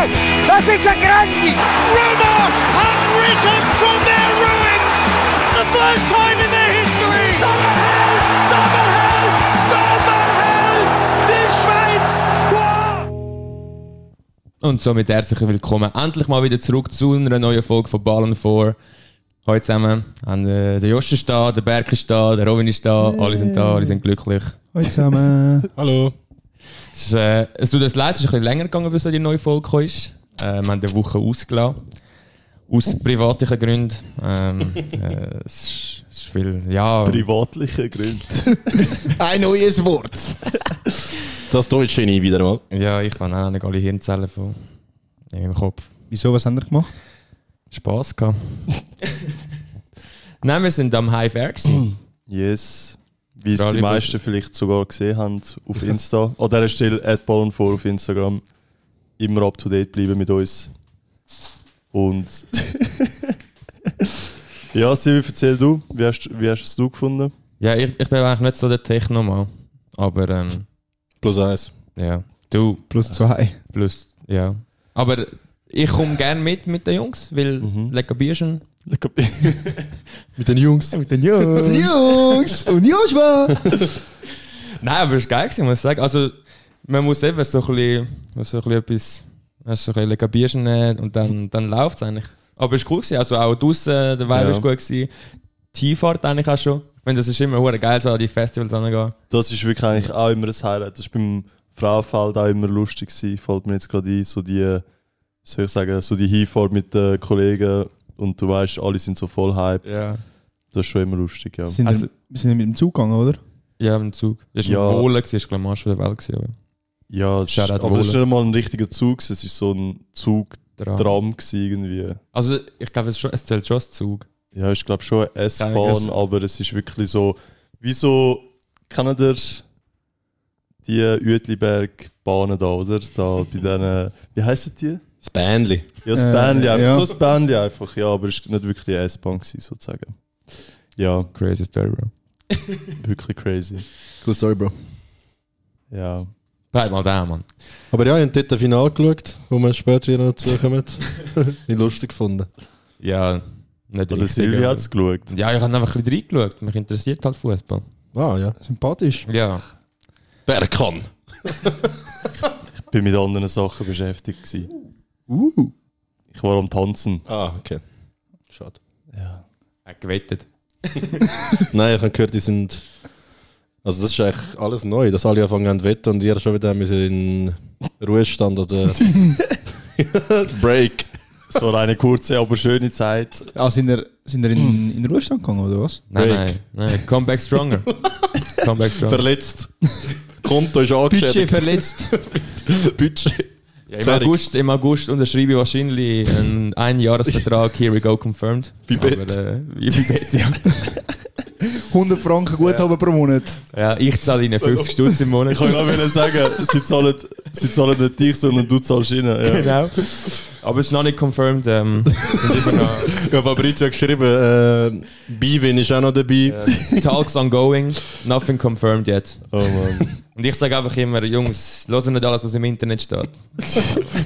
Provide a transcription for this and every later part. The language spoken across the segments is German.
Passage à Grandi. Rumour have risen from their ruins. The first time in their history. Sommerheld, Sommerheld, Sommerheld, die Schweiz. Wow! Und somit herzlich willkommen endlich mal wieder zurück zu einer neuen Folge von Ballen 4. Heute zusammen haben äh, der Josch ist da, der Berg ist da, der Robin ist da, alle sind da, alle sind glücklich. Hallo zusammen. Hallo. Es, ist, äh, es tut uns leid, es ist ein bisschen länger gegangen, bis die neue Folge gekommen ist. Äh, wir haben eine Woche ausgelassen. Aus privaten Gründen. Ähm, äh, es ist, es ist viel, ja. Privatliche Gründe. Ein neues Wort. Das deutsche Genie wieder mal. Ja, ich kann auch nicht alle Hirnzellen von in meinem Kopf. Wieso, was haben wir gemacht? Spass gehabt. Nein, wir sind am High Fair. gewesen. Yes. Wie es die Tralibus. meisten vielleicht sogar gesehen haben auf Insta. An dieser Stelle adballen vor auf Instagram. Immer up to date bleiben mit uns. Und. ja, Silvi, erzähl du. Wie hast, wie hast es du gefunden? Ja, ich, ich bin eigentlich nicht so der Technoman. Aber ähm, Plus eins. Ja. Du, Plus zwei. plus, ja. Aber ich komme gerne mit mit den Jungs, weil Mhm. lecker Bier schon. Mit den Jungs. Mit den Jungs. Jungs und Joshua. Nein, aber es war geil, gewesen, muss ich sagen. Also, man muss eben so ein bisschen, muss so ein bisschen etwas, weißt, so ein bisschen lecker Bierchen nehmen und dann, dann läuft es eigentlich. Aber es war cool, gewesen. also auch draußen, der Vibe Ja. war gut. Gewesen. Die Einfahrt eigentlich auch schon. Ich finde, das ist immer hure geil, so an die Festivals angehen. Das ist wirklich eigentlich auch immer ein Highlight. Das war beim Frauenfeld auch immer lustig. Gewesen. Fällt mir jetzt gerade ein, so die, äh, wie soll ich sagen, so die Hinfahrt mit den Kollegen und du weißt, alle sind so voll hyped. Das ist schon immer lustig, ja. Sind Also- wir, wir sind mit dem Zug gegangen, oder? Ja, im Zug. Das war ja. Ja. ein Wohlen, gewesen, das war, glaube ich, Marsch von der Welt. Gewesen, aber Ja, es ist, Shoutout aber es ist Wohle. nicht mal ein richtiger Zug, es ist so ein Zugtram dran. gewesen irgendwie. Also, ich glaube, es, ist schon- es zählt schon als Zug. Ja, ich glaube schon eine S-Bahn, Einiges. aber es ist wirklich so, wie so, kennt ihr die Uetliberg-Bahnen da, oder? Da bei diesen, wie heissen die? Das Bändli. Ja, das Äh, Bändli einfach, ja. so das Bändli einfach, ja, aber es war nicht wirklich eine S-Bahn gewesen, sozusagen. Ja, Crazy Story, Bro. wirklich crazy. Cool Story, Bro. Ja. Bleib mal da, Mann. Aber ja, ich habe dort ein Finale geschaut, wo wir später wieder dazu kommen. Nicht lustig gefunden. Ja, nicht Oder richtig, Silvi aber- hat es geschaut. Ja, ich habe einfach ein bisschen reingeschaut. Mich interessiert halt Fußball. Ah, ja. Sympathisch. Ja. Wer kann? Ich bin mit anderen Sachen beschäftigt. Gewesen. Uh. Ich war am Tanzen. Ah, okay. Schade. Ja. Er hat gewettet. Nein, ich habe gehört, die sind. Also, das ist eigentlich alles neu, dass alle anfangen haben zu wetten und ihr schon wieder müssen in Ruhestand oder. Break. Es war eine kurze, aber schöne Zeit. Ah, sind wir, sind wir in, in den Ruhestand gegangen, oder was? Nein, Break. nein, nein. Comeback stronger. Comeback stronger. Verletzt. Konto ist Budget angeschädigt. verletzt. Budget. Ja, im, August, Im August unterschreibe ich wahrscheinlich einen Einjahresvertrag. Here we go, confirmed. Wie Bet. Aber, äh, wie bei Bet, ja. 100 Franken Guthaben pro Monat. ja. Ich zahle ihnen 50 Stutz im Monat. Ich kann gerade sagen, sie zahlen, sie zahlen nicht dich, sondern du zahlst ihnen. Ja. genau. Aber es ist noch nicht confirmed. Ähm, sind immer noch. Ja, Fabrizio hat geschrieben, äh, Bivin ist auch noch dabei. Talks ongoing. Nothing confirmed yet. Oh Mann. Und ich sage einfach immer, Jungs, hören nicht alles, was im Internet steht.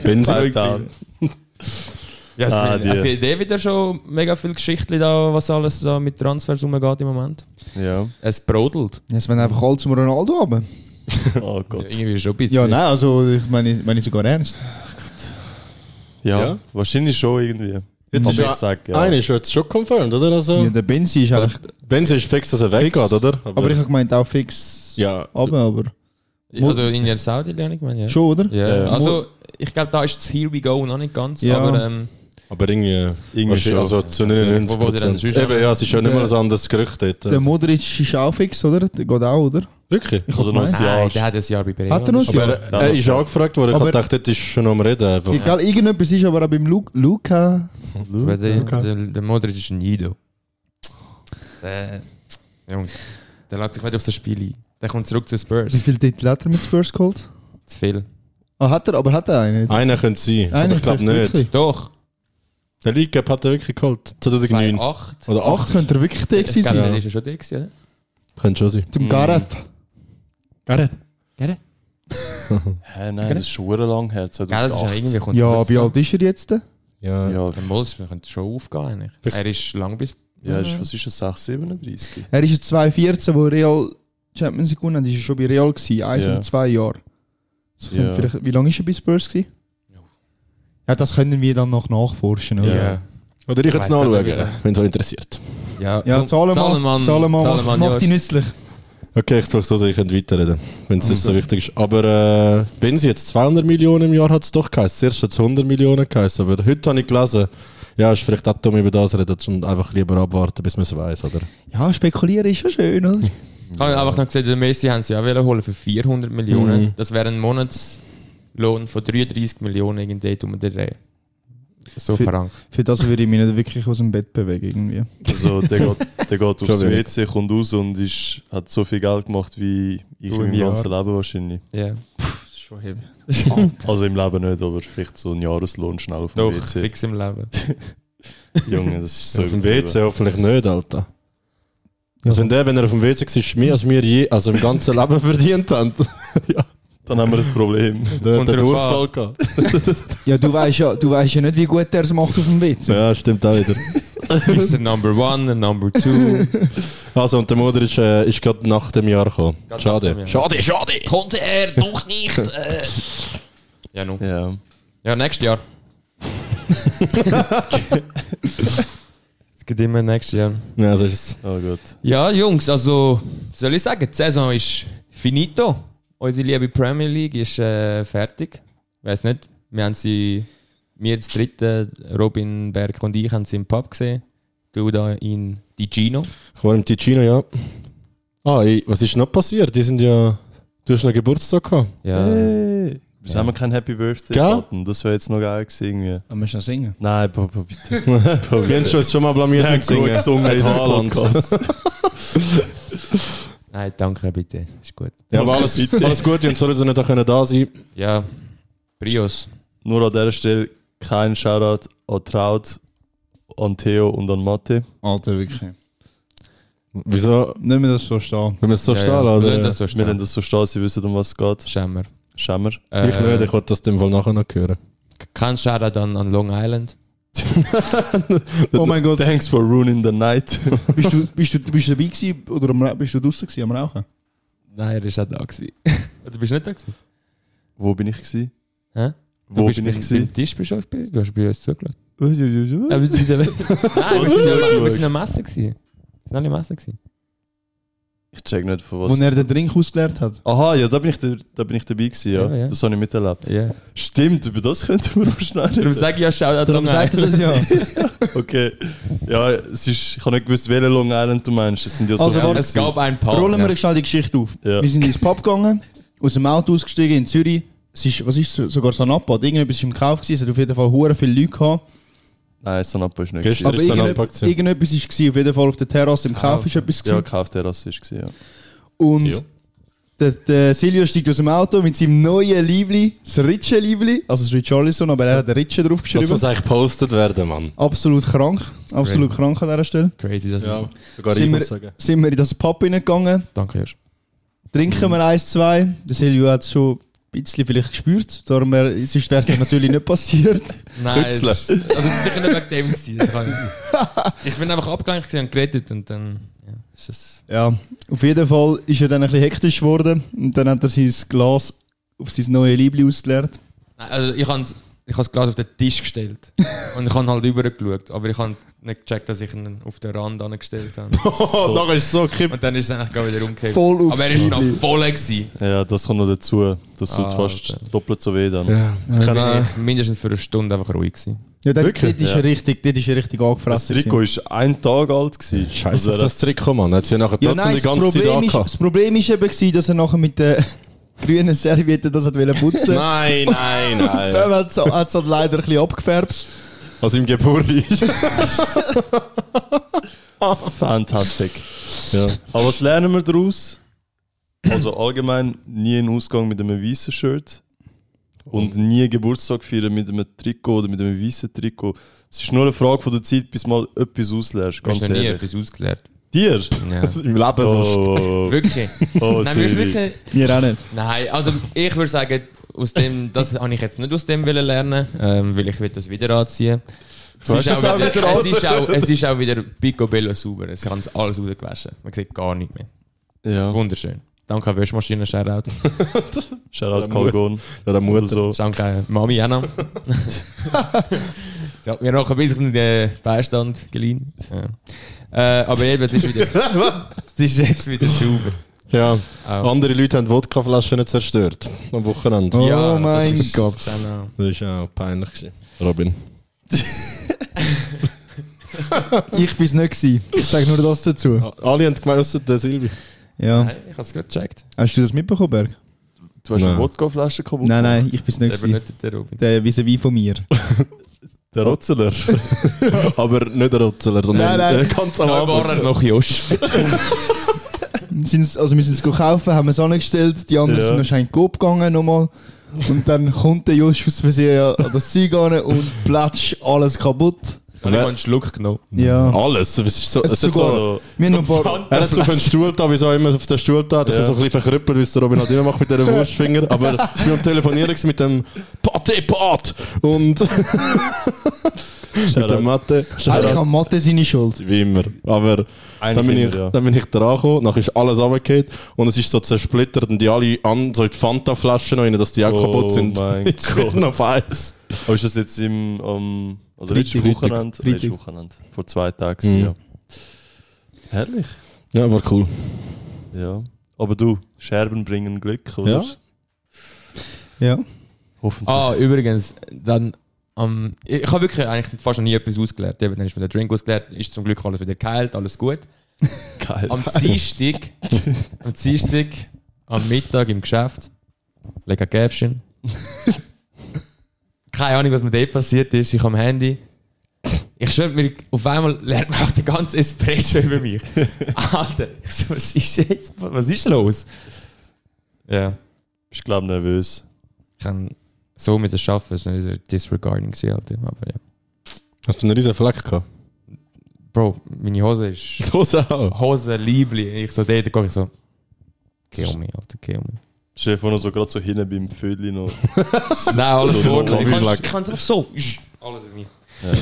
Wenn sie Weltall. Ja, es Ah, ah, die. also, der wieder schon mega viel Geschichten da, was alles da mit Transfers umgeht im Moment. Ja. Es brodelt. Jetzt wollen einfach alle zum Ronaldo haben. Oh Gott. Irgendwie schon ein bisschen. Ja, nou, nein, also ich meine, meine ich sogar ernst. Ja, Ja. wahrscheinlich schon irgendwie. Jetzt Aber ist ich ja sag, ja. Einer ist jetzt schon confirmed, oder? Also, Ja, der Benzi ist also eigentlich. Benz ist fix, dass er weggeht, Fix. oder? Aber, ich habe gemeint, auch fix eh, ja, runter, aber. Also in der saudi lerne ich meine, ja. Schon, oder? Ja, Ja. also ich glaube, da ist das Here We Go noch nicht ganz, Ja. aber ähm, aber irgendwie, Irgendwie wahrscheinlich- schon. also zu Wo wollt ihr denn 99 sonst Eben, ja, es ist ja nicht Der- mal so ein anderes Gerücht dort. also. Der Modric ist auch fix, oder? Der geht auch, oder? Wirklich? Ich Oder noch ein nein, Jahr. der hat ein Jahr bei Pereira. Hat er noch ein Aber- Jahr? Aber er er ist angefragt worden, ich Aber- habe gedacht, dort ist schon am Reden. Einfach. Egal, irgendetwas ist aber auch beim Lu Luca. Aber der, Okay. der, der Modric ist ein Ido. Der, Jungs, der lädt sich nicht auf das Spiel ein. Der kommt zurück zu Wie Spurs. viele Titel hat er mit Spurs geholt? Zu viel. Ah, hat er, aber hat er einen? jetzt? Einer könnte sein, aber ich glaube vielleicht nicht. wirklich. Doch, Der League Cup hat er wirklich geholt, 2009. 2-8. Oder Acht 8, könnte er wirklich der gewesen Ich glaube, sein. der ist ja schon der gewesen, oder? könnte schon sein. Zum Gareth. Gareth? Gerne. Hä, nein, das ist schon lang her, Gell, das ist ja 2008. irgendwie kommt Ja, das wie jetzt- alt ist er jetzt? Ja. ja, Der Mols, wir könnten schon aufgehen eigentlich. Er ist lang bis. ja das ist, was ist das, 637? Er ist jetzt 2014, wo Real Champions League gewonnen hat, ist er schon bei Real gewesen, eins Ja. oder zwei Jahre. Das könnte Ja. vielleicht, wie lange ist er bei Spurs gewesen? Ja, das können wir dann noch nachforschen, oder? Ja. Oder ich Weiss jetzt nachschauen, gar nicht. wenn es euch interessiert. Ja, Ja, Zahlenmann, Zahlenmann, Zahlenmann, Zahlenmann Zahlenmann, macht ja. dich nützlich. Okay, ich versuche so, dass ich könnte weiterreden wenn es Mhm. nicht so wichtig ist. Aber äh, wenn sie jetzt 200 Millionen im Jahr hat es doch geheißen. Zuerst hat es 100 Millionen geheißen, aber heute habe ich gelesen, ja, ist vielleicht auch dumm über das reden und einfach lieber abwarten, bis man es weiß, oder? Ja, spekulieren ist schon schön, oder? Ich habe einfach noch gesehen, den Messi haben sie ja wollen holen für 400 Millionen. Mhm. Das wäre ein Monatslohn von 33 Millionen irgendwie um den Dreh. So Für- krank. Für das würde ich mich nicht wirklich aus dem Bett bewegen, irgendwie. Also, der geht, der geht aufs wenig. WC, kommt raus und ist, hat so viel Geld gemacht wie ich Du in im meinem Jahr. ganzen Leben wahrscheinlich. Ja. Das ist schon heavy. Also im Leben nicht, aber vielleicht so ein Jahreslohn schnell auf dem Doch, WC. fix im Leben. Junge, das ist so auf dem übertrieben. WC hoffentlich nicht, Alter. Ja. Also wenn der, wenn er auf dem WC war, ist, mehr als wir je, also im ganzen Leben verdient haben. Dann haben wir ein Problem. Der, Und der der Durchfall gehabt. Ja, du weißt ja, du weißt ja nicht, wie gut er es macht auf dem WC. Ja, stimmt auch wieder. Ist der Number One, der Number Two. Also und der Mutter ist, äh, ist gerade nach dem Jahr gekommen. Gerade nach Schade. dem Jahr. Schade, schade. Konnte er doch nicht. Äh. Ja, nun. Ja. Ja, nächstes Jahr. es geht immer nächstes Jahr. Ja, so ist es. Oh Gott. Ja, Jungs, also soll ich sagen, die Saison ist finito. Unsere liebe Premier League ist äh, fertig. Weiß nicht, wir haben sie, wir das dritte, Robin Berg und ich haben sie im Pub gesehen. Du da in Ticino. Ich war im Ticino, ja. Ah, ey, was ist noch passiert? Die sind ja. Du hast noch Geburtstag gehabt. Ja, Hey. Wieso haben wir kein Happy Birthday Gell? Button? Das wäre jetzt noch geil gewesen. irgendwie. Dann musst du noch singen. Nein, Papa, bitte. Wir haben schon- uns schon mal blamiert Ja, mit gut Singen. gesungen in Mit dem Haaland. Podcast. nein, danke bitte, ist gut. Ja, aber alles, alles Gute und sollen sie nicht auch können da sein Ja, Prios. Nur an dieser Stelle kein Shoutout an Traut, an Theo und an Mathe. Alter, wirklich. Wieso? Nicht mehr das so stehen. Wenn wir es so ja, stehen ja. lassen? Wir lassen oder? das so Wir stehen. haben das verstanden, sie wissen, um was es geht. Schämmer. Schämmer. Äh, Ich nicht, ich wollte das dem Fall nachher noch hören. Kein Shoutout an, an Long Island. Oh mein Gott. Thanks for ruining the night. Bist du, bist du, bist du dabei gewesen oder am, Ra- bist du draußen gewesen am Rauchen? Nein, er ist auch da. gewesen. du bist nicht da? Gewesen? Wo bin ich gewesen? Hä? Wo du bist bin ich beim- gewesen? Beim Tisch bist du auch gewesen. Du hast bei uns zugelassen. Uiuiui. Aber sie- Nein, wir sind ja- wir sind am Messen. gewesen. Wir sind alle am Messen. gewesen. Ich check nicht von Wo ne- was. er den Drink ausgeleert hat. Aha, ja, da bin ich, da, da bin ich dabei gewesen, ja. Ja, ja. Das habe ich miterlebt. Ja. Stimmt, über das könnten wir noch schnell Darum reden. sage ich ja Shoutout Darum Long sagt er Island. das ja. Okay. Ja, es ist, ich habe nicht gewusst, welche Long Island du meinst. Es sind ja so Also, viele warte, Es gewesen. gab ein paar. Rollen wir Ah, ja. schnell die Geschichte auf. Ja. Wir sind ins Pub gegangen, aus dem Auto ausgestiegen in Zürich. Es ist, was ist so- sogar Sanapa? hat Irgendetwas ist im Kauf gewesen. Es hat auf jeden Fall hure viele Leute gehabt. Nein, Sanapa ist nicht gewesen. Gestern- Aber ist Sanapa irgendetwas, gewesen. irgendetwas ist gewesen. Auf jeden Fall auf der Terrasse im Kauf ist etwas Ja, gewesen. Kaufterrasse ist gewesen, ja. Und Ja. der, der Silvio steigt aus dem Auto mit seinem neuen Liebli, das Ritsche Liebli, also das Richarlison, aber er hat den Ritsche Das draufgeschrieben. muss eigentlich gepostet werden, Mann. Absolut krank, absolut krank an dieser Stelle. Crazy, das ja. sogar Sind ich wir- muss sagen. Sind wir in das Pub hineingegangen, Danke, Josh. trinken wir eins, zwei. Der Silvio hat es schon ein bisschen vielleicht gespürt, darum wär, sonst wäre es natürlich nicht passiert. Nein, es- Füchsle. also es ist sicher nicht wegen dem. Gewesen. Das kann ich- ich bin einfach abgelenkt gewesen und geredet und dann ja, ist es Ja, auf jeden Fall ist er dann ein bisschen hektisch geworden und dann hat er sein Glas auf sein neues Liebli ausgeleert. Nein, also ich habe ich habe das Glas auf den Tisch gestellt und ich habe halt rübergeschaut, aber ich habe nicht gecheckt, dass ich ihn auf den Rand angestellt habe. Oh, nachher ist es so gekippt. Und dann ist es eigentlich gerade wieder umgekehrt. Voll aufs aber er ist noch Liebli. voll. Gewesen. Ja, das kommt noch dazu. Das tut Ah, fast okay. doppelt so weh dann. Ja, ich kann Bin auch. ich mindestens für eine Stunde einfach ruhig gewesen. Ja, dort, Wirklich? dort ist er richtig, dort ist er richtig Das angefressen. Trikot war ein Tag alt. gewesen. Also, Scheiße auf das Trikot, Mann. Hat sie ja nachher Ja, trotzdem nein, das die ganze Zeit Problem, ist, angehabt. das Problem ist eben, gewesen, dass er nachher mit der grünen Serviette das hat wollen putzen Nein, nein, nein. Dann hat es halt leider ein bisschen abgefärbt. Was im Geburt ist. Fantastic. Ja. Aber was lernen wir daraus? Also allgemein nie einen Ausgang mit einem weißen Shirt und nie Geburtstag feiern mit einem Trikot oder mit einem weißen Trikot. Es ist nur eine Frage von der Zeit, bis mal etwas auslernst. Du hast Ganz noch nie ehrlich. etwas ausgelernt. Dir? Ja. Im Leben sonst. Oh, Wirklich. oh, Nein, wir Siri. wirklich. Wir auch nicht. Nein, also ich würde sagen, aus dem, das habe ich jetzt nicht aus dem wollen lernen, ähm, weil ich will das wieder anziehen. Es Du ist, hast auch das wieder, es, auch wieder ist angezogen. auch, es ist auch wieder picobello sauber. Es haben sie alles rausgewaschen. Man sieht gar nichts mehr. Ja. Wunderschön. Danke an Wäschmaschine, Shoutout. Shoutout Calgon. Ja, der Oder Mutter. so. Danke an Mami auch noch. Sie hat mir noch ein bisschen den äh, Beistand geliehen. Ja. Äh, aber eben, es ist, wieder, es ist jetzt wieder sauber. Ja. Auch. Andere Leute haben Wodkaflaschen zerstört. Am Wochenende. Oh Ja, das mein ist- Gott. Ist Genau. auch noch- Das ist ja auch peinlich. Gewesen. Robin. Ich bin es nicht. Gewesen. Ich sage nur das dazu. Alle haben gemeint, außer der Silvi. Ja. Nein, ich habe es gerade gecheckt. Hast du das mitbekommen, Berg? Du hast Nein. eine Wodkaflasche kaputt Nein, nein, ich bin es nicht. Aber Gewesen. nicht der Robin. Der vis-à-vis von mir. Der Rotzeler. Aber nicht der Rotzeler, sondern Nein, nein. äh, ganz am Aber Abend. war er noch Josch. Sind's, also wir sind es kaufen, haben wir es angestellt, die anderen Ja. sind wahrscheinlich Coop gegangen nochmal. Und dann kommt der Josh aus Versehen an das Zeug an und platsch, alles kaputt. Und ich habe einen Schluck genommen. Ja. Alles. Es ist so, Es es ist hat sogar- so, Wir haben noch ein paar... er hat es auf den Stuhl da, wieso immer auf den Stuhl da, hat Ja. ja. so ein bisschen verkrüppelt, wie es der Robin halt immer macht mit diesen Wurstfinger. Aber ich bin am Telefonieren gewesen mit dem Pate-Pat und mit dem Mathe. Eigentlich hat Mathe seine Schuld. wie immer. Aber dann immer, bin, ich, Also, ja. dann bin ich dran gekommen, nachher ist alles runtergefallen und es ist so zersplittert und die alle an, so in die Fanta-Flaschen noch rein, dass die auch Oh kaputt sind. mein Jetzt bin ich noch weiß. Aber ist das jetzt im, ähm, also Freitag, letztes Freitag, Wochenende? Letztes Freitag. Wochenende. Vor zwei Tagen, Mhm. ja. Herrlich, Ja, war cool. ja. Aber du, Scherben bringen Glück, oder? Ja. Ja. Hoffentlich. Ah, übrigens, dann am. ich habe wirklich eigentlich fast noch nie etwas ausgelernt. Eben, dann ist mir der Drink ausgeleert, ist zum Glück alles wieder geheilt, alles gut. Geil. Am Dienstag, am Dienstag, am Mittag im Geschäft, lecker Käfchen. Keine Ahnung, was mir dort passiert ist. Ich am Handy. Ich schwöre mir, auf einmal lernt man auch den ganzen Espresso über mich. Alter, ich so, was ist jetzt? Was ist los? Ja. Ich glaube nervös. Ich kann so müssen schaffen, es war nicht disregarding gewesen, Alter. aber ja. Hast du einen riesen Fleck gehabt? Bro, meine Hose ist So auch. Hose Liebli. Ich so dort guck ich so. Kill me, Alter, kill me. Chef, noch so gerade so hinten beim Pfödli noch. Nein, alles So vorne. ein Ich kann's- Kaffeefleck. Ich kann es einfach so. Isch, Alles mit mir.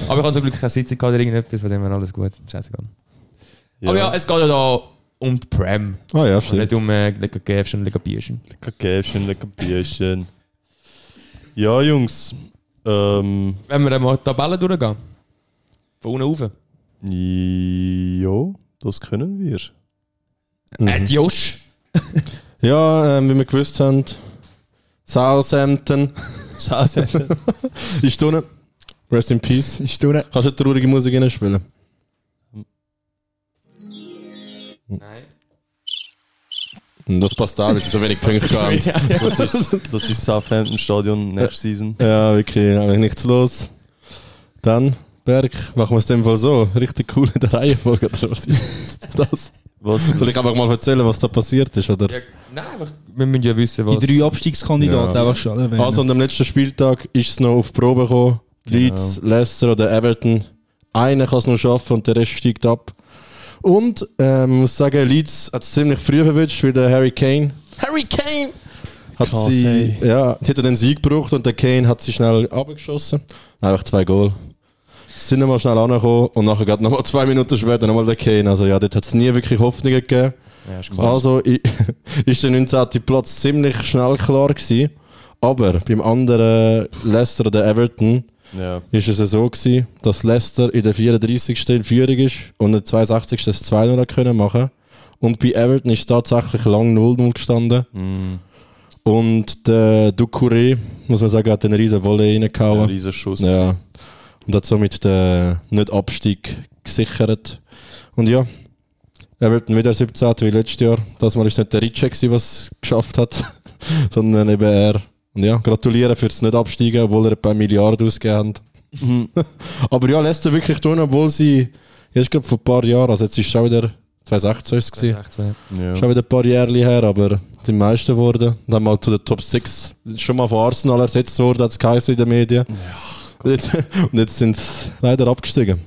Aber ich habe zum Glück keine Sitzung gehabt oder irgendetwas, von dem her alles gut. Scheißegal. Ja. Aber Oh ja, es geht ja da um die Prem. Ah ja, Und nicht stimmt. um äh, lecker Käfchen, lecker Bierchen. Lecker Gäbchen, lecker Bierchen. Ja, Jungs. Ähm, Wenn wir einmal die Tabelle durchgehen. Von unten rauf. ja, das können wir. Äh, die Josch. Ja, ähm, wie wir gewusst haben, Southampton ist unten. Rest in Peace. Ist du Kannst du traurige Musik reinspielen? Nein. Und Das passt auch, weil sie so wenig Punkte gehabt haben. Das ist das ist Southampton Stadion next season. Ja, wirklich, da ist nichts los. Dann, Berg, machen wir es in dem Fall so. Richtig cool in der Reihenfolge. oder was ist Das. Was? Soll ich einfach mal erzählen, was da passiert ist, oder? Ja, nein, einfach, wir müssen ja wissen, was. Die drei Abstiegskandidaten Ja. einfach schon erwähnen. Also, und am letzten Spieltag ist es noch auf die Probe gekommen. Genau. Leeds, Leicester oder Everton. Einer kann es noch schaffen und der Rest steigt ab. Und ähm, ich muss sagen, Leeds hat es ziemlich früh verwünscht, weil der Harry Kane. Harry Kane! Hat Can't sie, say. ja, sie hat den Sieg gebraucht und der Kane hat sie schnell abgeschossen. Einfach zwei Goal. Sie sind nochmal schnell angekommen und nachher gerade nochmal zwei Minuten später nochmal der Kane. Also ja, dort hat es nie wirklich Hoffnungen gegeben. Ja, ist klar. Also i- ist der 19. Platz ziemlich schnell klar gewesen. Aber beim anderen Leicester oder Everton Ja. ist es ja so gewesen, dass Leicester in der 34. in Führung ist und in der 62. das 2-0 hat können machen Und bei Everton ist tatsächlich lang 0-0 gestanden. Mhm. Mm, Und der Ducouré, muss man sagen, hat einen riesen Volley Ein reingehauen. riesen Schuss. Ja. Und hat somit den Nicht-Abstieg gesichert. Und ja, er wird wieder 17 wie letztes Jahr. Das Mal war es nicht der Ritschek, der es geschafft hat, sondern eben er. Und ja, gratulieren fürs Nicht-Absteigen, obwohl er ein paar Milliarden ausgegeben hat. Aber ja, lässt er wirklich tun, obwohl sie, jetzt glaube vor ein paar Jahren, also jetzt ist es schon wieder 2016 ist es gewesen. 16. Ja. Schon wieder ein paar Jahre her, aber die meisten wurden. Dann mal zu den Top 6 schon mal von Arsenal ersetzt worden, hat es geheißen in den Medien. und, jetzt, und jetzt sind sie leider abgestiegen.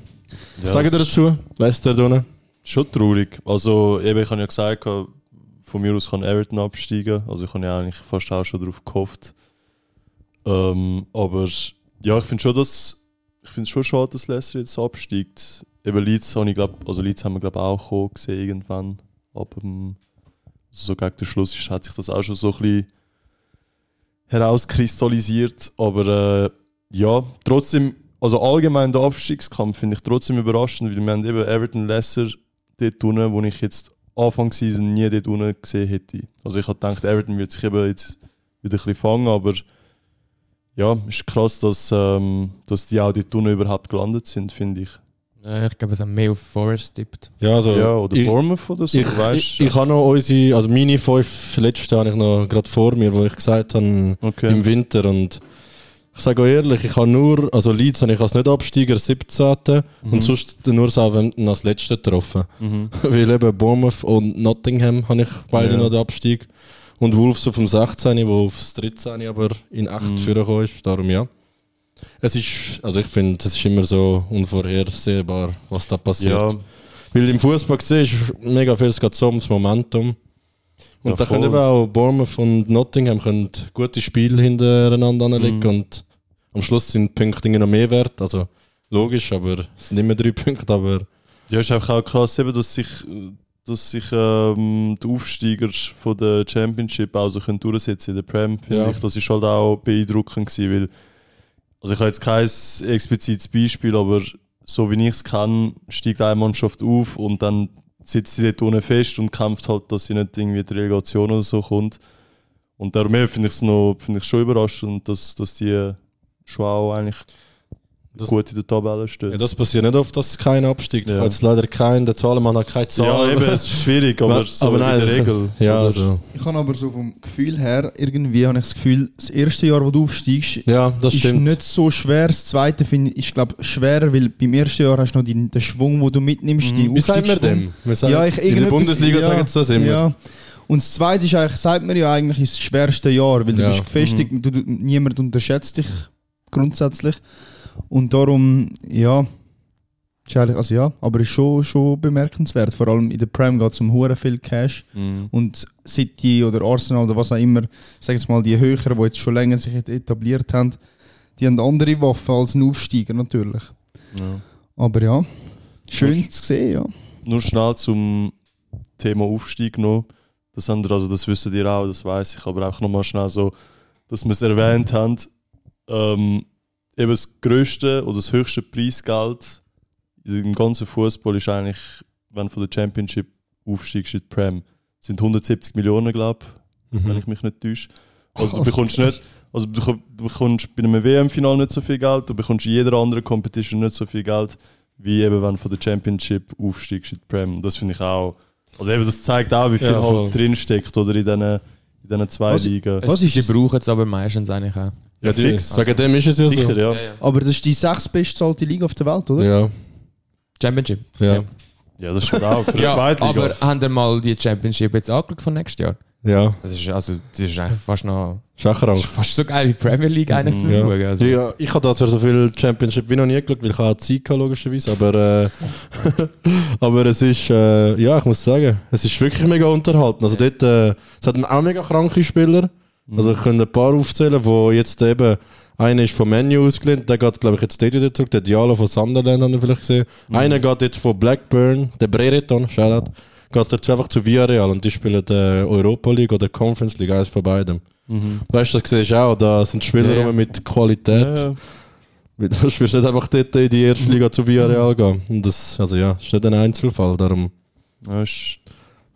Was Ja, sagen ihr das- dazu? Leicester da unten? Schon traurig. Also, eben, ich habe ja gesagt, von mir aus kann Everton absteigen. Also, ich habe ja eigentlich fast auch schon darauf gehofft. Ähm, aber ja, ich finde schon, dass ich finde es schon schade, dass Leicester jetzt absteigt. Eben Leeds, habe ich glaub, also Leeds haben wir glaube auch gekommen, gesehen irgendwann. Aber ähm, so gegen den Schluss ist, hat sich das auch schon so ein bisschen herauskristallisiert. Aber äh, ja, trotzdem, also allgemein der Abstiegskampf finde ich trotzdem überraschend, weil wir haben eben Everton Leicester dort unten, wo ich jetzt Anfang Season nie dort unten gesehen hätte. Also ich habe gedacht, Everton wird sich eben jetzt wieder ein bisschen fangen, aber ja, ist krass, dass, ähm, dass die auch dort unten überhaupt gelandet sind, finde ich. Äh, ich glaube, es haben mehr auf Forest tippt. Ja, also, Ja, oder ich, Bournemouth oder so, ich, weißt ich, ich habe noch unsere, also meine fünf letzten habe ich noch gerade vor mir, wo ich gesagt habe, Okay. im Winter. Und ich sage auch ehrlich, ich habe nur, also Leeds habe ich als Nicht-Absteiger 17. Mhm. und sonst nur Southampton als Letzter getroffen. Weil eben Bournemouth und Nottingham habe ich beide Ja. noch den Abstieg. Und Wolves auf dem 16., wo aufs 13. aber in 8 mhm. führen ist, darum ja. Es ist, also ich finde, es ist immer so unvorhersehbar, was da passiert. ja, Weil im Fußball siehst du mega viel, es geht so ums Momentum. Und Ja, da können voll. eben auch Bournemouth und Nottingham können gute Spiele hintereinander Mhm. anlegen und am Schluss sind die Punkte irgendwie noch mehr wert. Also logisch, aber es sind immer drei Punkte, aber ja, ist einfach auch krass, eben, dass sich, dass sich ähm, die Aufsteiger von der Championship auch so können durchsetzen in der Prem, finde Ja. ich. Das ist halt auch beeindruckend gewesen, weil also ich habe jetzt kein explizites Beispiel, aber so wie ich es kenne, steigt eine Mannschaft auf und dann sitzt sie dort unten fest und kämpft halt, dass sie nicht irgendwie in die Relegation oder so kommt. Und darum eben finde ich es noch finde ich schon überraschend, dass, dass die schon auch eigentlich das, gut in der Tabelle stehen. Ja, das passiert nicht oft, dass kein absteigt. Ich Ja. habe jetzt leider keinen, der Zahlenmann hat keine Ja, Zahlen. eben, es ist schwierig, aber, so aber nein, in der Regel. ja, oder? also, Ich habe aber so vom Gefühl her, irgendwie habe ich das Gefühl, das erste Jahr, wo du aufsteigst, ja, das ist stimmt. nicht so schwer. Das zweite finde ich, ich glaube, schwerer, weil beim ersten Jahr hast du noch den, den Schwung, den du mitnimmst. Die Mhm. Wie sagen wir Aufstiegsschwung. dem? Wir sagen, Ja, ich, in der irgendetwas- Bundesliga ja, sagen sie das immer. Ja. Und das zweite ist eigentlich, sagt man ja eigentlich, ist das schwerste Jahr, weil Ja. du Mhm. bist gefestigt, du, du, niemand unterschätzt dich grundsätzlich. Und darum, ja, ist eigentlich, also ja, aber ist schon, schon bemerkenswert. Vor allem in der Prime geht es um hure viel Cash. Und City oder Arsenal oder was auch immer, sagen wir mal, die Höher, die jetzt schon länger sich etabliert haben, die haben andere Waffen als ein Aufsteiger natürlich. Aber ja, schön zu sehen, ja. Nur schnell zum Thema Aufstieg noch. Das haben wir, also das wisst ihr auch, das weiß ich, aber auch nochmal schnell so, dass wir es erwähnt haben. Ähm, eben das größte oder das höchste Preisgeld im ganzen Fußball ist eigentlich, wenn du von der Championship aufsteigst in die Prem, sind 170 Millionen, glaube ich, Mhm. wenn ich mich nicht täusche. Also du bekommst nicht, also du bek- bekommst bei einem WM-Final nicht so viel Geld, du bekommst in jeder anderen Competition nicht so viel Geld, wie eben wenn du von der Championship aufsteigst in die Prem. Das finde ich auch, also eben das zeigt auch, wie viel Ja, voll. Also, halt drinsteckt oder in diesen, in diesen zwei Was- Ligen. Was ist Die es? brauchen es aber meistens eigentlich auch. Ja, die, fix. wegen dem ist es ja Sicher, ja. Aber das ist die sechstbestzahlte Liga auf der Welt, so. oder? Ja, Championship. ja, Ja, das steht auch für die Ja, zweite Liga. aber haben wir mal die Championship jetzt angeschaut von nächstes Jahr? ja. Das ist, also, das ist eigentlich fast noch Schachrank. fast so geil wie die Premier League eigentlich zu Mhm. Ja. schauen. Also. Ja, ich habe das für so viel Championship wie noch nie geschaut, weil ich auch Zeit hatte, logischerweise. Aber, äh, aber es ist, äh, ja, ich muss sagen, es ist wirklich mega unterhalten. Also dort, äh, es hat auch mega kranke Spieler. Mhm. Also ich könnte ein paar aufzählen, wo jetzt eben, einer ist vom Menu ausgelehnt, der geht, glaube ich, jetzt dort wieder zurück. Der Diallo von Sunderland haben wir vielleicht gesehen. Mhm. Einer geht jetzt von Blackburn, der Brereton, Shoutout, geht dazu einfach zu Villarreal und die spielen äh, Europa League oder Conference League, eines von beidem. Weißt du, das siehst du auch, da sind Spieler Mhm. um Ja, ja. rum mit Qualität. Ja, ja. Weil Sonst wirst du nicht einfach dort in die erste Liga zu Villarreal gehen. Und das, also ja, ist nicht ein Einzelfall. Darum, Ja, ist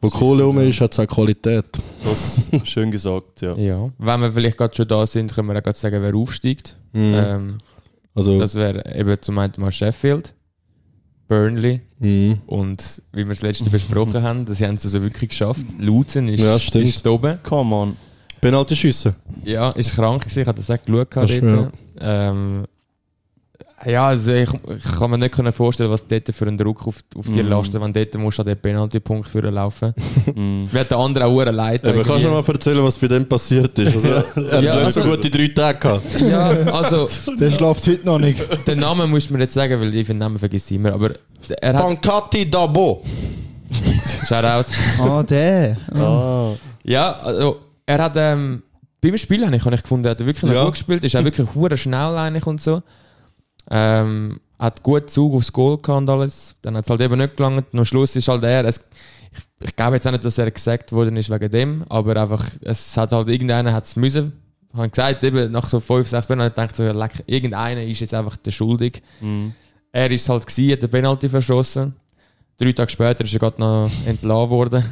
wo Kohle rum ist, hat es auch Qualität. das schön gesagt, ja. Ja. Wenn wir vielleicht gerade schon da sind, können wir auch gerade sagen, wer aufsteigt. Mhm. Ähm, Also, das wäre eben zum einen mal Sheffield, Burnley mh, und wie wir das letzte besprochen haben, das haben sie so wirklich geschafft. Luton ist, Ja, stimmt. ist da oben. Come on. Penalty schiessen. Ja, ist krank gewesen, ich habe das auch geschaut. dort. Das stimmt, Ähm, ja, also ich, ich kann mir nicht können vorstellen, was dort für einen Druck auf, auf die Mhm. lastet, wenn dort musst du an den Penalty-Punkt führen laufen. Mm. Wird der andere auch leid. Mhm. Eben, kannst du noch mal erzählen, was bei dem passiert ist? Also, er Äh, Ja, hat nicht so also- gute drei Tage gehabt. Ja, also Der schläft heute noch nicht. den Namen musst du mir nicht sagen, weil ich den Namen vergisst immer. Aber er hat, Pancati Dabo. Shoutout. Ah, der. Ah. Ja, also er hat ähm, beim Spiel habe ich, habe ich gefunden, er hat wirklich noch Ja. gut gespielt, ist auch wirklich hure schnell eigentlich und so. Ähm, hat gut Zug aufs Goal gehabt und alles. Dann hat es halt eben nicht gelangt. Und am Schluss ist halt er. Es, ich, ich glaube jetzt auch nicht, dass er gesagt worden ist wegen dem, aber einfach, es hat halt irgendeiner hat es müssen. Ich habe gesagt, eben nach so fünf, sechs Minuten habe ich gedacht, so, leck, irgendeiner ist jetzt einfach der Schuldig. Er ist halt gewesen, hat den Penalty verschossen. Drei Tage später ist er gerade noch entlassen worden.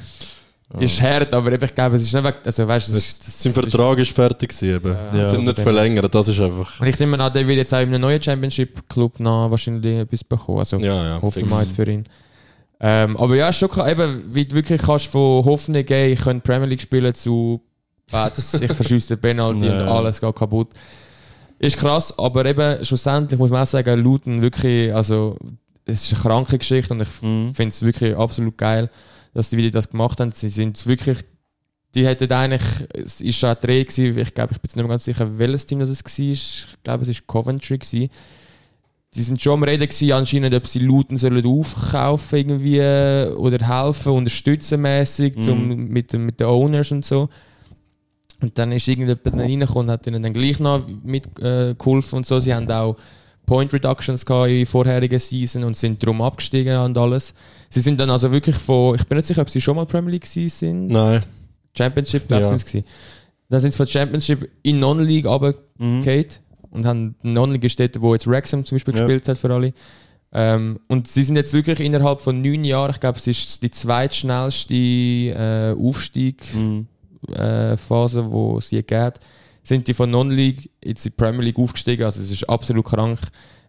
Ist hart, aber eben, ich glaube, es ist nicht weg. Also, weißt, es, Das, ist- das, sein Vertrag ist fertig gewesen. eben. Ja. Sie sind nicht verlängert, das ist einfach. Und ich nehme an, der wird jetzt auch in einem neuen Championship-Club noch wahrscheinlich etwas bekommen. Also, Ja, ja. hoffen fix. wir jetzt für ihn. Ähm, aber ja, ist schon klar, eben, wie du wirklich kannst von Hoffnung gehen, ich könnte Premier League spielen zu Bats, ich verschieße den Penalty und Ja. alles geht kaputt. Ist krass, aber eben schlussendlich muss man auch sagen, Luton wirklich, also es ist eine kranke Geschichte und ich Mhm. finde es wirklich absolut geil, dass die wieder das gemacht haben. Sie sind wirklich, die hätten eigentlich, es ist schon ein Dreh gewesen, ich glaube, ich bin jetzt nicht mehr ganz sicher, welches Team das es war. Ich glaube, es war Coventry. Gewesen. Die sind schon am Reden gewesen, anscheinend, ob sie Luton sollen aufkaufen irgendwie äh, oder helfen, unterstützen mäßig zum, mit, den- mit den Owners und so. Und dann ist irgendjemand dann reingekommen und hat ihnen dann gleich noch mitgeholfen äh, geholfen und so. Sie haben auch Point Reductions gehabt in vorherigen Season und sind drum abgestiegen und alles. Sie sind dann also wirklich von, ich bin nicht sicher, ob sie schon mal Premier League gewesen sind. Nein. Championship, glaube ich, Ja. sind sie. Dann sind sie von Championship in Mhm. Non-League runtergefallen und haben die Non-League ist dort, wo jetzt Wrexham zum Beispiel Ja. gespielt hat für alle. Ähm, und sie sind jetzt wirklich innerhalb von neun Jahren, ich glaube, es ist die zweitschnellste äh, Aufstiegphase, Mhm. äh, Phase, wo sie gegeben hat, sind die von Non-League jetzt in die Premier League aufgestiegen. Also es ist absolut krank.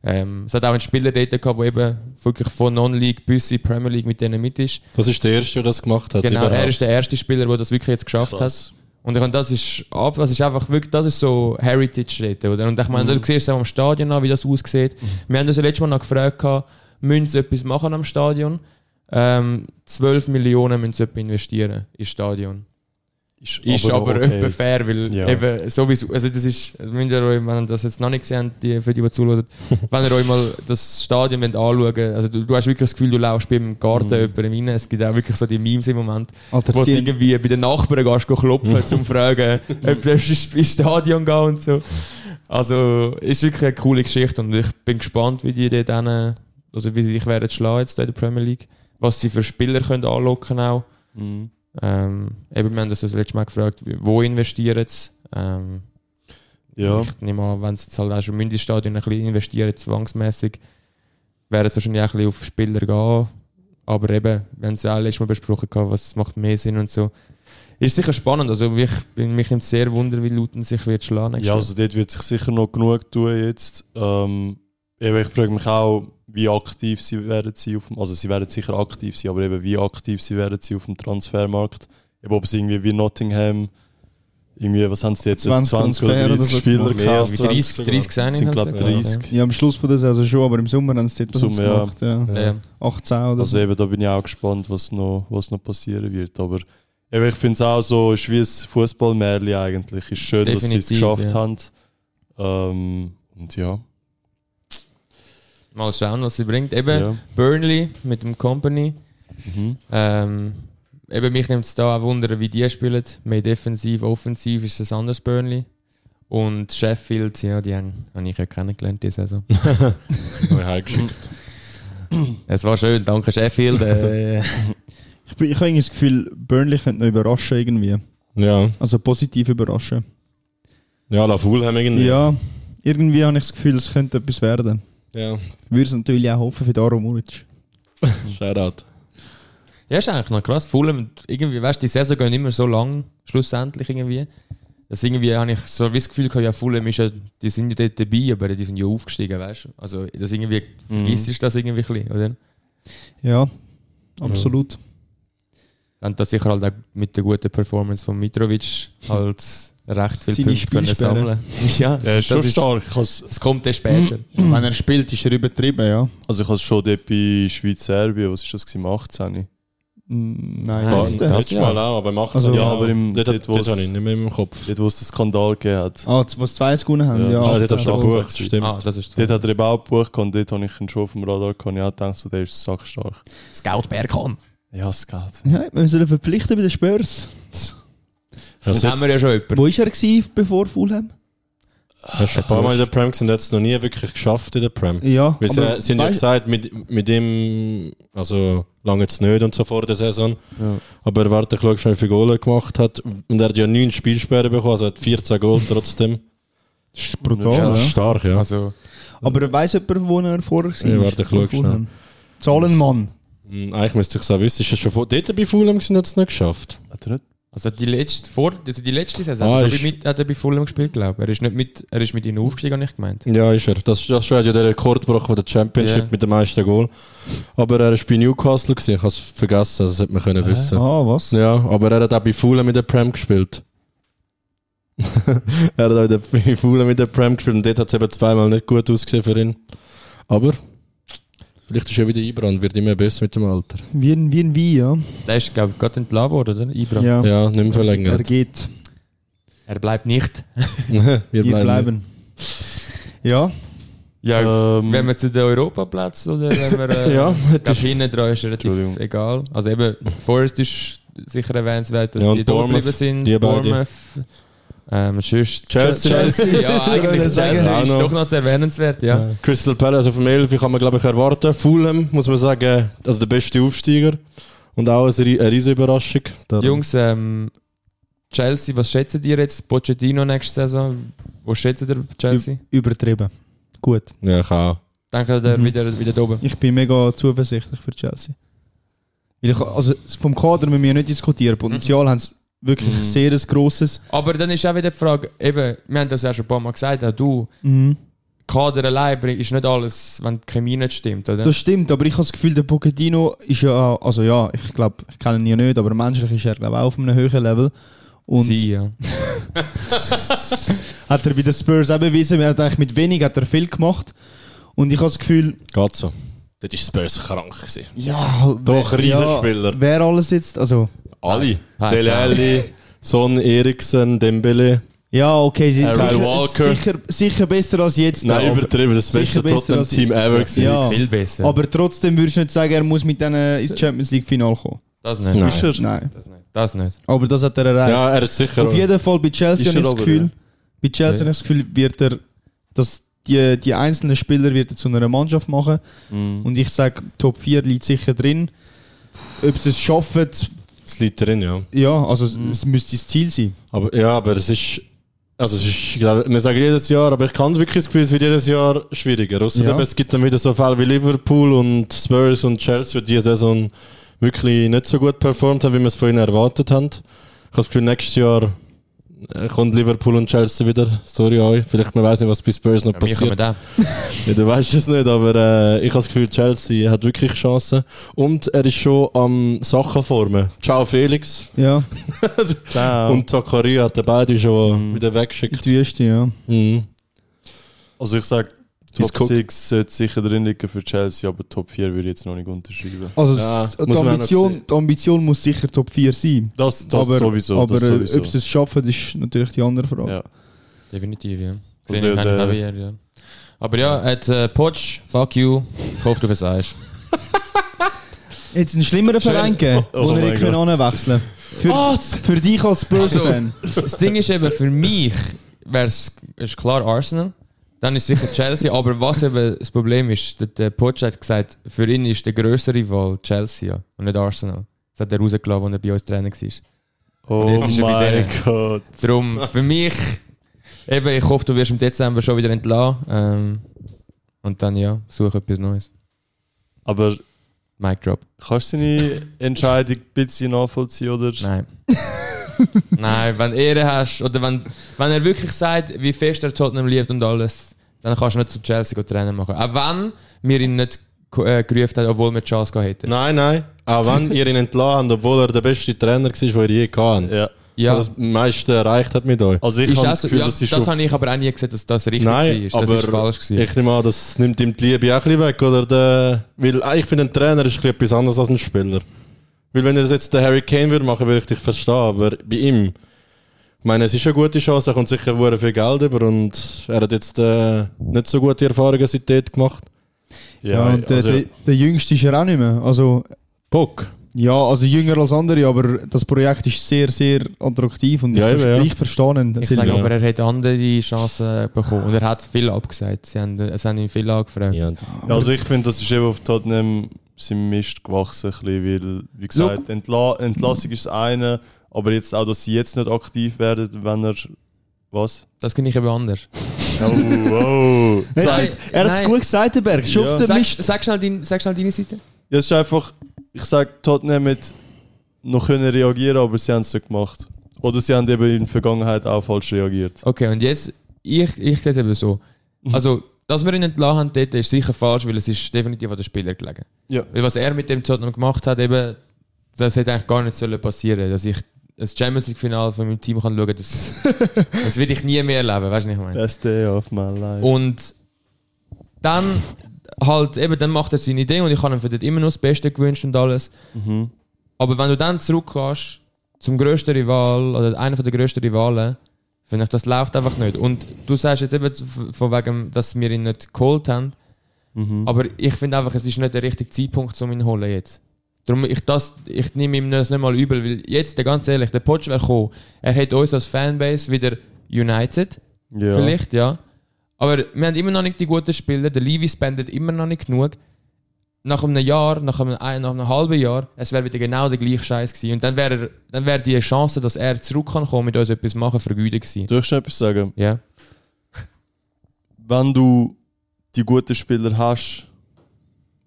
Ähm, es hat auch einen Spieler dort gehabt, der eben wirklich von Non-League bis in die Premier League mit denen mit ist. Das ist der erste, der das gemacht hat. Genau, er überhaupt. ist der erste Spieler, der das wirklich jetzt geschafft Krass. hat. Und ich meine, das ist, ab, das ist einfach wirklich, das ist so Heritage dort, oder? Und ich meine, du siehst es auch am Stadion an, wie das aussieht. Wir haben uns ja letztes Mal noch gefragt, gehabt, müssen sie etwas machen am Stadion? Ähm, 12 Millionen müssen sie etwa investieren ins Stadion. Ist aber, noch etwa fair, weil Ja. eben sowieso, also das ist, also müsst ihr euch, wenn ihr das jetzt noch nicht gesehen habt, die, für die, die zuhören, wenn ihr euch mal das Stadion wollt anschauen wollt, also du, du hast wirklich das Gefühl, du laufst beim Garten jemandem rein, es gibt auch wirklich so die Memes im Moment, Alter, wo du zieh, irgendwie bei den Nachbarn gehst, go klopfen, um zu fragen, ob du darfst ins Stadion gehen und so. Also, ist wirklich eine coole Geschichte und ich bin gespannt, wie die dort hin, also wie sie sich werden schlagen jetzt in der Premier League, was sie für Spieler können anlocken auch. Mhm. Ähm, eben, wir haben das, das letzte Mal gefragt, wie- wo investieren sie? Ähm, Ja. Ich nehme an, wenn sie jetzt halt auch schon im Stadion ein bisschen investieren, zwangsmässig, wäre es wahrscheinlich auch ein bisschen auf Spieler gehen. Aber eben, wir haben es ja auch letztes Mal besprochen, gehabt, was macht mehr Sinn und so. Ist sicher spannend. Also ich bin, mich nimmt es sehr wunder, wie Luton sich wird schlagen. Ja, also dort wird sich sicher noch genug tun jetzt. Ähm, eben, ich frage mich auch, wie aktiv sie werden sie auf dem, also sie werden sicher aktiv sein, aber eben wie aktiv sie werden sie auf dem Transfermarkt. Eben ob es irgendwie wie Nottingham, irgendwie, was haben sie jetzt, 20 oder Transfer 30 oder so Spieler gemacht. gehabt? Wie 30, 30 Das gesehen also, sind glaub 30. ja, am Schluss von der Saison schon, aber im Sommer haben sie dort was Sommer, ja. gemacht. Ja. Ja. Ja. 18 oder Also so. Mhm. eben, da bin ich auch gespannt, was noch, was noch passieren wird. Aber eben, ich finde es auch so, ist wie ein Fußballmärchen eigentlich. Ist schön, dass sie es Definitiv, geschafft ja. haben. Ähm, und ja. Mal schauen, was sie bringt. Eben, ja. Burnley mit dem Company. Mhm. Ähm, eben mich nimmt es da auch Wunder, wie die spielen. Mehr defensiv, offensiv ist das anders Burnley. Und Sheffield, ja, die haben, habe ich ja kennengelernt diese Saison. Wo er heimgeschickt. es war schön, danke Sheffield. Äh, Ich, bin- ich habe irgendwie das Gefühl, Burnley könnte noch überraschen irgendwie. Ja. Also positiv überraschen. Ja, La Fool haben irgendwie. Ja, irgendwie habe ich das Gefühl, es könnte etwas werden. ja. Würde es natürlich auch hoffen für Daro Muric. Shoutout. ja, ist eigentlich noch krass. Fulham, irgendwie, weißt du, die Saison gehen immer so lang, schlussendlich irgendwie. Das irgendwie habe ich so wie das Gefühl gehabt, ja, Fulham ist ja, die sind ja dort dabei, aber die sind ja aufgestiegen, weißt du. Also, das irgendwie, vergisst du das irgendwie ein bisschen, oder? Ja, absolut. Und das sicher halt auch mit der guten Performance von Mitrovic halt recht viele Seine Punkte können Spielsperre. sammeln Ja, Ja, ist schon das, ist, stark. Ich has- das kommt dann später. Wenn er spielt, ist er übertrieben, ja. Also ich habe schon dort bei Schweiz-Serbien, was ist das gewesen, 18? Mm, Nein, Nein, was das- denn? Letztes Mal auch, aber macht Also- Ja, aber im- Dort, dort, dort, wo dort es- habe ich nicht mehr im Kopf. Dort, wo es den Skandal gegeben hat. Ah, was zwei es gewonnen haben, ja. ja. Ah, dort hat er das- gebucht, stimmt. Ah, das ist Dort hat er eben auch gebucht und dort habe ich ihn schon auf dem Radar gehabt. Ich habe gedacht, so, der ist sackstark. Scout Bergkamp. Ja, es geht. Ja, wir müssen ihn verpflichten bei den Spurs. Also Dann haben wir ja schon jemanden. Wo war er gewesen, bevor Fulham? hast du ein paar Mal in der Prem gesehen, hat es noch nie wirklich geschafft in der Prem. Ja, Wir sind, aber sind ja weiss- gesagt, mit, mit ihm, also lange es nicht und so vor der Saison. Aber warte, ich schaue schon, wie viele Goal er gemacht hat. Und er hat ja 9 Spielsperren bekommen, also hat 14 Goal trotzdem. das ist brutal. Das Ja. ist stark, ja. Also, Aber weiß jemand, wo er vorher war? Ja, warte, ich schau schnell. Zahlenmann. Hm, Eigentlich müsste ich es auch wissen, ist er schon vor, dort bei Fulham gewesen, hat es nicht geschafft. Hat er nicht? also die letzte, vor, also die letzte Saison Ah, hat, er ist- schon bei, mit, hat er bei Fulham gespielt, glaube ich. Er ist, nicht mit, er ist mit ihnen aufgestiegen, habe ich gemeint. Ja, ist er. Das, das schon hat ja den Rekord gebrochen von der Championship Ja. mit dem meisten Goal. Aber er ist bei Newcastle gewesen, ich habe es vergessen, also das hätte man können wissen. Ah, was? Ja, aber er hat auch bei Fulham mit der Prem gespielt. er hat auch in der- bei Fulham mit der Prem gespielt und dort hat es eben zweimal nicht gut ausgesehen für ihn. Aber vielleicht ist er wieder Ibran, wird immer besser mit dem Alter. Wie ein, wie ein Wein, ja. Der ist, glaube ich, gerade entlassen worden, oder? Ibra. ja. Ja, nicht mehr Er verlängert. geht. Er bleibt nicht. Wir Wir bleiben. Ja, Ja, Ähm, wenn wir zu den Europaplätzen oder wenn wir. Äh, Ja, ich glaube, hinten dran ist relativ Entschuldigung. egal. Also, eben, Forest ist sicher erwähnenswert, dass Ja, und die da Bournemouth, geblieben sind. die beide. Ähm, sonst Chelsea. Chelsea, ja, eigentlich. Ich wollte Chelsea sagen. ist doch noch erwähnenswert, ja. Äh, Crystal Palace auf dem 11 kann man glaube ich erwarten. Fulham muss man sagen, also der beste Aufsteiger. Und auch eine, rie- eine riesige Überraschung. Darum- Jungs, ähm, Chelsea, was schätzen ihr jetzt? Pochettino nächste Saison? Wo schätzt ihr Chelsea? übertrieben. Gut. Ja, ich auch. Denken der Mhm. wieder, wieder da oben? Ich bin mega zuversichtlich für Chelsea. Weil ich, also vom Kader müssen wir nicht diskutieren. Potenzial haben sie wirklich sehr ein grosses. Aber dann ist auch wieder die Frage, eben, wir haben das ja schon ein paar Mal gesagt, auch du, Mhm. Kader allein bringt- ist nicht alles, wenn die Chemie nicht stimmt, oder? Das stimmt, aber ich habe das Gefühl, der Pochettino ist ja, also ja, ich glaube, ich kenne ihn ja nicht, aber menschlich ist er glaube ich, auch auf einem höheren Level. Und Sie, ja. hat er bei den Spurs auch bewiesen, er hat eigentlich mit wenig hat er viel gemacht. Und ich habe das Gefühl, Geht so. Dort war Spurs krank. Gewesen. ja, Doch, wer- Riesenspieler. Ja, wer alles jetzt, also Alle. Nein. Dele Alli, Son, Eriksen, Dembele. ja, okay, sie Herr Walker. sicher, sicher, sicher besser als jetzt. Nein, aber, übertrieben. Das sicher beste besser als Tottenham-Team ever gewesen. Ja. Viel besser. aber trotzdem würdest du nicht sagen, er muss mit denen ins Champions League Finale kommen. das Nein. nicht. Nein. Ist er? Nein, Das nicht. Das nicht. aber das hat er erreicht. Ja, er ist sicher. Auf jeden Fall bei Chelsea Ist habe ich er das aber, Gefühl, ja. bei Chelsea habe ich das Gefühl, wird er, dass die, die einzelnen Spieler wird er zu einer Mannschaft machen. Mhm. Und ich sage, Top 4 liegt sicher drin. Ob sie es schaffen, Es liegt drin, ja. ja, also Mhm. es- es müsste das Ziel sein. Aber, ja, aber es ist. Also, es ist, ich glaube, wir sagen jedes Jahr, aber ich kann wirklich das Gefühl, es wird jedes Jahr schwieriger. Außer Ja. eben, es gibt dann wieder so Fälle wie Liverpool und Spurs und Chelsea, die diese Saison wirklich nicht so gut performt haben, wie wir es von ihnen erwartet haben. Ich habe das Gefühl, nächstes Jahr äh, kommt Liverpool und Chelsea wieder. Sorry, euch. Vielleicht, man weiß nicht, was bei Spurs noch Ja, wir passiert. kommen da. Ja, du weißt es nicht, aber äh, ich habe das Gefühl, Chelsea hat wirklich Chancen. Und er ist schon am Sachen formen. Ciao Felix Ja, Ähm. Ciao. und Zakaria hat er beide schon Mhm. wieder in weggeschickt. die Wüste, ja. Mhm. also ich sage, He's Top cooked. 6 sollte sicher drin liegen für Chelsea, aber Top 4 würde ich jetzt noch nicht unterschreiben. Also Ja, es- muss die, man auch noch Ambition, sehen. die Ambition muss sicher Top 4 sein. Das, das aber sowieso. aber das äh, sowieso. ob sie es schaffen, ist natürlich die andere Frage. ja. Definitiv, ja. Und Sehe ich der- keinen Javier, ja. Aber ja, hat äh, Poch, fuck you. Ich hoffe, du versagst. Jetzt einen schlimmeren Schön. Verein geben, Oh wo mein wir nicht können Gott. Also, anwechseln Für, Ah, für dich als Spurs-Fan. Das Ding ist eben, für mich wäre es klar Arsenal, dann ist sicher Chelsea, aber was eben das Problem ist, der, der Poch hat gesagt, für ihn ist der größere Rival Chelsea ja, und nicht Arsenal. Das hat er rausgelassen, als er bei uns Trainer war. Oh Jetzt ist er bei mein denen. Gott. Darum, für mich, eben, ich hoffe, du wirst im Dezember schon wieder entlassen. Ähm, und dann ja, suche etwas Neues. Aber Mic drop. kannst du seine Entscheidung ein bisschen nachvollziehen, oder? Nein. Nein, wenn du Ehre hast oder wenn, wenn er wirklich sagt, wie fest er Tottenham liebt und alles, dann kannst du nicht zu Chelsea gehen Trainer machen. Auch wenn wir ihn nicht ko- äh, gerufen haben, obwohl wir die Chance gehabt hätten. Nein, nein. Auch wenn ihr ihn entlassen habt, obwohl er der beste Trainer war, den ihr je gehabt habt. Ja. Ja. Ja, Das meiste erreicht hat mit euch. Also ich ist habe auch das so- Gefühl, ja, das ist das auf- habe ich aber auch nie gesehen, dass das richtig Nein, war. Das aber ist falsch gewesen. ich nehme an, das nimmt ihm die Liebe auch ein bisschen weg, oder? Der, weil ah, ich finde, ein Trainer ist ein bisschen etwas anderes als ein Spieler. Weil wenn er das jetzt der Harry Kane würde machen, würde ich dich verstehen, aber bei ihm, ich meine, es ist eine gute Chance, er kommt sicher sehr viel Geld über und er hat jetzt äh, nicht so gute Erfahrungen seit dort gemacht. Ja, ja, und äh, der, also, der, der Jüngste ist er auch nicht mehr. Also, Bock. Ja, also jünger als andere, aber das Projekt ist sehr, sehr attraktiv und Ja, ich, eben, ja. ich verstehe ihn. Ich Sind- sage ja. aber, er hat andere Chancen bekommen. Und er hat viel abgesagt. Sie haben, es haben ihn viel angefragt. Ja. Ja, also ich finde, das ist eben auf Tottenham sein Mist gewachsen, ein bisschen, weil, wie gesagt, Entla Entlassung ist das eine, aber jetzt auch, dass sie jetzt nicht aktiv werden, wenn er... Was? Das kenne ich eben anders. Oh, wow! Nein, Zwei- er hat es Nein. gut gesagt, der Berg. Schuf Ja. den Sag, Mist. sag, schnell dein, sag schnell deine Seite. Ja, es ist einfach, ich sage, Tottenham hat noch können reagieren, aber sie haben es nicht gemacht. Oder sie haben eben in der Vergangenheit auch falsch reagiert. Okay, und jetzt, ich, ich sehe es eben so. Also, dass wir ihn entlassen haben dort, ist sicher falsch, weil es ist definitiv an den Spieler gelegen. Ja. Weil was er mit dem Tottenham gemacht hat, eben, das hätte eigentlich gar nicht sollen passieren Dass ich das Champions League-Finale von meinem Team kann schauen kann, das, das werde ich nie mehr erleben, weißt du, was ich meine? Best day of my life. Und dann halt eben, dann macht er seine Idee und ich habe ihm für dort immer noch das Beste gewünscht und alles. Mhm. Aber wenn du dann zurückkommst zum grössten Rival oder einer der grössten Rivalen, finde ich, das läuft einfach nicht. Und du sagst jetzt eben v- von wegen, dass wir ihn nicht geholt haben, Mhm. aber ich finde einfach, es ist nicht der richtige Zeitpunkt, um ihn zu holen jetzt. Darum, ich, das, ich nehme ihm das nicht mal übel, weil jetzt, der- ganz ehrlich, der Potsch wäre gekommen, er hat uns als Fanbase wieder united, Ja. vielleicht, ja. Aber wir haben immer noch nicht die guten Spieler, der Levi spendet immer noch nicht genug. Nach einem Jahr, nach einem, ein- nach einem halben Jahr, es wäre wieder genau der gleiche Scheiß gewesen. Und dann wäre er- dann wäre die Chance, dass er zurück kann kommen, mit uns etwas machen, vergütet gewesen. Darf ich schon etwas sagen? Ja. Wenn du die guten Spieler hast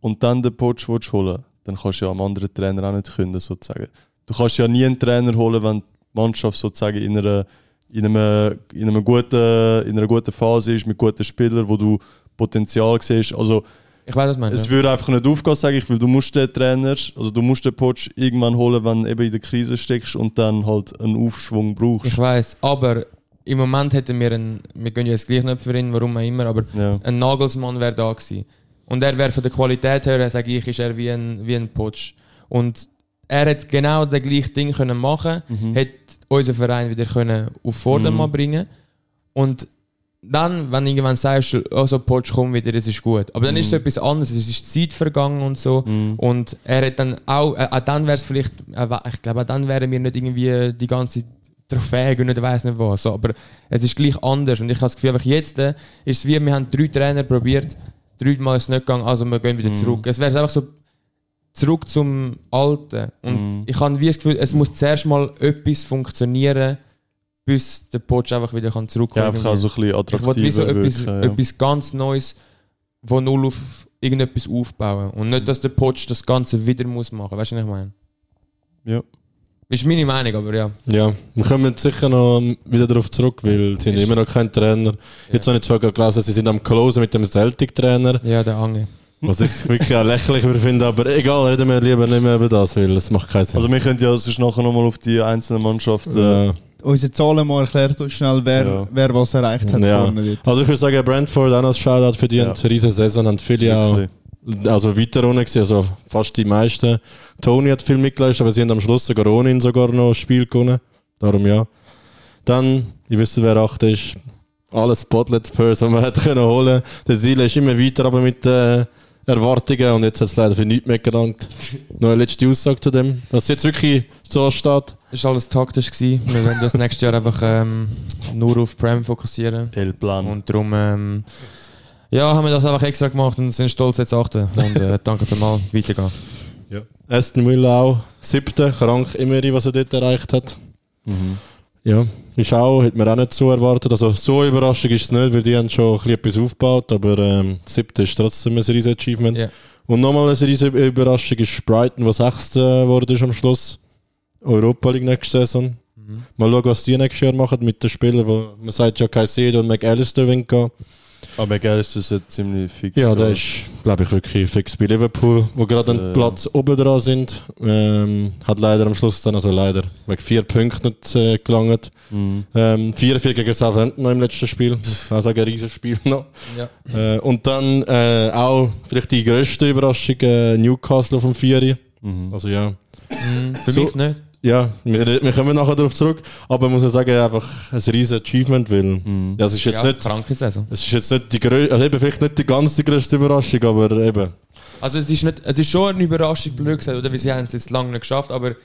und dann den Poach willst holen dann kannst du ja am anderen Trainer auch nicht künden, sozusagen. Du kannst ja nie einen Trainer holen, wenn die Mannschaft sozusagen in einer, in einem, in einem guten, in einer guten Phase ist, mit guten Spielern, wo du Potenzial siehst. Also Ich weiß, was du meinst. Es würde einfach nicht aufgehen, sage ich, weil du musst den Trainer, also du musst den Coach irgendwann holen, wenn du eben in der Krise steckst und dann halt einen Aufschwung Ich brauchst. weiß, aber im Moment hätten wir einen, wir gehen ja jetzt gleich nicht für ihn, warum auch immer, aber Ja. ein Nagelsmann wäre da gewesen. Und er wäre von der Qualität her, sage ich, ist er wie ein, wie ein Putsch. Und er hätte genau das gleiche Ding können machen können, hätte unseren Verein wieder können auf Vordermann bringen Und dann, wenn du irgendwann sagst, also Putsch, komm wieder, es ist gut. Aber dann ist es etwas anderes, es ist die Zeit vergangen und so. Mhm. Und er hat dann auch, äh, auch dann wäre es vielleicht, äh, wa- ich glaube, auch dann wären wir nicht irgendwie äh, die ganze Trophäe und nicht weiss nicht was. So, aber es ist gleich anders. Und ich habe das Gefühl, einfach jetzt äh, ist es wie, wir haben drei Trainer probiert, dreimal ist es nicht gegangen, also wir Mhm. gehen wieder zurück. Es wäre einfach so zurück zum Alten. Und Mhm. ich habe wie das Gefühl, es muss zuerst mal etwas funktionieren, bis der Poach einfach wieder kann zurückkommen Ja, einfach auch so ein bisschen ich wollte wie so attraktiver etwas, wirken. etwas ganz Neues von null auf irgendetwas aufbauen. Und nicht, dass der Poch das Ganze wieder muss machen. Weißt du, was ich meine? Ja. Ist meine Meinung, aber ja. Ja, wir kommen sicher noch wieder darauf zurück, weil sie haben Ist- immer noch keinen Trainer. Jetzt habe ich zwar gerade gelesen, sie sind am Closen mit dem Celtic-Trainer, Ja, der Ange. was ich wirklich auch lächerlich finde, aber egal, reden wir lieber nicht mehr über das, weil es macht keinen Sinn. Äh, Also wir können ja sonst nachher nochmal auf die einzelnen Mannschaften... äh, ja. Unsere Zahlen mal erklärt euch schnell, wer, Ja. wer was erreicht hat Ja. vorne dort. also ich würde sagen, Brentford auch noch ein Shoutout für die, Ja. ja. riesen Saison haben viele auch Wirklich. also weiter unten gewesen, also fast die meisten. Tony hat viel mitgeleistet, aber sie haben am Schluss sogar ohne ihn sogar noch ein Spiel gewonnen. Darum ja. Dann, ihr wisst, wer achte ist, alle Spotlight Spurs, die man hätte können holen. Der Seele ist immer weiter, aber mit äh, Erwartungen und jetzt hat es leider für nichts mehr gelangt. Noch eine letzte Aussage zu dem, dass jetzt wirklich so steht. Das war alles taktisch. Gewesen. Wir werden das nächstes Jahr einfach ähm, nur auf Prem fokussieren. El Plan. Und darum ähm, ja, haben wir das einfach extra gemacht und sind stolz jetzt achten. Und äh, danke für mal. Weitergehen. Ja. Aston Villa auch, siebte, krank immerhin, was er dort erreicht hat. Mhm. Ja, ist auch, hätte man auch nicht so erwartet. Also so überraschend ist es nicht, weil die haben schon ein bisschen etwas aufgebaut, aber ähm, siebte ist trotzdem ein riesen Achievement. Ja. Und nochmal eine riesen Überraschung ist Brighton, was sechste geworden ist am Schluss. Europa League nächste Saison. Mal schauen, was die nächstes Jahr machen mit den Spielern, wo man sagt ja Caicedo und McAllister wollen gehen. Aber geil ist das jetzt ziemlich fix. Ja, der ist, glaube ich, wirklich fix bei Liverpool, wo gerade Ja. einen Platz oben dran sind. Ähm, hat leider am Schluss dann, also leider, wegen vier Punkten nicht äh, gelangt. Mhm. Ähm, 4-4 gegen Southampton noch im letzten Spiel. Ich würde sagen, ein riesiges Spiel noch. Ja. Äh, und dann äh, auch vielleicht die grösste Überraschung, äh, Newcastle auf dem 4. Mhm. Also ja, Für So- mich nicht. ja wir, wir kommen nachher darauf zurück. Aber ich muss ja sagen, einfach ein riesiges Achievement, weil ja, es ist jetzt Ja, nicht... kranke Saison. Es ist jetzt nicht die größte, also eben vielleicht nicht die ganze größte Überraschung, aber eben. Also es ist, nicht, es ist schon eine Überraschung, blöd gesagt, oder? Weil sie haben es jetzt lange nicht geschafft, aber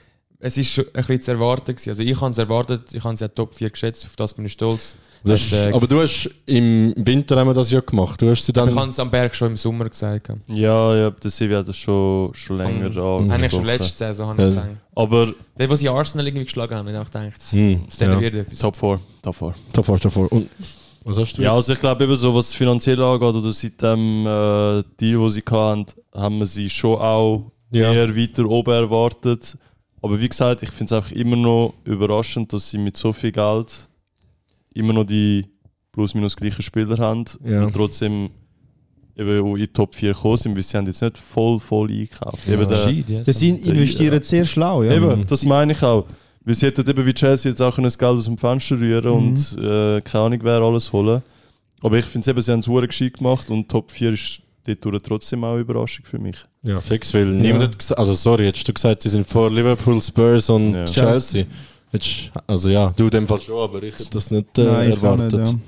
es ist schon ein bisschen zu erwarten gewesen. Also ich habe es erwartet, ich habe es ja Top 4 geschätzt, auf das bin ich stolz. Das ist, Hat, äh, aber du hast im Winter haben wir das ja gemacht. Du hast sie ich dann. habe es am Berg schon im Sommer gesagt. ja. Ja, ja, der Silvia hat das schon, schon Mhm. länger angesprochen. Eigentlich schon letzte Saison, habe ich Ja. gedacht. Aber Der, wo sie Arsenal irgendwie geschlagen haben, habe ich gedacht, Hm, aus denen ja. wird etwas. Top 4. Top 4. da fährst du vor. Und was hast du Ja, jetzt? also ich glaube eben so, was das finanziell angeht oder seit dem äh, Deal, wo sie hatten, haben wir sie schon auch Ja. eher weiter oben erwartet. Aber wie gesagt, ich finde es einfach immer noch überraschend, dass sie mit so viel Geld immer noch die plus minus gleichen Spieler haben Ja. und trotzdem eben auch in die Top 4 gekommen sind, weil sie haben jetzt nicht voll, voll einkauft. Eben der, Scheid, ja, Also, Das so. sind investieren sehr schlau, ja. Mhm. Eben, das meine ich auch. Wir hätten eben wie Chelsea jetzt auch können das Geld aus dem Fenster rühren Mhm. und äh, keine Ahnung, wer alles holen. Aber ich finde es eben, sie haben es hure gescheit gemacht und Top 4 ist dort trotzdem auch eine Überraschung für mich. Ja, fix, weil niemand hat gesagt, also sorry, hättest du gesagt, sie sind vor Liverpool, Spurs und Ja. Chelsea. Hättest, also ja, du in dem Fall schon, aber ich hätte das nicht äh, Nein, ich auch erwartet. nicht, ja.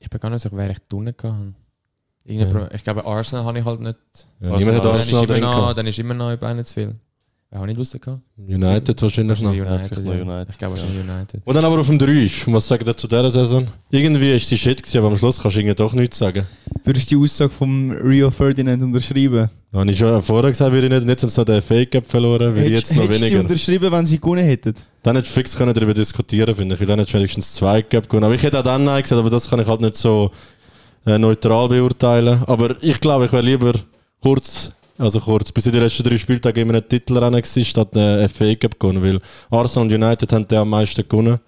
Ich bin gar nicht sicher, wer ich drinnen hatte. Irgendein Ja. Pro- Ich glaube, Arsenal habe ich halt nicht. Ja, niemand hat dann, Arsenal ist immer drin noch, gehabt. dann ist immer noch bei einer zu viel. Wer habe ich nicht rausgekommen? United wahrscheinlich noch. United, vielleicht noch ja. United, Ich glaube, es ist United. Und dann aber auf dem 3 ist. Und was sagt ihr zu dieser Saison? Irgendwie ist sie shit gewesen, aber am Schluss kannst du irgendwie doch nichts sagen. Würdest du die Aussage vom Rio Ferdinand unterschreiben? Da habe ich schon vorher gesagt, würde ich nicht. Und Jetzt haben sie noch den Fake Cup verloren, weil jetzt noch hättest du sie weniger. unterschrieben, wenn sie gewonnen hätten? Dann hättest du fix können darüber diskutieren finde ich. Weil dann hättest du wenigstens zwei Cup gewonnen. Aber ich hätte auch dann Nein gesagt, aber das kann ich halt nicht so äh, neutral beurteilen. Aber ich glaube, ich wäre lieber kurz, also kurz, bis in die letzten drei Spieltage immer einen Titel ran gewesen, statt einen FA Cup gewonnen. Weil Arsenal und United haben den am meisten gewonnen.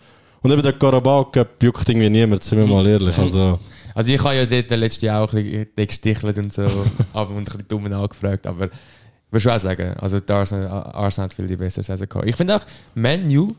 Und eben der Carabao Cup juckt irgendwie niemand, sind wir mal ehrlich. Also, Also ich habe ja dort letztes Jahr auch ein bisschen gestichelt und so, aber und ein bisschen dumm angefragt, aber ich würde schon auch sagen, also der Arsenal, Arsenal hat viel die bessere Saison gehabt. Ich finde auch, Menu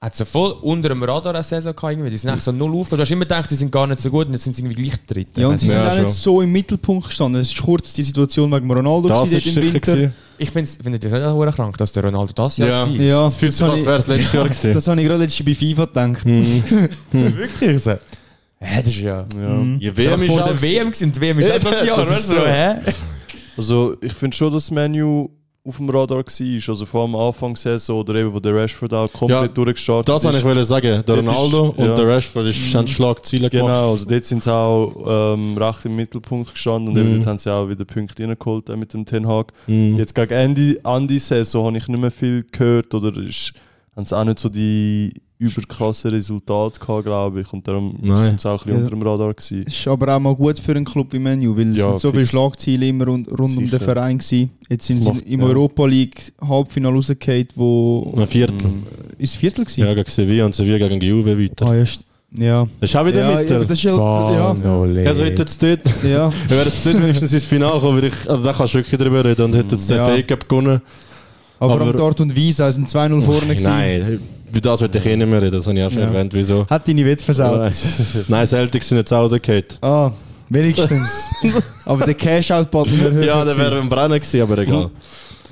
hat so voll unter dem Radar eine Saison gehabt irgendwie, die sind eigentlich so null aufgekommen. Du hast immer gedacht, die sind gar nicht so gut und jetzt sind sie irgendwie gleich dritte. Ja, und sie Ja, sind auch schon. nicht so im Mittelpunkt gestanden. Es ist kurz die Situation wegen Ronaldo das gewesen ist dort sicher. Gewesen. ich finde find das nicht auch verdammt krank, dass der Ronaldo das Jahr Ja. war. Ja, Es fühlt sich an, Hm. als wäre es letztes Jahr gewesen. Das habe ich gerade letztens bei FIFA gedacht. Wirklich so. Hä, das ist ja... Ja, Das WM war ist vor auch der gewesen. WM gewesen, und die WM ist auch Eben, das Jahr, das weißt ist du? So, so. hä? Also ich finde schon, dass das Menu auf dem Radar war. Also vor allem Anfang der Saison oder eben, wo der Rashford auch komplett Ja, durchgestartet Das wollte ich wollte sagen. Der Das ist- Ronaldo und ja. der Rashford ist, haben Schlagzeilen gemacht. Genau, also dort sind sie auch ähm, recht im Mittelpunkt gestanden und eben Mhm. dort haben sie auch wieder Punkte reingeholt äh, mit dem Ten Hag. Mhm. Jetzt gegen Ende, Ende Saison habe ich nicht mehr viel gehört oder ist, haben sie auch nicht so die überkrassen Resultate gehabt, glaube ich. Und darum Nein. sind sie auch ein bisschen Ja. unter dem Radar gewesen. Ist aber auch mal gut für einen Club wie Menu, weil es Ja, sind so viele fix. Schlagzeilen immer rund, rund um den Sicher. Verein gewesen. Jetzt sind Das sie macht- im ja. Europa League Halbfinale rausgefallen, wo Ein Viertel. ist das Viertel gewesen? Ja, gegen Sevilla und Sevilla gegen Juve weiter. Ah, ja, st- ja. Das ist auch wieder ja, ja, aber Mittel. das ist halt, also hätte jetzt dort, ja, ja. wäre jetzt dort wenigstens ins Finale gekommen, würde ich, also da kannst du wirklich drüber reden und hätte jetzt Ja. den Fake gewonnen. Aber, Aber- Oh, an der Art und Weise, also sind 2-0 vorne gewesen. Nein, über das wollte ich eh nicht mehr reden, das habe ich auch schon Ja. erwähnt, wieso. Hat deine Wette versaut. Nein, Celtic sind jetzt rausgehört. Ah, wenigstens. aber der Cash-Out-Button wäre höher Ja, der gewesen. Hm. wäre im Brennen gewesen, aber egal.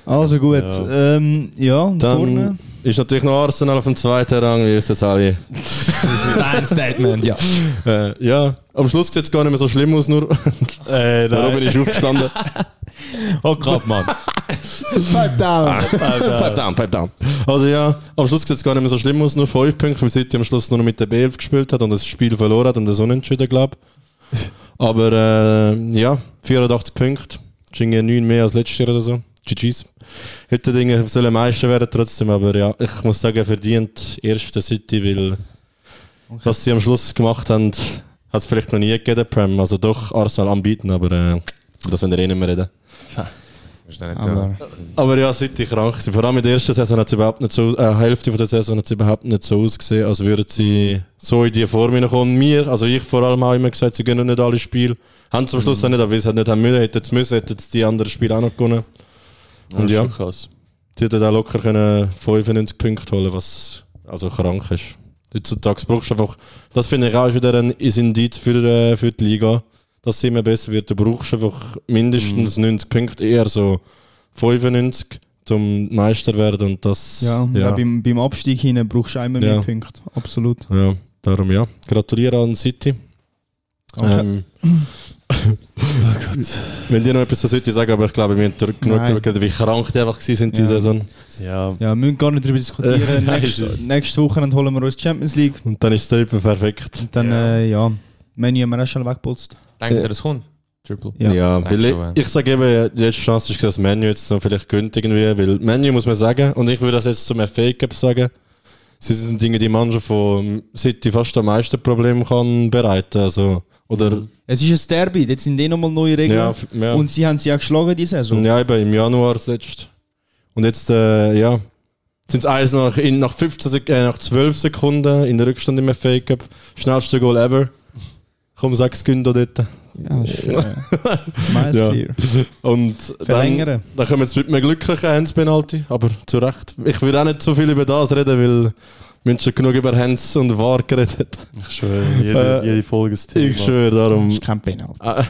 Also gut. Ja, ähm, ja und vorne. Dann ist natürlich noch Arsenal auf dem zweiten Rang, wie wissen es alle. Dein Statement, ja. Äh, ja, am Schluss sieht es gar nicht mehr so schlimm aus, nur Äh, nein. Robin ist aufgestanden. Hock ab, Mann. Pipe down. Pipe down, pipe down. Also ja, am Schluss sieht es gar nicht mehr so schlimm aus, nur 5 Punkte, weil City am Schluss nur noch mit der B11 gespielt hat und das Spiel verloren hat und das Unentschieden, glaube ich. Aber äh, ja, 84 Punkte, das sind ja 9 mehr als letztes Jahr oder so. GG's. Hätte Dinge sollen Meister werden trotzdem, aber ja, ich muss sagen, verdient erste City, weil was sie am Schluss gemacht haben, hat es vielleicht noch nie gegeben, der Prem. Also doch Arsenal anbieten, aber äh, das werden wir eh nicht mehr reden. Ah, Aber Aber ja, seit ich krank war. Vor allem in der ersten Saison hat es überhaupt nicht so, äh, Hälfte von der Saison hat es überhaupt nicht so ausgesehen, als würden sie so in die Form hineinkommen. Mir, also ich vor allem auch immer gesagt, sie gönnen nicht alle Spiele. Haben zum Schluss auch nicht, aber weil sie es nicht haben müssen, hätten sie müssen, hätten sie die anderen Spiele auch noch gewonnen. Und ja, krass. die hätten auch locker können 95 Punkte holen, was also krank ist. Heutzutage brauchst du einfach, das finde ich auch ist wieder ein ist Indiz für, äh, für die Liga, dass sie immer besser wird. Du brauchst einfach mindestens Mhm. 90 Punkte, eher so 95 zum Meister werden und das. ja, und auch ja. beim, beim Abstieg hinten brauchst du immer Ja. mehr Punkte. Absolut. ja darum ja. Gratuliere an City. Okay. Oh Ähm, Wenn dir noch etwas dazu sollte ich sagen, aber ich glaube, wir haben dr- genug Nein. darüber geredet, wie krank die einfach waren in dieser Ja. Saison. Ja, Ja, wir müssen gar nicht darüber diskutieren. Nein, nächste, ist- nächste Woche dann holen wir uns die Champions League. Und dann ist es eben perfekt. Und dann, Ja. äh, ja, Menu haben wir auch schon weggeputzt. Denkt ihr, das kommt? Triple. Ja. Ja, Eigentlich weil schon, ja. ich, ich sage eben, die letzte Chance ist, dass Menu jetzt noch vielleicht gönnt irgendwie, weil Menu muss man sagen, und ich würde das jetzt zum FA Cup sagen, sie sind Dinge, die Mannschaft von City fast am meisten Probleme kann bereiten, also, oder, Es ist ein Derby, jetzt sind eh nochmal neue Regeln. ja, f- ja. Mhm. Und sie haben sie auch geschlagen diese Saison. ja, eben im Januar zuletzt. Und jetzt, äh, ja, sind es eins nach, in, nach, 15, Sek- äh, nach 12 Sekunden in der Rückstand im FA Cup, schnellste Goal ever. Komm, sechs Gündo dort. Ja, ist, äh, nice Ja. clear. Und dann, Verlängern. dann kommen wir jetzt mit einem glücklichen Hands-Penalty, aber zu Recht. Ich will auch nicht so viel über das reden, weil wir haben schon genug über Hands und War geredet. ich schwöre, jede, Äh, jede Folge ist Thema. Ich schwöre, darum Das ist kein Penalty. äh,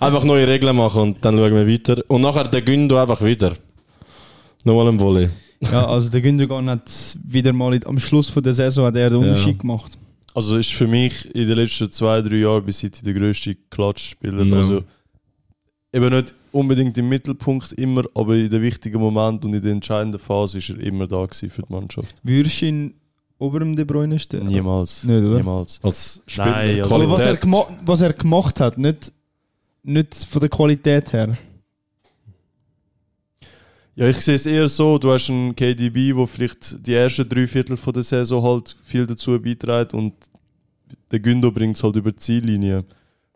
einfach neue Regeln machen und dann schauen wir weiter. Und nachher der Gündo einfach wieder. Nochmal ein Volley. Ja, also der Gündogan hat wieder mal in- am Schluss von der Saison hat er den Ja. Unterschied gemacht. Also ist für mich in den letzten zwei, drei Jahren bis heute der grösste Klatschspieler. Ja. Also eben nicht unbedingt im Mittelpunkt immer, aber in den wichtigen Momenten und in der entscheidenden Phase ist er immer da gewesen für die Mannschaft. Würdest du ihn ober dem De Bruyne stellen? Niemals. Nicht, oder? Niemals. Als Spieler. Nein, also- Aber was er, Qualität. gema was er gemacht hat, nicht, nicht von der Qualität her. Ja, ich sehe es eher so, du hast einen KDB, der vielleicht die ersten drei Viertel von der Saison halt viel dazu beiträgt und der Gündo bringt es halt über die Ziellinie.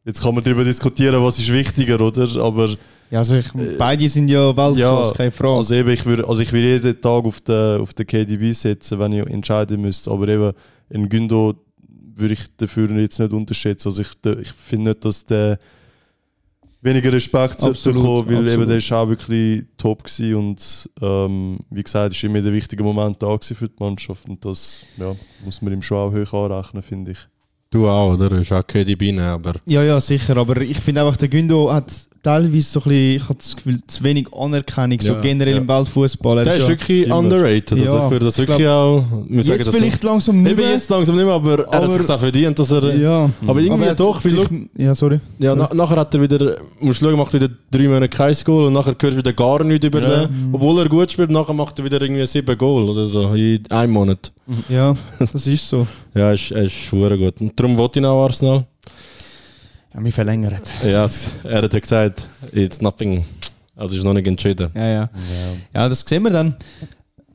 Jetzt kann man darüber diskutieren, was ist wichtiger, oder? Aber Ja, also ich, Äh, beide sind ja Weltklasse, ja, keine Frage. Also eben, ich würde also ich würd jeden Tag auf den, auf den KDB setzen, wenn ich entscheiden müsste. Aber eben, in Gündo würde ich dafür jetzt nicht unterschätzen. Also ich, ich finde nicht, dass der weniger Respekt sollte Absolut, bekommen, weil eben absolut. der ist auch wirklich top gewesen und ähm, wie gesagt, ist immer der wichtige Moment da gewesen für die Mannschaft und das ja, muss man ihm schon auch hoch anrechnen, finde ich. Du auch, oder? Du hast auch KDB, nehmen, aber ja, ja, sicher, aber ich finde einfach, der Gündo hat teilweise so ein bisschen, ich habe das Gefühl, zu wenig Anerkennung, so Ja, generell ja. im Weltfußball. Er Der ist ist ja- wirklich immer. underrated. Also Ja, ich würde das ich wirklich auch. Wir sagen jetzt das vielleicht langsam so. nicht Eben mehr. jetzt langsam nicht mehr, aber, er hat Aber- es auch verdient, dass er. Ja. Aber irgendwie er hat doch, weil vielleicht- Ja, sorry. ja, na, nachher hat er wieder, musst du schauen, macht wieder drei Monate kein Goal und nachher hörst du wieder gar nichts über Ja. den. Obwohl er gut spielt, nachher macht er wieder irgendwie sieben Goal oder so in einem Monat. Ja, das ist so. Ja, er ist, er ist verdammt gut. Und darum wollte ich ihn auch Arsenal. Ja, wir verlängern. Ja, es- er hat ja gesagt, it's nothing. Also ist noch nicht entschieden. Ja, ja. Ja, das sehen wir dann.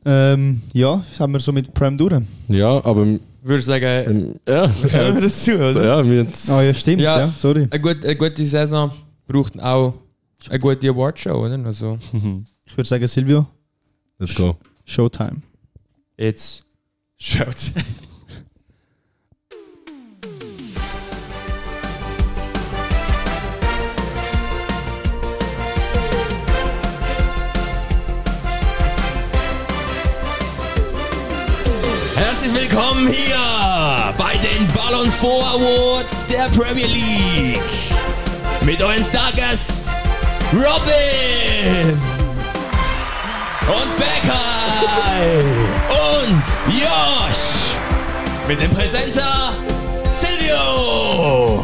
Ähm, ja, das haben wir so mit Prem durch. Ja, aber. Würde sagen, ähm, Ja, kommen wir dazu, oder? ja, wir haben's- Ah ja, stimmt, Ja. ja, sorry. Eine, gut, eine gute Saison braucht auch eine gute Awardshow, oder? Also, Ich würde sagen, Silvio, Let's go. Showtime. jetzt schaut. Herzlich willkommen hier bei den Ballon 4 Awards der Premier League. Mit euren Stargast Robin und Becker und Josh mit dem Präsenter Silvio.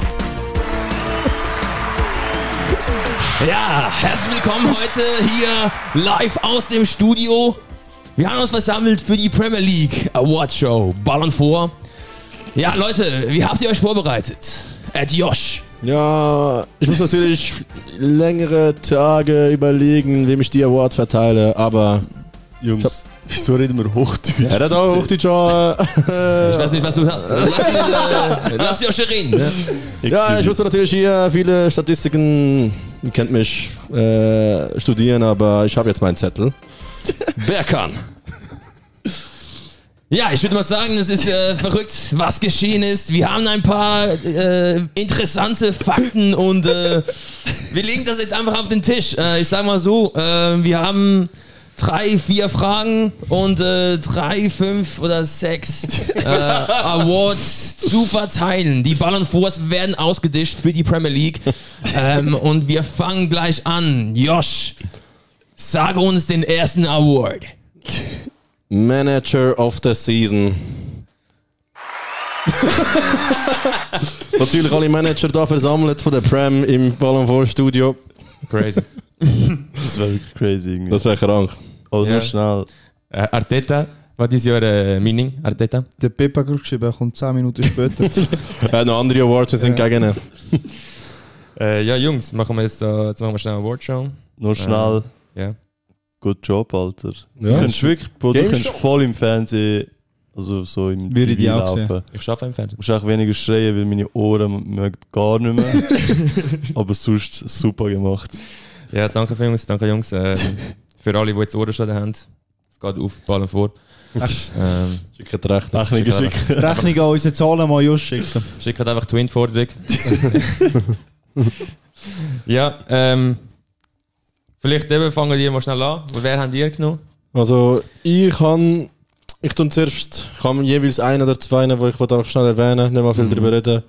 Ja, herzlich willkommen heute hier live aus dem Studio. Wir haben uns versammelt für die Premier League Award Show. Ballon vor. Ja, Leute, wie habt ihr euch vorbereitet? At Josh. Ja, ich muss natürlich längere Tage überlegen, wem ich die Awards verteile, aber Jungs, wieso reden wir Hochdeutsch? er hat auch die Ich weiß Chance. nicht, was du hast. Lass, äh, lass Josh reden. Ja, ich muss natürlich hier viele Statistiken, ihr kennt mich, äh, studieren, aber ich habe jetzt meinen Zettel. Wer kann? Ja, ich würde mal sagen, es ist äh, verrückt, was geschehen ist. Wir haben ein paar äh, interessante Fakten und äh, wir legen das jetzt einfach auf den Tisch. Äh, ich sag mal so, äh, wir haben drei, vier Fragen und äh, drei, fünf oder sechs äh, Awards zu verteilen. Die Ballon Force werden ausgedischt für die Premier League ähm, und wir fangen gleich an. Josh, sage uns den ersten Award. Manager of the Season. Natürlich alle Manager da versammelt von der Prem im Ballon 4 Studio. Crazy. Das wäre wirklich crazy irgendwie. Das wäre krank. Oder Ja. nur schnell. Äh, Arteta, was ist your äh, meaning, Arteta? Der Peppa gerade geschrieben, kommt 10 Minuten später. Er hat noch andere Awards, wir sind gegen ihn. Äh, ja, Jungs, machen wir jetzt, äh, jetzt machen wir schnell eine Wortshow. Nur schnell. ja. Good Job, Alter. Du Ja. kannst wirklich, Bro, du Game kannst voll im Fernsehen, also so im Würde TV ich auch sehen. laufen. Ich schaffe im Fernsehen. Du musst auch weniger schreien, weil meine Ohren mögen gar nicht mehr. Aber sonst super gemacht. Ja, danke vielmals, danke Jungs. Äh, für alle, die jetzt Ohrenschaden haben, es geht auf, Ballen vor. Ähm, Schickt Rechnung. Rechnung Schickt Rechnung. geschickt. Rechnung an unsere Zahlen mal just schicken. schickt halt einfach Twin Forderung. ja, ähm, vielleicht eben fangen die mal schnell an. Wer habt ihr genommen? Also ich kann, ich tue zuerst, ich habe jeweils einen oder zwei, die ich auch schnell erwähnen will, nicht mal viel darüber reden.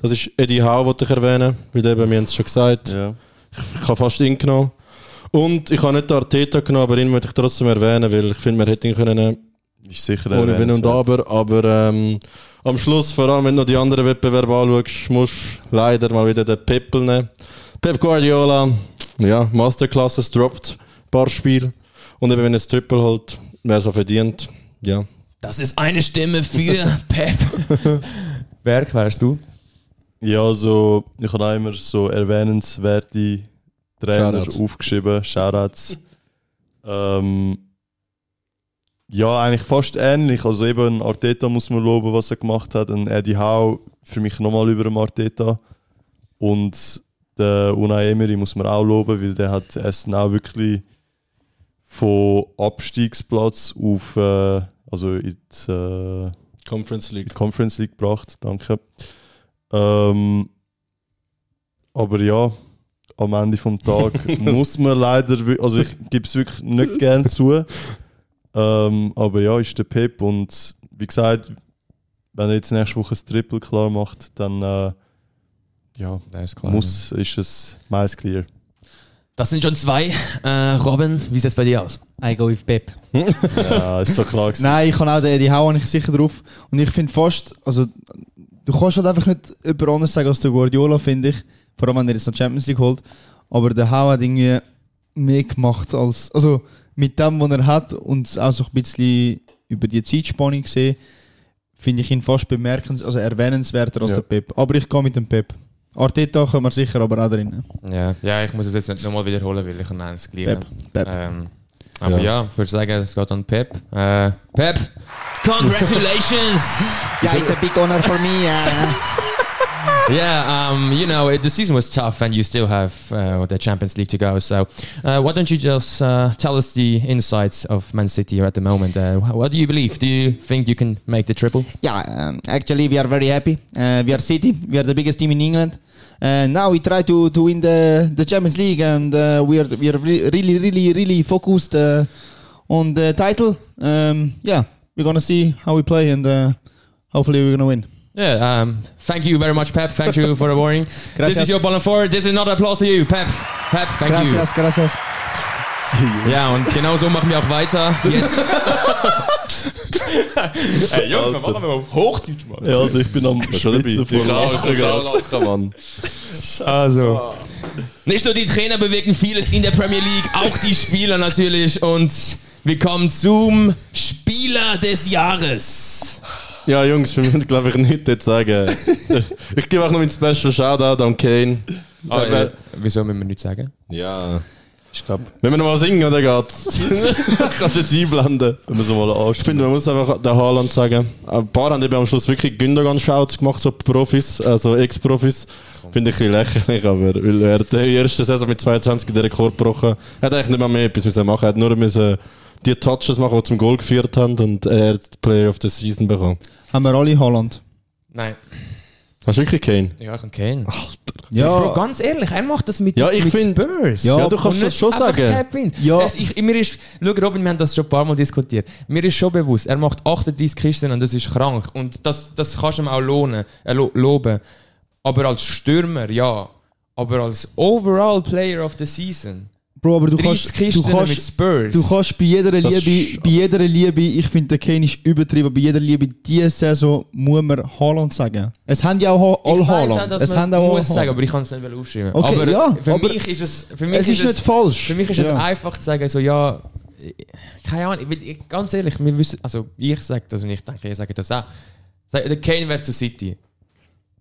Das ist Eddie Howe, wollte ich erwähnen, weil eben, wir haben es schon gesagt, Ja. ich habe fast ihn genommen. Und ich habe nicht den Arteta genommen, aber ihn möchte ich trotzdem erwähnen, weil ich finde, man hätte ihn können nehmen, Ist sicher ohne Wenn und erwähnenswert. Aber. Aber ähm, am Schluss, vor allem wenn du noch die anderen Wettbewerbe anschaust, musst du leider mal wieder den Peppel nehmen. Pep Guardiola, ja, Masterclasses droppt, ein paar Spiele. Und eben, wenn er das Triple holt, wäre es auch verdient. Ja. Das ist eine Stimme für Pep. Wer wärst du? Ja, also ich habe auch immer so erwähnenswerte Trainer Shoutouts. aufgeschrieben, Shoutouts. ähm, ja, eigentlich fast ähnlich. Also eben Arteta muss man loben, was er gemacht hat. Ein Eddie Howe für mich nochmal über dem Arteta. Und der Unai Emery muss man auch loben, weil der hat Essen auch wirklich von Abstiegsplatz auf äh, also in die, äh, Conference League. in die Conference League gebracht, danke. Ähm, aber ja, am Ende vom Tag muss man leider, wi- also ich gebe es wirklich nicht gern zu, ähm, aber ja, ist der Pep und wie gesagt, wenn er jetzt nächste Woche das Triple klar macht, dann äh, ja, Der ist klar. muss, ist es meist clear. Das sind schon zwei. Äh, Robin, wie sieht es bei dir aus? I go with Pep. Ja, ist so klar gewesen. Nein, ich kann auch den Eddie Howe habe ich sicher drauf. Und ich finde fast, also du kannst halt einfach nicht über anders sagen als der Guardiola, finde ich. Vor allem, wenn er jetzt noch Champions League holt. Aber der Howe hat irgendwie mehr gemacht als, also mit dem, was er hat und auch so ein bisschen über die Zeitspanne gesehen, finde ich ihn fast bemerkens, also erwähnenswerter als Ja. der Pep. Aber ich gehe mit dem Pep. Arteta können wir sicher, aber auch drin. Ja, ja ich muss es jetzt nicht nochmal wiederholen, weil ich kann eines gleich. Pep. Pep. Ähm, aber ja, ich würde sagen, es geht an Pep. Äh, Pep, congratulations! Ja, it's a big honor for me. uh, yeah, um, you know, it, the season was tough and you still have uh, the Champions League to go. So uh, why don't you just uh, tell us the insights of Man City at the moment? Uh, wh- what do you believe? Do you think you can make the triple? yeah, um, actually, we are very happy. Uh, we are City. We are the biggest team in England. Uh, now we try to, to win the, the Champions League, and uh, we are we are re- really really really focused uh, on the title. Um, yeah, we're gonna see how we play, and uh, hopefully we're gonna win. Yeah, um, thank you very much, Pep. Thank you for the warning. this Gracias. is your ball and four. This is not applause for you, Pep. Pep, thank you. Gracias, gracias. Ja, und genau so machen wir auch weiter. Jetzt. Ey, Jungs, wir machen wir auf Hochdeutsch, Mann. Ja, also ich bin am Schwitzen vor Lachen. Also. Nicht nur die Trainer bewirken vieles in der Premier League, auch die Spieler natürlich. Und wir kommen zum Spieler des Jahres. Ja, Jungs, wir müssen glaube ich nicht jetzt sagen. ich gebe auch noch meinen Special Shoutout an Kane. Aber- Äh, wieso müssen wir nichts sagen? ja. Ich glaube, Wenn wir noch mal singen, oder geht's? Kannst du jetzt einblenden. wenn wir so mal Ich anschauen. finde, man muss einfach den Haaland sagen. Ein paar haben eben am Schluss wirklich Gündogan-Shouts gemacht, so Profis, also Ex-Profis. Finde ich ein bisschen lächerlich, aber weil er hat die erste Saison mit 22 den Rekord gebrochen. Er hat eigentlich nicht mal mehr etwas müssen machen. Er hat nur müssen die Touches machen, die zum Goal geführt haben und er hat die Player of the Season bekommen. Haben wir alle Holland. Nein. Hast du wirklich keinen? Ja, ich kann Kane. Bro, Ja, ganz ehrlich, er macht das mit, Ja, ich mit find- Spurs. Ja, du Und kannst das nicht schon einfach sagen. Tap in. Ja. Es, ich, mir ist, schau, Robin, wir haben das schon ein paar Mal diskutiert. Mir ist schon bewusst, er macht 38 Kisten und das ist krank. Und das, das kannst du ihm auch lohnen, äh, lo, loben. Aber als Stürmer, ja. Aber als Overall Player of the Season. Bro, aber du 30 kannst, Kisten du mit kannst, Spurs. du kannst bei jeder Das Liebe, ist- bei jeder Liebe, ich finde der Kane ist übertrieben, bei jeder Liebe diese Saison muss man Haaland sagen. Es haben ja auch ha alle ich weiss Haaland. dass Es man haben auch alle muss sagen, Haaland. aber ich kann es nicht aufschreiben. Okay, aber ja, für aber mich ist es, für mich Es ist nicht es, falsch. für mich ist es Ja. einfach zu sagen, so ja, ich- keine Ahnung, weil ich, ganz ehrlich, wir wissen, also ich sage das und ich denke, ihr sagt das auch. Sag, der Kane wäre zu City.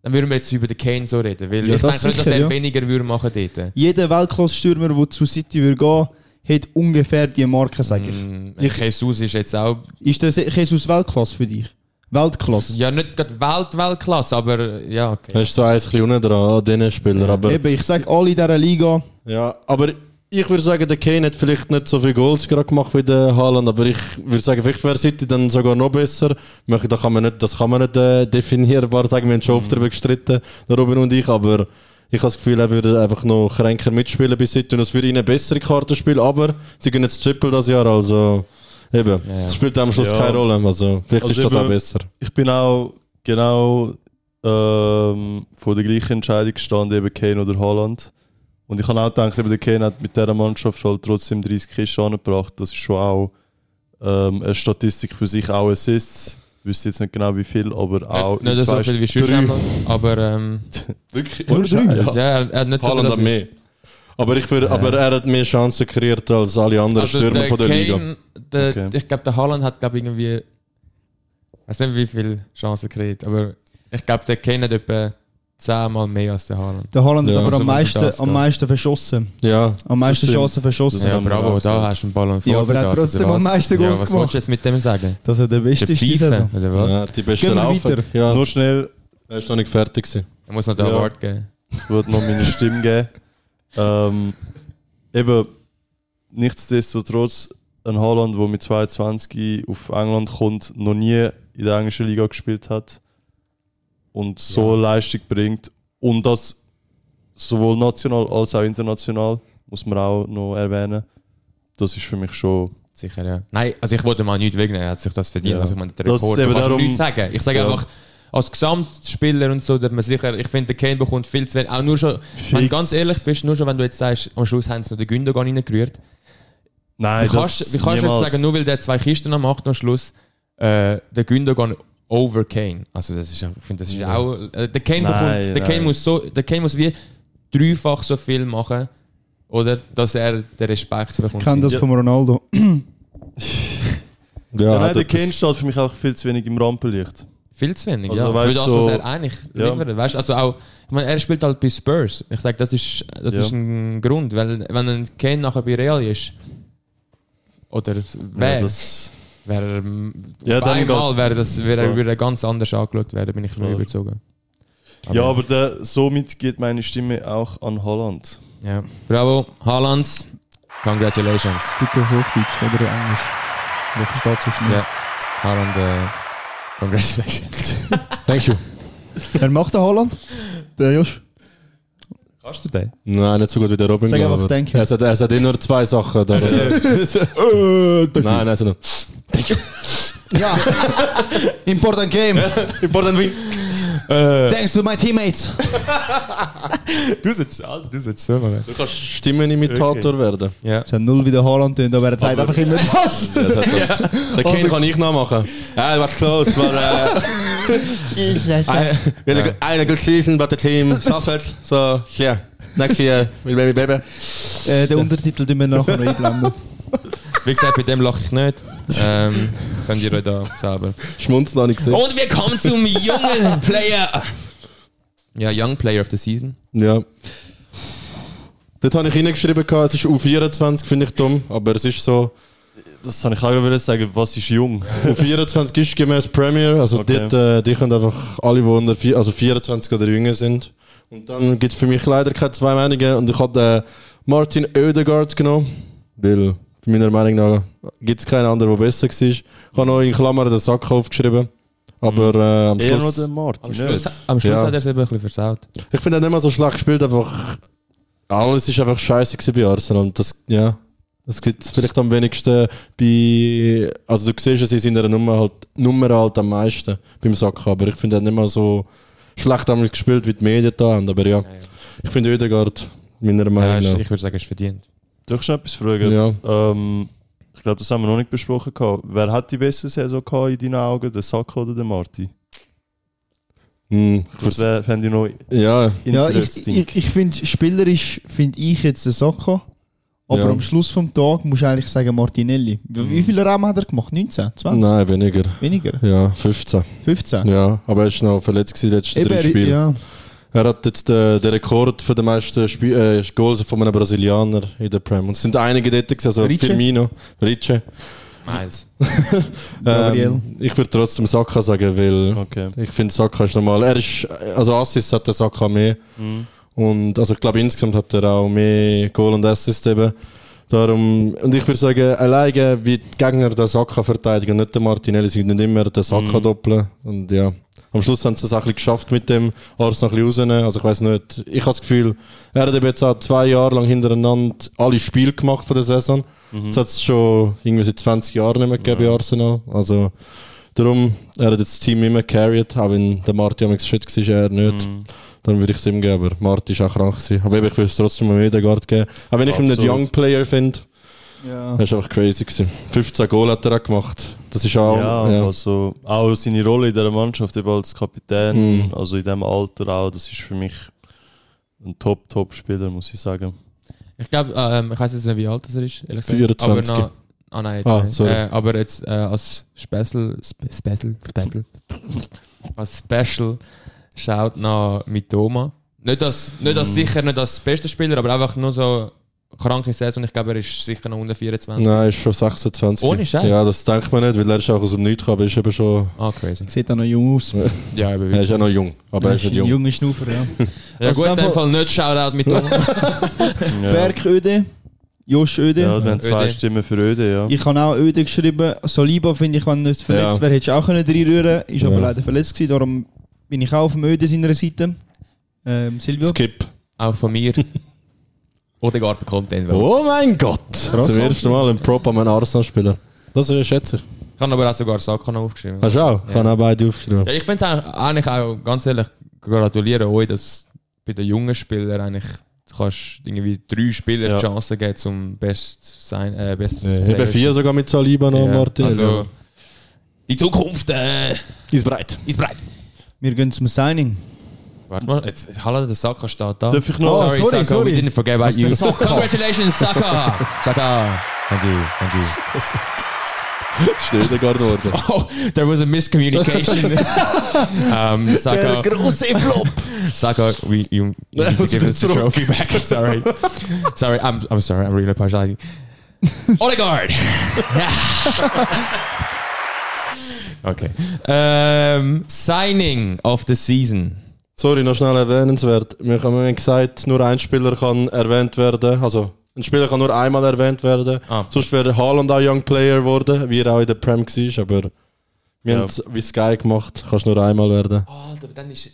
Dann würden wir jetzt über den Kane so reden, weil Ja, ich das denke nicht, dass sicher, er ja. weniger würde machen dort. Jeder Weltklasse-Stürmer, der zu City würde gehen, hat ungefähr die Marke, sage ich. Mm, Jesus ist jetzt auch, Ist der Jesus Weltklasse für dich? Weltklasse? ja nicht gerade Welt, Weltklasse, aber ja, okay. Er ist so eins bisschen unten dran an diesen Spieler. Aber, Eben, ich sage alle in dieser Liga, ja, aber ich würde sagen, der Kane hat vielleicht nicht so viele Goals gerade gemacht wie der Haaland, aber ich würde sagen, vielleicht wäre City dann sogar noch besser. Möchte- Da kann man nicht, das kann man nicht äh, definierbar sagen. Wir haben Mhm. schon oft darüber gestritten, der Robin und ich, aber ich habe das Gefühl, er würde einfach noch kränker mitspielen bei City und es würde ihnen bessere Karten spielen, aber sie gehen jetzt Triple das Jahr, also eben, Ja, ja. das spielt am Schluss Ja. keine Rolle. Also vielleicht Also ist das eben- auch besser. ich bin auch genau ähm, vor der gleichen Entscheidung gestanden, eben Kane oder Holland. Und ich habe auch gedacht, eben der Kane hat mit dieser Mannschaft halt trotzdem 30 Kisten angebracht. Das ist schon auch ähm, eine Statistik für sich, auch Assists. Ich wüsste jetzt nicht genau wie viel, aber auch Äh, nicht in nicht so zwei viel wie Spielen- sonst einmal, aber ähm, Wirklich? nur drei. ja. er, er hat nicht so Haaland hat viel mehr. Aber, ich würde, aber er hat mehr Chancen kreiert als alle anderen Also Stürmer der von der Kane, Liga. Der, Okay. Ich glaube, der Haaland hat glaub, irgendwie. Ich weiß nicht, wie viele Chancen gekriegt, aber ich glaube, der Kane hat etwa 10 Mal mehr als der Haaland. der Haaland Ja, hat aber so am muss meisten, das gehen. am meisten verschossen. Ja, Am meisten stimmt. Chancen verschossen. Das Ja, haben wir bravo, auch da gesagt. hast du einen Ball und Ja, aber er hat trotzdem am meisten Goals was gemacht. willst du jetzt mit dem sagen? Das ist der beste Der ist die Pfeife, Saison. oder was? ja, die besten Gehen wir laufen. weiter. Ja, Nur schnell, er ist noch nicht fertig. Gewesen. Er muss noch den Ja. Award geben. ich würde noch meine Stimme geben. Ähm, eben, nichtsdestotrotz, ein Holland, der mit 22 auf England kommt, noch nie in der englischen Liga gespielt hat und so Leistung bringt und das sowohl national als auch international, muss man auch noch erwähnen. Das ist für mich schon Sicher, ja. Nein, also ich wollte mal nichts wegnehmen, er hat sich das verdient. Ja. Also ich meine, der Das Rekord, ist du eben kannst darum- nichts sagen. Ich sage Ja. einfach, als Gesamtspieler und so darf man sicher, ich finde, der Kane bekommt viel zu wenig. Auch nur schon, wenn du Fix. ganz ehrlich bist, nur schon, wenn du jetzt sagst, am Schluss haben sie noch den Gündogan reingerührt. Nein, Wie kannst, wie kannst du jetzt sagen, nur weil der zwei Kisten noch macht am Schluss, äh, der Gündogan over Kane? Also das ist, ja- ich finde, das ist ja. auch... Äh, der Kane, Nein, bekommt, der nein. Kane muss so, der Kane muss wie dreifach so viel machen, oder, dass er den Respekt bekommt. Ich kenne das Ja. von Ronaldo. Ja, Ja, nein, hat der etwas. Kind steht für mich auch viel zu wenig im Rampenlicht. Viel zu wenig, Also, ja. weißt Für das, du, was so- er eigentlich Ja. liefert. Weißt, du, also auch, ich meine, er spielt halt bei Spurs. Ich sage, das, ist, das Ja. ist ein Grund, weil wenn ein Kane nachher bei Real ist, oder Ja, wer, das, wäre ähm, Ja, auf dann einmal wäre das wäre er Klar. würde er ganz anders angeschaut werden, bin ich mir Klar. überzogen. ja aber der, somit geht meine Stimme auch an Holland. ja. Bravo, Haalands, congratulations. Bitte Hochdeutsch oder Englisch. Wer versteht so schnell? Ja. Haaland, äh, congratulations. Thank you. Wer macht den Haaland? Der Josh. Kannst du den? Nein, nicht so gut wie der Robin. Sag glaube, einfach aber thank you. Er sagt, er sagt eh nur zwei Sachen. Da, nein, nein, also nur. Ja. Important game. Important win. Thanks to my teammates. Du sitzt, Alter, du sitzt so mal. Du kannst Stimmenimitator werden. Ja. Es hat null wie der Haaland tönt, aber er zeigt einfach immer das. Ja, das hat das. Den Kane kann ich nachmachen. Ja, was close, but, äh, Ah, I, we had a good- I had a good season, but the team suffered. So, yeah, next year, we'll baby, baby. eh, äh, den Untertitel tun wir nachher noch einblenden. Wie gesagt, bei dem lache ich nicht. Ähm, könnt ihr euch da selber. Schmunzeln habe ich gesehen. Und wir kommen zum jungen Player. Ja, Young Player of the Season. Ja. Dort habe ich reingeschrieben, gehabt, es ist U24, finde ich dumm, aber es ist so. Das kann ich auch wieder sagen, was ist jung? U24 ist gemäß Premier, also Okay. dort, äh, die können einfach alle, die unter vier, also 24 oder jünger sind. Und dann gibt es für mich leider keine zwei Meinungen und ich habe äh, Martin Oedegaard genommen, weil meiner Meinung nach gibt es keinen anderen, der besser war. Ich habe noch in Klammern den Sack aufgeschrieben, aber äh, am Eher noch Schluss. der Martin. Am Schluss, nicht? am Schluss Ja. hat er es eben ein bisschen versaut. Ich finde er hat nicht mal so schlecht gespielt, einfach alles ist einfach scheiße gewesen bei Arsenal. Und das, ja, das gibt es vielleicht am wenigsten bei, also du siehst es in seiner Nummer halt, Nummer halt am meisten beim Saka, aber ich finde er hat nicht mal so schlecht damals gespielt, wie die Medien da haben, aber ja, ich finde Ödegaard meiner Ja, Meinung ist, nach. ich würde sagen, es ist verdient. Darf ich schon etwas fragen? Ja. Ähm, ich glaube, das haben wir noch nicht besprochen. Gehabt. Wer hat die bessere Saison gehabt in deinen Augen, der Sacco oder der Marti? Hm, ich Das würd's- wär- fände ich noch ja, Ja, ich, interesting. ich, ich finde, spielerisch finde ich jetzt den Sacco. Aber Ja. am Schluss vom Tag musst du eigentlich sagen Martinelli. Wie wie viele Rahmen hat er gemacht? 19? 20? nein, weniger. Weniger? Ja, 15. 15? Ja, aber er ist noch verletzt gewesen, die letzten Eben, drei er- Spiele. ja. Er hat jetzt äh, den Rekord für die meisten Spie äh, Goals von einem Brasilianer in der Prem. Und es sind einige dort, gewesen, also Ritche? Firmino, Ricci. Miles. Gabriel. Ähm, ich würde trotzdem Saka sagen, weil Okay. ich finde, Saka ist normal. Er ist, also Assists hat der Saka mehr. Und also ich glaube, insgesamt hat er auch mehr Goal und Assists eben. Darum, und ich würde sagen, alleine wie die Gegner den Saka verteidigen, nicht den Martinelli, sie sind nicht immer den Saka doppeln. Und ja, am Schluss haben sie es auch ein bisschen geschafft mit dem Ars noch ein bisschen rausnehmen. Also ich weiß nicht, ich habe das Gefühl, er hat eben jetzt auch zwei Jahre lang hintereinander alle Spiele gemacht von der Saison. Das hat es schon irgendwie seit 20 Jahren nicht mehr gegeben bei Arsenal. Also darum, er hat jetzt das Team immer carried, auch wenn der Martin am Schritt war, er nicht. Dann würde ich es ihm geben, aber Martin war auch krank. Gewesen. Aber eben, ich würde es trotzdem mal Edegaard geben. Auch wenn ich ihn einen Absolut. Young Player finde, Ja. er ist einfach crazy. Gewesen. 15 Goal hat er auch gemacht. Das ist auch. Ja, ja. also auch seine Rolle in dieser Mannschaft, eben als Kapitän, Mhm. also in diesem Alter auch, das ist für mich ein Top-Top-Spieler, muss ich sagen. Ich glaube, ähm, ich weiß jetzt nicht, wie alt das er ist. ehrlich gesagt. 24. Aber noch, ah nein, jetzt Ah, nicht. sorry. Äh, aber jetzt äh, als Special, Spe- Special, Special, als Special schaut nach Mitoma. Nicht als, nicht als sicher, nicht als bester Spieler, aber einfach nur so kranke Saison. Ich glaube, er ist sicher noch unter 24. Nein, ist schon 26. Ohne Scheiß. Ja, das denkt man nicht, weil er ist auch aus dem Nichts gekommen, aber er ist eben schon. Ah, crazy. Sieht auch noch jung aus. Ja, eben Er ist wirklich. ja noch jung, aber er ist nicht ein jung. junger Schnaufer, ja. Ja, Also gut, in in dem dem Fall nicht Shoutout Mitoma. Ja, Berg Öde, Josh Öde. ja wir haben zwei Öde. Stimmen für Öde, ja. Ich habe auch Öde geschrieben. nou Saliba finde ich, wenn er nicht verletzt Ja. wäre, hättest du auch können reinrühren können. Ist Ja. aber leider verletzt gewesen, darum bin ich auch auf dem Öde seiner Seite. Ähm, Silvio. Skip. Auch von mir. Odegaard bekommt den. Vote. Oh mein Gott! Krass. Zum ersten Mal ein Prop an einen Arsenal-Spieler. Das äh, schätze ich. Ich habe aber auch sogar Saka noch aufgeschrieben. Hast du auch? Ich habe auch beide aufgeschrieben. Ja, ich finde es eigentlich auch ganz ehrlich gratulieren euch, dass bei den jungen Spielern eigentlich du kannst irgendwie drei Spieler Ja. Chancen geben zum Best sein äh, Best Ja. Player. Eben vier sogar mit Saliba noch, Ja, Martin. Also, die Zukunft äh, ist breit. ist breit. Wir gehen zum Signing. Warte mal, jetzt, hallo, der Saka steht da. Darf ich noch- sorry, Oh, sorry, Saka, sorry. we didn't forget Was about you. der Saka? Congratulations, Saka! Saka! Thank you, thank you. Steht Edegaard geworden. Oh, there was a miscommunication. um, Saka, große Flop. Saka, we, you, you need to give us the trophy back. Sorry. sorry, I'm, I'm sorry, I'm really apologizing. Odegaard! okay. Um, signing of the season. Sorry, noch schnell erwähnenswert. Wir haben wir haben gesagt, nur ein Spieler kann erwähnt werden. Also, ein Spieler kann nur einmal erwähnt werden. Ah. Sonst wäre Haaland auch Young Player geworden, wie er auch in der Prem war. Aber wir Ja. haben es wie Sky gemacht, kannst nur einmal werden. Alter, dann ist.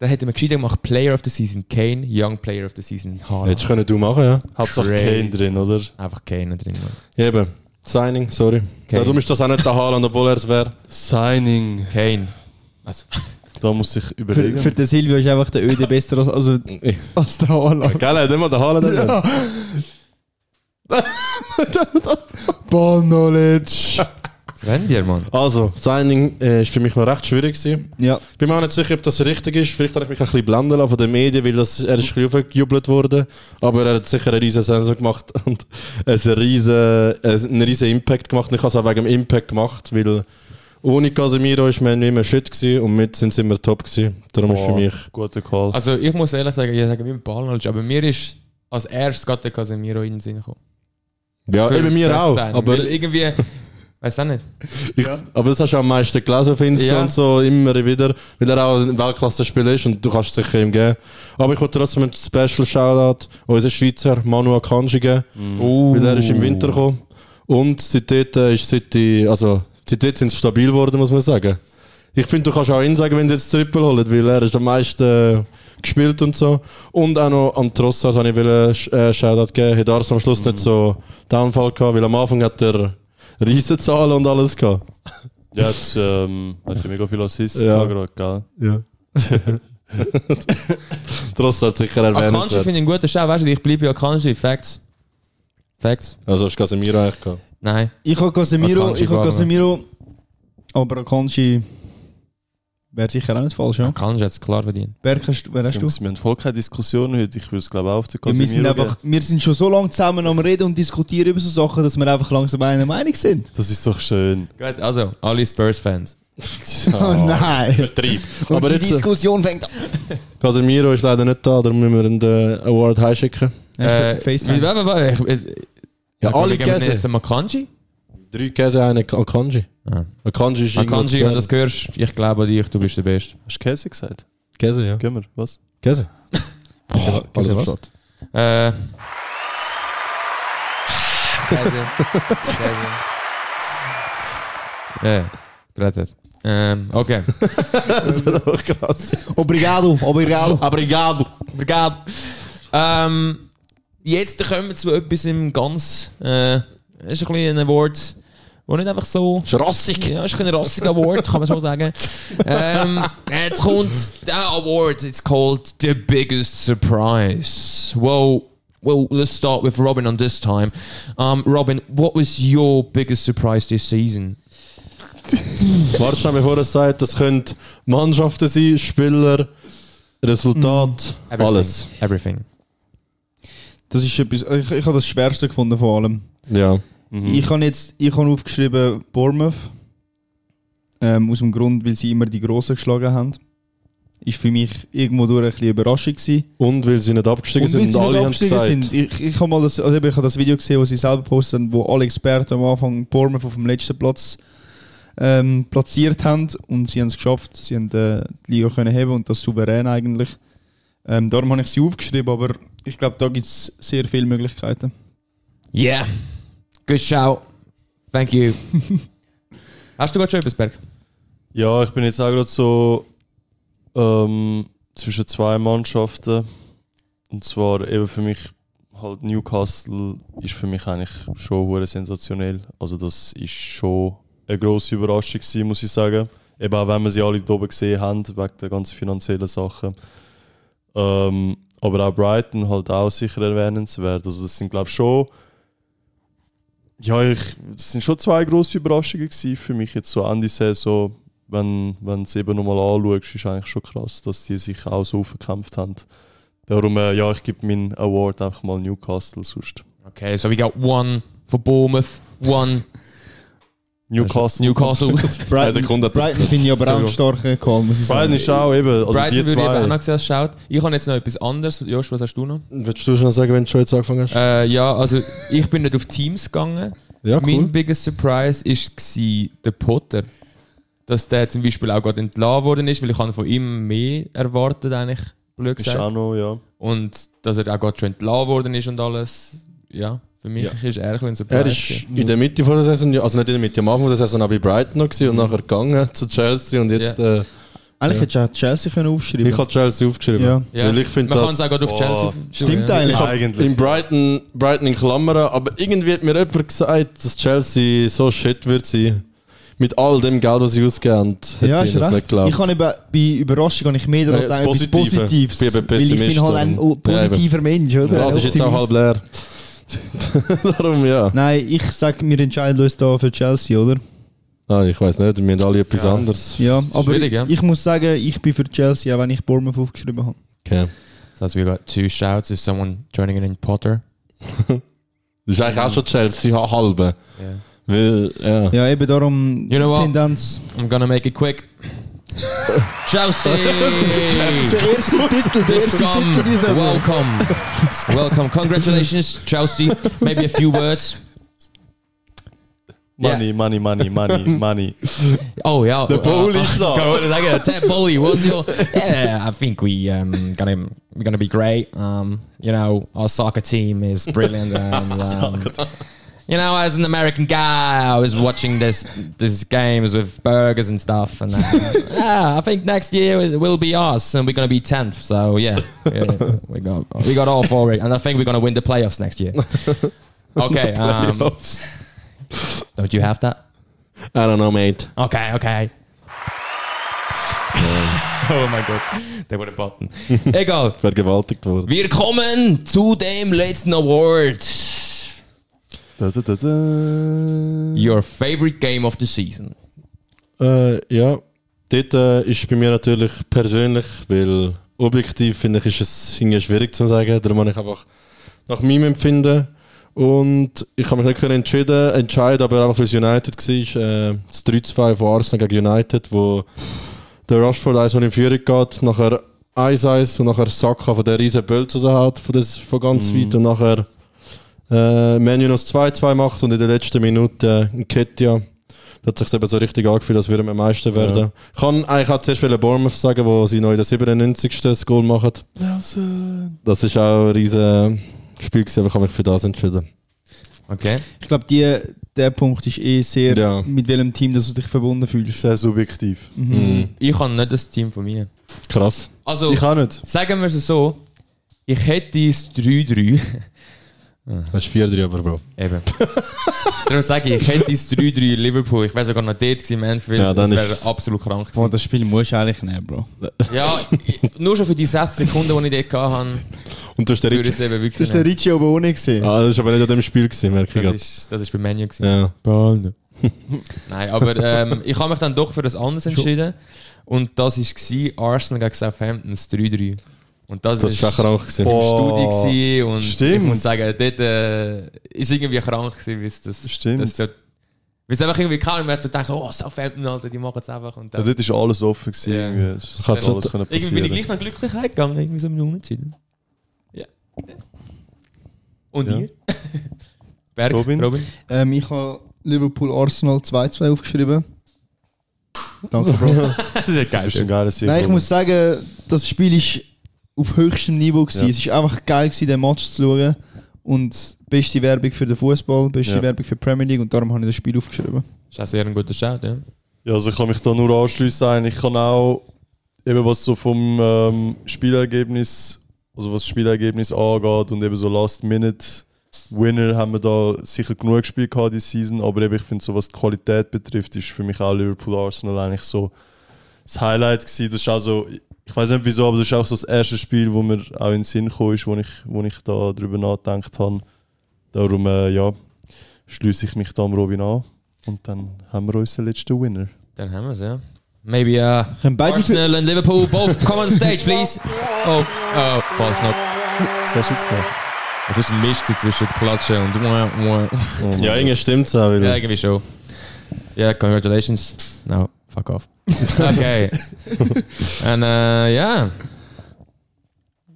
Dann hätten wir gescheiter gemacht, Player of the Season Kane, Young Player of the Season Haaland. Hättest können du machen, ja. Hauptsache Crazy. Kane drin, oder? Einfach Kane drin. Mann. Eben. Signing, sorry. Okay. Darum ist das auch nicht der Haaland, obwohl er es wäre. Signing, Kane. Also, da muss ich Für, überlegen. für den Silvio ist einfach der Öde besser als, also, als der Haaland. Geil, er hat immer den Haaland erwähnt. Ball Knowledge. was wollen dir, Mann? Also, Signing äh, ist für mich noch recht schwierig gewesen. Ja, Ich bin mir auch nicht sicher, ob das richtig ist. Vielleicht habe ich mich ein bisschen blenden lassen von den Medien, weil das, er ist ein bisschen aufgejubelt worden. Aber er hat sicher eine riesen Saison gemacht und einen riesen, äh, einen riesen Impact gemacht. Und ich habe es auch wegen dem Impact gemacht, weil ohne Casemiro ist man immer shit gewesen und mit sind sie immer top gewesen. Darum ist für Boah, mich... Guter Call. Also ich muss ehrlich sagen, ich sage mir Ballknowledge, aber mir ist als erstes gerade der Casemiro in den Sinn gekommen. Ja, Für eben mir das auch. Signing. Aber, Weil irgendwie, weiß auch nicht. ich, aber das hast du am meisten gelesen auf Insta Ja. und so, immer wieder, weil er auch ein Weltklasse-Spieler ist und du kannst es sicher ihm geben. Aber ich wollte trotzdem einen Special-Shoutout an unseren Schweizer Manu Akanji geben. Weil er ist im Winter gekommen. Und seitdem äh, ist seit die, also seitdem sind sie stabil geworden, muss man sagen. Ich finde, du kannst auch ihn sagen, wenn sie jetzt Triple holen, weil er ist am meisten äh, gespielt und so. Und auch noch am Trossard habe ich will, äh, Shoutout gegeben. Hat Ars am Schluss nicht so den Anfall gehabt, weil am Anfang hat er Riesenzahlen und alles gehabt. ja, jetzt ähm, hast du mega viel Assists Ja. ja. gerade, gell? Ja. Trossard sicher erwähnt. Ah, Akanji finde ich einen guten Schau, weißt du, ich bleibe ja Akanji, Facts. Facts? Also hast du Casemiro eigentlich gehabt. Nein. Ich habe Casemiro, Akanji ich habe gegangen. Casemiro, aber Akanji wäre sicher auch nicht falsch, ja. Kannst du jetzt klar verdienen. Berg, hast, wer hast du? Wir haben voll keine Diskussion heute. Ich würde es, glaube ich, auch auf den Ja, wir, sind Casemiro einfach, geben. wir sind schon so lange zusammen am Reden und diskutieren über so Sachen, dass wir einfach langsam einer Meinung sind. Das ist doch schön. Gut, also, alle Spurs-Fans. Oh, nein! Trieb. Und Aber die jetzt, äh, Diskussion fängt an. Casemiro ist leider nicht da, darum müssen wir ihm den Award heimschicken. Hast du FaceTime? Äh, warte, warte, ich, ich, Ja, alle Kollege, wir nehmen Käse. jetzt einen Akanji. Drei Käse, einen Akanji. Ah. Akanji ist irgendwo Akanji, zu wenn du das hörst, ich glaube an dich, du bist der Beste. Hast du Käse gesagt? Käse, ja. Gehen wir, was? Käse. Boah, also was? Äh. Käse. Käse. Ja, gratis. Ähm, okay. Obrigado, obrigado. Obrigado. Obrigado. Ähm, jetzt kommen wir zu etwas im ganz. Äh, ist ein bisschen ein Wort, wo nicht einfach so. Ist rassig. Ja, ist ein rassiger Award, kann man so sagen. ähm, jetzt kommt der Award, it's called The Biggest Surprise. Well, well, let's start with Robin on this time. Um, Robin, what was your biggest surprise this season? Warte schon, bevor er sagt, das können Mannschaften sein, Spieler, Resultat, alles. Everything. Das ist etwas, ich, ich habe das Schwerste gefunden von allem. Ja. Ich habe jetzt ich habe aufgeschrieben Bournemouth. Ähm, aus dem Grund, weil sie immer die Grossen geschlagen haben. Ist für mich irgendwo durch ein bisschen Überraschung gewesen. Und weil sie nicht abgestiegen weil sind und alle haben gesagt. ich, ich habe mal das, also eben, ich habe das Video gesehen, das sie selber postet haben, wo alle Experten am Anfang Bournemouth auf dem letzten Platz ähm, platziert haben und sie haben es geschafft. Sie haben äh, die Liga können heben und das souverän eigentlich. Ähm, darum habe ich sie aufgeschrieben, aber ich glaube, da gibt es sehr viele Möglichkeiten. Yeah. Good shout. Thank you. Hast du gerade schon etwas, Berg? Ja, ich bin jetzt auch gerade so ähm, zwischen zwei Mannschaften. Und zwar eben für mich halt Newcastle ist für mich eigentlich schon hure sensationell. Also das ist schon eine grosse Überraschung gewesen, muss ich sagen. Eben auch wenn wir sie alle da oben gesehen haben, wegen der ganzen finanziellen Sachen. Ähm, aber auch Brighton halt auch sicher erwähnenswert. Also das sind glaube ich schon ja, ich, das sind schon zwei grosse Überraschungen gewesen für mich jetzt so Ende Saison. Wenn, wenn du es eben nochmal anschaust, ist eigentlich schon krass, dass die sich auch so aufgekämpft haben. Darum, äh, ja, ich gebe meinen Award einfach mal Newcastle sonst. Okay, so we got one for Bournemouth, one Newcastle. Newcastle. Eine Sekunde. Brighton finde ich aber auch einen Entschuldigung. starken Call, muss ich sagen. Beiden ist auch eben, also die Brighton würde ich eben auch noch zwei. sehen, als Shout. Ich habe jetzt noch etwas anderes. Josh, was hast du noch? Willst du schon sagen, wenn du schon jetzt angefangen hast? Äh, ja, also ich bin nicht auf Teams gegangen. ja, Mein cool. biggest surprise war der Potter. Dass der zum Beispiel auch gerade entlassen worden ist, weil ich habe von ihm mehr erwartet eigentlich, blöd Ist auch gesagt. noch, ja. Und dass er auch gerade schon entlassen worden ist und alles. Ja, für mich Ja. ist er ein bisschen ein Surprise. Er ist gewesen. in der Mitte von der Saison, ja, also nicht in der Mitte, am Anfang der Saison auch bei Brighton noch gewesen und nachher gegangen zu Chelsea und jetzt Ja. äh, Eigentlich hättest du auch Chelsea können aufschreiben ich habe Chelsea aufgeschrieben. Ja. ja. Weil ich finde Man kann es das Oh. auch gerade auf Boah. Chelsea. Stimmt ja. eigentlich. Eigentlich. in Brighton, Brighton in Klammern, aber irgendwie hat mir jemand gesagt, dass Chelsea so shit wird sein. Mit all dem Geld, was sie ausgeben, haben, hätte Ja, ich ist das recht. nicht geglaubt. Ich habe eben bei Überraschung habe ich mehr daran Nein, das gedacht, etwas Positive. Positives. Ich bin eben weil ich bin Pessimist, halt ein darum. Ja, positiver Mensch, oder? Ja, es ist jetzt auch halb Optimist. leer. Darum ja. Nein, ich sage, wir entscheiden uns da für Chelsea, oder? Nein, ich weiß nicht, wir haben alle etwas anderes. Ja, aber schwierig, ja. ich muss sagen, ich bin für Chelsea, auch wenn ich Bournemouth aufgeschrieben habe. Okay. So, also we got two shouts. Is someone joining in Potter? Das ist eigentlich auch schon Chelsea ha- halbe. Yeah. Weil, ja. Ja, eben darum You know what? Tendenz. I'm gonna make it quick. Chelsea! Der erste Titel, der erste Welcome. Titel dieser Saison. Welcome. Welcome. Congratulations, Chelsea. Maybe a few words. Money, money, money, money, money. Oh, yeah. The Bowl is up. Ted Bully, what's your. Yeah, I think we, um, gonna, we're going to be great. Um, you know, our soccer team is brilliant. And, um, you know, as an American guy, I was watching this this games with burgers and stuff. And uh, yeah, I think next year it will be us, and we're gonna be tenth. So yeah, yeah, we got we got all four, and I think we're gonna win the playoffs next year. Okay, um, don't you have that? I don't know, mate. Okay, okay. oh mein Gott, der wurde button. Egal. Vergewaltigt worden. Wir kommen zu dem letzten Award. Da, da, da, da. Your favorite game of the season. Äh, ja, dort äh, ist bei mir natürlich persönlich, weil objektiv finde ich, ist es irgendwie schwierig zu sagen. Darum habe ich einfach nach meinem Empfinden und ich habe mich nicht können entschieden, entscheiden, aber einfach weil es United war, äh, das 3-2 von Arsenal gegen United, wo der Rashford 1 in Führung geht, nachher 1-1 und nachher Saka von der riesen Bölze hat, von, das, von ganz weit und nachher äh, Manu noch das 2-2 macht und in der letzten Minute äh, Ketja da hat sich eben so richtig angefühlt, als würden wir Meister werden. Ich kann eigentlich auch zuerst wollen Bournemouth sagen, wo sie noch in der 97. das Goal machen. Das ist auch ein riesen Spiel gewesen, aber ich habe mich für das entschieden. Okay. Ich glaube, die, der Punkt ist eh sehr, Ja. mit welchem Team dass du dich verbunden fühlst. Sehr subjektiv. Mhm. Ich habe nicht das Team von mir. Krass. Also, Ich auch nicht. sagen wir es so, ich hätte es 3-3. Das ist 4-3, aber Bro. Eben. Darum sage ich, ich hätte es 3-3 Liverpool. Ich wäre sogar noch dort gewesen, Manfield. Ja, das dann wäre ist- absolut krank gewesen. Boah, Oh, das Spiel musst du eigentlich nehmen, Bro. Ja, ich- nur schon für die 6 Sekunden, die E ich dort hatte, Und du hast den würde ich Rick- es eben Das wirklich ist der nehmen. Ricci oben ohne gesehen. Ah, das ist aber nicht an dem Spiel gewesen, merke ich das gerade. ist, das ist bei Menu. gewesen. Ja. Nein, aber ähm, ich habe mich dann doch für das anderes entschieden. Und das war Arsenal gegen Southampton, das 3-3. Und das, Das ist ist auch krank gewesen. Boah. Studie gewesen und ich Oh, Stimmt. muss sagen, dort äh, ist irgendwie krank gewesen, weil es das, Stimmt. das dort, weil es einfach irgendwie kaum mehr so denkt, so, oh Southampton, Alter, die machen es einfach und Ja, dann, dort war alles offen. Gewesen, Ja. irgendwie. Es ist Hat so- alles können irgendwie bin ich passieren. gleich nach Glücklichkeit gegangen, irgendwie so mit einem Unentschieden. Ja. Und Ja. ihr? Berg, Robin? Robin? Ähm, ich habe Liverpool Arsenal 2-2 aufgeschrieben. Danke, Bro. Das ist ja geil. Das ist ein geiler Sieg. Nein, ich Robin. muss sagen, das Spiel ist auf höchstem Niveau. Gewesen. Ja. Es war einfach geil, gewesen, den Match zu schauen. Und beste Werbung für den Fußball, beste Ja. Werbung für die Premier League und darum habe ich das Spiel aufgeschrieben. Das ist auch sehr ein guter Shout, ja. Ja, also ich kann mich da nur anschliessen. eigentlich. Ich kann auch, eben was so vom ähm, Spielergebnis, also was das Spielergebnis angeht und eben so Last-Minute-Winner haben wir da sicher genug gespielt gehabt diese Season, aber eben ich finde, so was die Qualität betrifft, ist für mich auch Liverpool-Arsenal eigentlich so das Highlight gewesen. Das ist auch so, ich weiß nicht wieso, aber das ist auch so das erste Spiel, wo mir auch in den Sinn gekommen ist, wo ich, wo ich da drüber nachgedacht habe. Darum, äh, ja, schließe ich mich da am Robin an. Und dann haben wir unseren letzten Winner. Dann haben wir es, ja. Maybe uh, Können beide für- Arsenal and Liverpool both come on stage, please. Oh, oh, falsch Knopf. Was hast du jetzt gemacht? Es ist ein Mist gewesen zwischen Klatschen und mua, mua. Ja, irgendwie stimmt es auch. Weil Ja, irgendwie schon. Ja, congratulations. No, fuck off. Okay. And uh, yeah.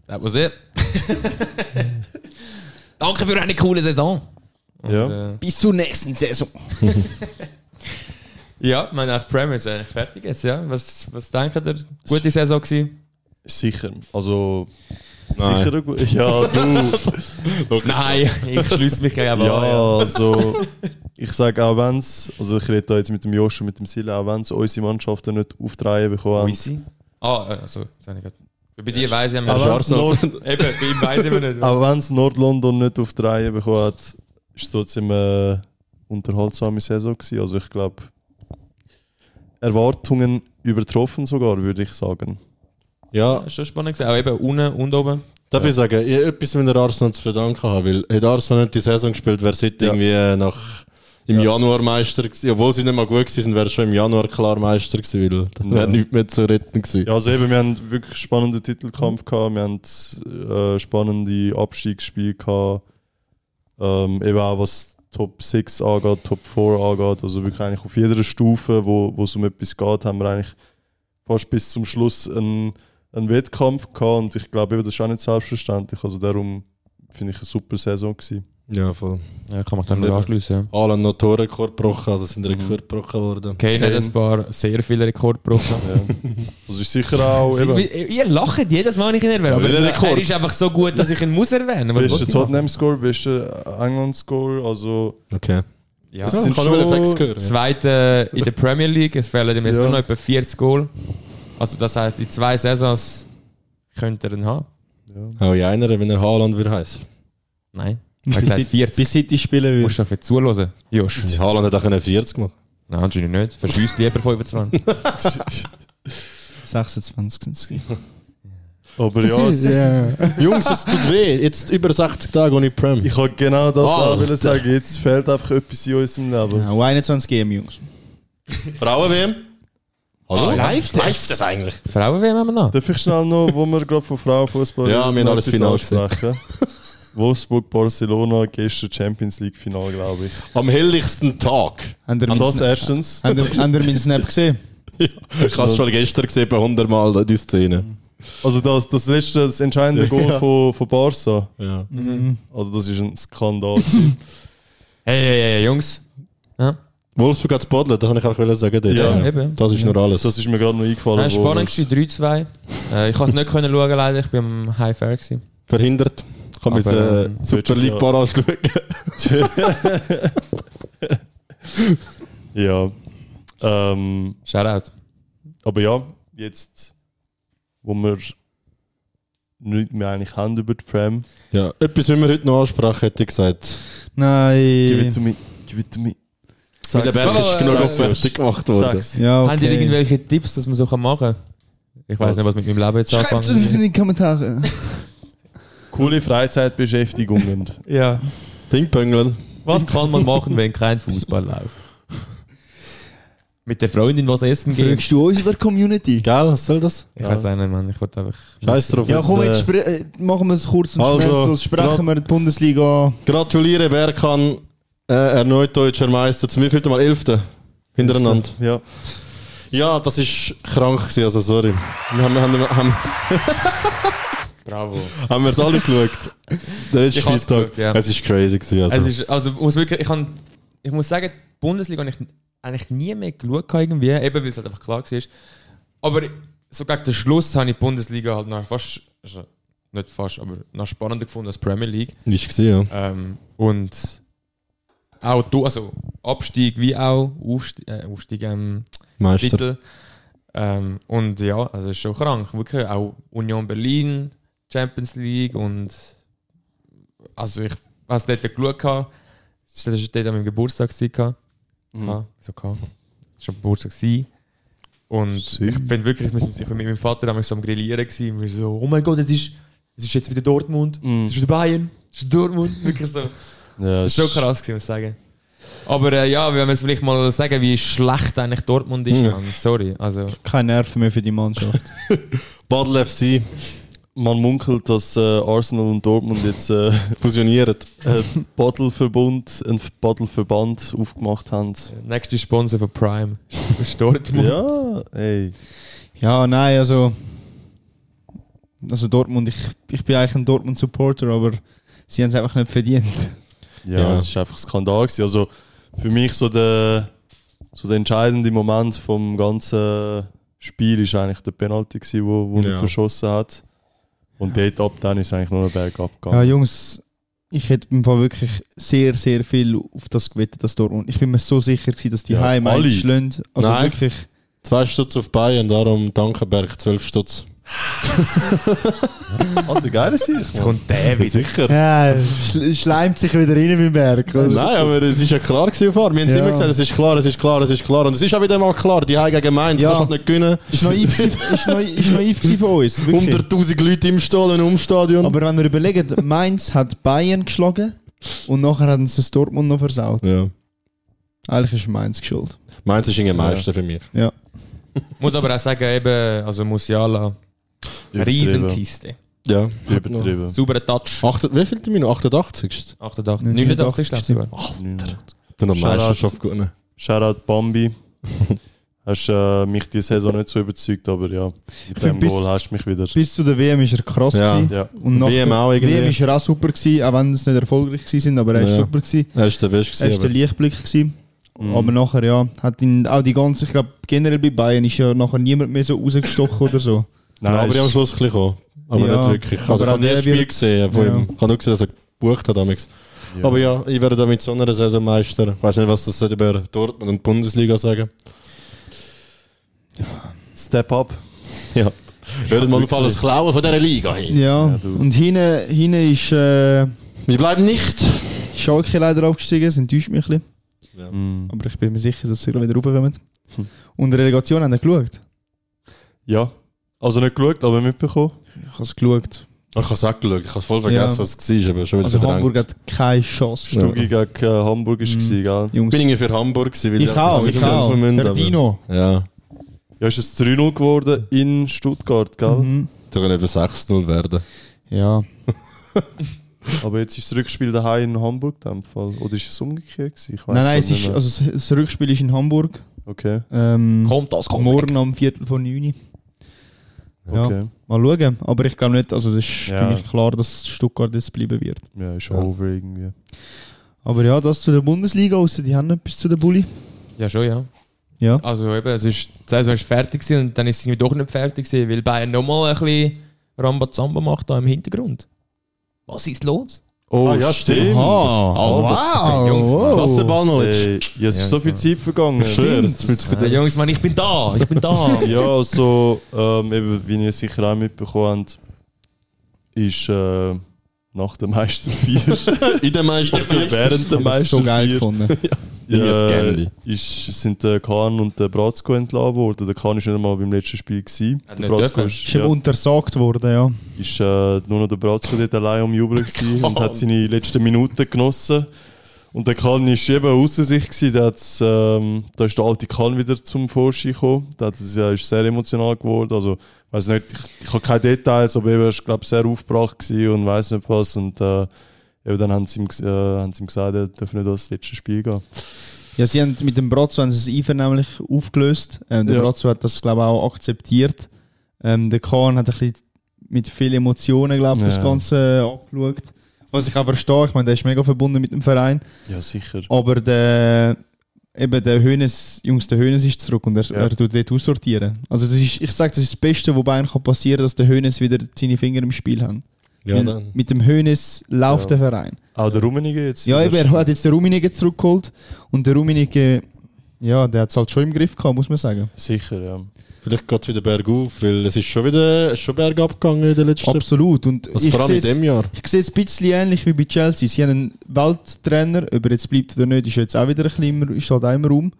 That was it. Danke für eine coole Saison. Ja. Äh, Bis zur nächsten Saison. ja, meine auch Premier ist eigentlich fertig jetzt, ja. Was, was denkt ihr? Gute Saison gewesen? Sicher. Also, Nein. sicher. eine gu- Ja, du. Nein, ich schließe mich gleich aber ja, an, also, ich sage auch wenn es, also ich rede da jetzt mit dem Josh und mit dem Sile, auch wenn es unsere Mannschaften nicht auf die Reihe bekommen haben. Weissi? Ah, äh, also, das habe ich gerade. Bei dir weiss ich ja Auch nicht. wenn's Nord- Eben, bei ihm weiss ich aber nicht. Auch wenn es Nord-London nicht auf die Reihe bekommen hat, ist es trotzdem eine unterhaltsame Saison gewesen. Also ich glaube, Erwartungen übertroffen sogar, würde ich sagen. ja, Das ist schon spannend gewesen. Auch eben unten und oben. Darf ich sagen, ich habe etwas mit der Arsenal zu verdanken haben, weil hätte Arsenal nicht die Saison gespielt, wäre seit Ja. irgendwie äh, nach im Januar Meister gewesen. Obwohl sie nicht mal gut gewesen sind, wäre schon im Januar klar Meister gewesen, weil dann wäre Ja. nichts mehr zu retten gewesen. Ja, also eben, wir haben wirklich spannenden Titelkampf gehabt, wir haben äh, spannende Abstiegsspiele gehabt, ähm, eben auch was Top 6 angeht, Top 4 angeht, also wirklich eigentlich auf jeder Stufe, wo wo es um etwas geht, haben wir eigentlich fast bis zum Schluss einen, einen Wettkampf gehabt und ich glaube, eben, das ist auch nicht selbstverständlich, also darum finde ich eine super Saison gewesen. Ja, voll. Ja, kann man dann nur anschliessen. Allen noch Torrekord gebrochen, also sind Rekord Mhm. gebrochen worden. Kane hat ein paar sehr viele Rekorde gebrochen. Ja. Also ist sicher auch, eben, Ihr lacht jedes Mal, wenn ich ihn erwähne. Aber welcher Rekord? er ist einfach so gut, dass ich ihn muss erwähnen muss. bester Tottenham-Score, bester England-Score, also Okay. Ja. sind ich habe schon- schon Facts gehört. Zweite in der Premier League. Es fehlen ihm jetzt Ja. nur noch etwa 40 Goal. Also das heisst, in zwei Saisons könnte er ihn haben. Auch in einer, wenn er Haaland würde heißen. Nein. Er hat gesagt 40. Bis City spielen würde. Musst du dafür zuhören, Josh. Haaland hat auch einen 40 gemacht. Nein, anscheinend nicht. Verschießt lieber 25. 26 sind es. gewesen. Aber ja, es- Jungs, es tut weh. Jetzt über 60 Tage ohne Prem. ich wollte genau das auch Alter. wollen sagen. Jetzt fehlt einfach etwas in unserem Leben. Ja, 21 GM, Genau, Jungs. Frauen-WM? Ah, Hallo? live das? Live das eigentlich? Frauen-WM haben wir noch. Darf ich schnell noch, wo wir gerade von Frauenfußball Ja, wir haben alles Finale gesehen. sprechen? Wolfsburg, Barcelona, gestern Champions League Finale, glaube ich. Am helllichsten Tag. Habt ihr Und das äh, meinen- erstens. habt ihr- habt ihr meinen Snap gesehen? Ich habe es schon gestern gesehen, bei 100 Mal die Szene. Also das, das letzte, das entscheidende Goal von, von Barca. Ja. Also das ist ein Skandal. gewesen. Hey, hey, hey, Jungs. Ja, Wolfsburg hat es bodelt, das kann ich auch wollen sagen. Dort. Ja. eben. Das ist nur alles. das ist mir gerade noch eingefallen. Ja, wo wir- spannend war 3-2. Äh, ich konnte es nicht können schauen, leider. Ich war am High Fair. Gewesen. Verhindert. Ich kann Aber, mir äh, ähm, Super willst du League-Bar anschauen. Ja. Ähm, Shoutout. aber ja, jetzt, wo wir nichts mehr eigentlich haben über die Prem, Ja. Etwas müssen wir heute noch ansprechen, hätte ich gesagt. give it Nein. to me, give it to me. Mit der Berg sag's, ist genug sag's. fertig gemacht worden. Sag's. Ja, Haben die irgendwelche Tipps, dass man so machen kann? Ich weiß Was? nicht, was mit meinem Leben jetzt Schreibt es uns anfangen in die Kommentare. Coole Freizeitbeschäftigungen. Ja. Pingpöngeln. Was kann man machen, wenn kein Fußball läuft? Mit der Freundin was essen gehen? Fragst du uns oder Community? Gell, was soll das? Ich weiß auch nicht, Mann. Ich wollte einfach. Scheiß drauf. Ja, komm, äh, jetzt spre- äh, machen wir es kurz und Also, schmerzlos. Sprechen wir die Bundesliga an. Gratuliere, Berkan. Äh, erneut deutscher Meister. Zum wievielten Mal? Elften. Hintereinander. Ja. Ja, das ist krank gewesen, also sorry. Wir haben, haben, haben, Bravo. haben wir es alle geschaut. Der letzte Ich hab's Spieltag. geschaut, ja. Es ist crazy gewesen. Also. Es ist, also, muss wirklich, ich, kann, ich muss sagen, die Bundesliga habe ich eigentlich nie mehr geschaut irgendwie, eben weil es halt einfach klar war. Aber so gegen den Schluss habe ich die Bundesliga halt noch fast, also nicht fast, aber noch spannender gefunden als die Premier League. Ist gesehen, ja. Ähm, und auch du, also Abstieg wie auch Aufstieg, äh, Aufstieg ähm, Meister. Titel. Ähm, und ja, also ist schon krank. Wirklich auch Union Berlin, Champions League und also ich was dort geschaut habe, das war dort an meinem Geburtstag. gewesen. Mhm. So gehabt. Schon Geburtstag gewesen. Und ich bin wirklich, wir sind- ich bin mit meinem Vater damals so am Grillieren gewesen, und wir so, oh mein Gott, es ist, es ist jetzt wieder Dortmund, es ist wieder Bayern, es ist Dortmund, wirklich so. ja Das ist schon krass, gewesen, muss ich sagen. Aber äh, ja, wenn wir es vielleicht mal sagen, wie schlecht eigentlich Dortmund ist, Mhm. Mann. Sorry. Also, Kein Nerven mehr für die Mannschaft. Badel FC Man munkelt, dass äh, Arsenal und Dortmund jetzt äh, fusioniert. einen Battleverbund, einen Battleverband aufgemacht haben. nächste Sponsor von Prime ist Dortmund. Ja, ey. ja, nein, also. Also Dortmund, ich, ich bin eigentlich ein Dortmund-Supporter, aber sie haben es einfach nicht verdient. Ja, Ja. es war einfach ein Skandal. Gewesen. Also für mich so der, so der entscheidende Moment vom ganzen Spiel ist eigentlich der Penalty, gewesen, wo, wo Ja. er verschossen hat. Und dort ab dann ist es eigentlich nur noch bergab Ja, gegangen. Jungs, ich hätte im Fall wirklich sehr, sehr viel auf das gewettet, dass Dortmund. Ich bin mir so sicher gewesen, dass die Ja, ja, Heim alle. einschlägen. Also Nein. wirklich. Zwei Stutz auf Bayern, darum Dankenberg 12 Stutz. Alter, geile Sicht. Jetzt kommt der wieder. Sicher. Ja, schl schleimt sich wieder rein beim Berg. oder? Nein, aber es ist ja klar gewesen, Fahr. Wir haben es Also- Ja. immer gesagt, es ist klar, es ist klar, es ist klar. Und es ist auch wieder mal klar, die Heim gegen Mainz, Ja. kannst halt nicht gewinnen. Ist naiv, gewesen- ist naiv, ist naiv gewesen von uns. Wirklich. 100'000 Leute im Stadion, um Stadion. Aber wenn ihr überlegt, Mainz hat Bayern geschlagen und nachher haben sie das Dortmund noch versaut. ja. Eigentlich ist Mainz schuld. Mainz ist irgendwie Meister für mich. Muss aber auch sagen, eben, also Musiala, Riesenkiste. Ja. Übertrieben. Sauberer Touch. Achtet, wie viel Minute? 88. 88, 89 89, glaube ich. sogar. Übertrieben. Dann noch Shoutout. Meisterschaft gewonnen. Shoutout Bambi. hast äh, mich diese Saison nicht so überzeugt, aber ja, mit dem find, bis- Goal hast du mich wieder. Bis zu der WM ist er krass. Ja. gewesen. Ja. Und nach WM der auch irgendwie. WM ist er auch super, gewesen, auch wenn es nicht erfolgreich waren, aber er ist Ja. Mhm. super. Gewesen. Er ist der Beste Er war der gewesen. Lichtblick. Gewesen. Aber nachher, ja, hat ihn auch die ganze, ich glaube, generell bei Bayern ist ja nachher niemand mehr so rausgestochen oder so. Aber, ja, aber ich ist- am Schluss ein bisschen gekommen. Aber Ja. nicht wirklich. Also Aber auch ich habe nie der ein Spiel wird- gesehen von Ja. ihm. Ich habe nur gesehen, dass er gebucht hat damals. Ja. Aber ja, ich werde da mit so einer Saison Meister. Ich weiß nicht, was das über Dortmund und die Bundesliga sagen. Step up. Ja. Hört mal auf alles wirklich. Klauen von dieser Liga hin. Ja, du. und hinten, hinten ist äh, Wir bleiben nicht. Schalke leider abgestiegen, das enttäuscht mich ein bisschen. Mm. Aber ich bin mir sicher, dass sie wieder raufkommen. Hm. Und die Relegation haben wir geschaut. Ja. Also nicht geschaut, aber mitbekommen. Ich habe es geschaut. Ah, Ich habe es auch geschaut, ich habe voll vergessen, Ja. was es war, aber schon wieder Also verdrängt. Hamburg hat keine Chance. Stugi gegen äh, Hamburg Mm. war, mhm. gell? Jungs. bin irgendwie für Hamburg gewesen, weil ich auch, wieder ich auch. laufen müssen, Der aber- Dino. Ja, Ja, ist es 3-0 geworden in Stuttgart, gell? Mhm. da kann eben 6-0 werden. Ja. Aber jetzt ist das Rückspiel daheim in Hamburg in dem Fall. Oder ist es umgekehrt? gewesen? Ich weiss Nein, nein, es grad nicht ist, mehr. also das- das Rückspiel ist in Hamburg. Okay, Ähm, Kommt das, kommt morgen um Viertel vor neun. Ja. okay. Mal schauen. Aber ich glaube nicht, also das ist Ja. für mich klar, dass Stuttgart jetzt bleiben wird. Ja, ist Ja. over irgendwie. Aber ja, das zu der Bundesliga, außer die haben etwas zu der Bulli. Ja, schon, ja. Ja. Also eben, es ist, die Saison ist fertig gewesen und dann ist es irgendwie doch nicht fertig gewesen, weil Bayern nochmal ein bisschen Rambazamba macht da im Hintergrund. Was ist los? Oh, Ah, ja, stimmt. wow! Jungs, Mann. Oh, Klasse Ballknowledge. Ey, ja, es ist so viel Zeit vergangen. Ich schwöre, das fühlt sich Ja, Jungs, Mann, ich bin da, ich bin da. Ja, also, ähm, eben, wie ihr sicher auch mitbekommen habt, ist äh, nach der Meister 4, in der Meister während der Das ist Meister so geil 4, gefunden. Wie ein äh, Scandi. ist, sind der Kahn und der Bratzko entlassen worden. Der Kahn war nicht einmal beim letzten Spiel. Gewesen. Hat Der nicht Bratzko dürfen. ist, Ist eben ja, untersagt worden, ja. ist äh, nur noch der Bratzko dort allein am Jubeln gewesen und hat seine letzten Minuten genossen. Und der Kahn war eben außer sich. Gewesen. Der hat's, ähm, da ist der alte Kahn wieder zum Vorschein gekommen. Der hat, äh, ist sehr emotional geworden. Also, ich weiß nicht, ich, ich habe keine Details, aber eben, er war glaub, sehr aufgebracht gewesen und weiß nicht was. Und äh, eben dann haben sie ihm, gs- äh, haben sie ihm gesagt, er darf nicht als letztes Spiel gehen. Ja, sie haben mit dem Brazzo haben sie das Einvernehmlich aufgelöst. Ähm, der Ja. Brazzo hat das, glaube ich, auch akzeptiert. Ähm, der Kahn hat ein bisschen mit vielen Emotionen, glaube ich, das Ja. Ganze äh, angeschaut. Was ich auch verstehe, ich meine, der ist mega verbunden mit dem Verein. Ja, sicher. Aber der, eben der Hönes, Jungs, der Hönes ist zurück und er, Ja. er tut dort aussortieren. Also das ist, ich sage, das ist das Beste, was Bayern kann passieren, dass der Hönes wieder seine Finger im Spiel haben. Ja, Weil dann. Mit dem Hönes läuft Ja. der Verein. Auch der Rummenigge jetzt? Ja, eben, er hat jetzt den Rummenigge zurückgeholt und der Rummenigge, ja, der hat es halt schon im Griff gehabt, muss man sagen. Sicher, ja. Vielleicht geht es wieder bergauf, weil es ist schon wieder schon bergab gegangen in den letzten Absolut. Und Was ich Also vor allem in sehe es- dem Jahr. ich sehe es ein bisschen ähnlich wie bei Chelsea. Sie haben einen Welttrainer, ob er jetzt bleibt oder nicht, ist jetzt auch wieder ein bisschen im, ist halt auch im Raum.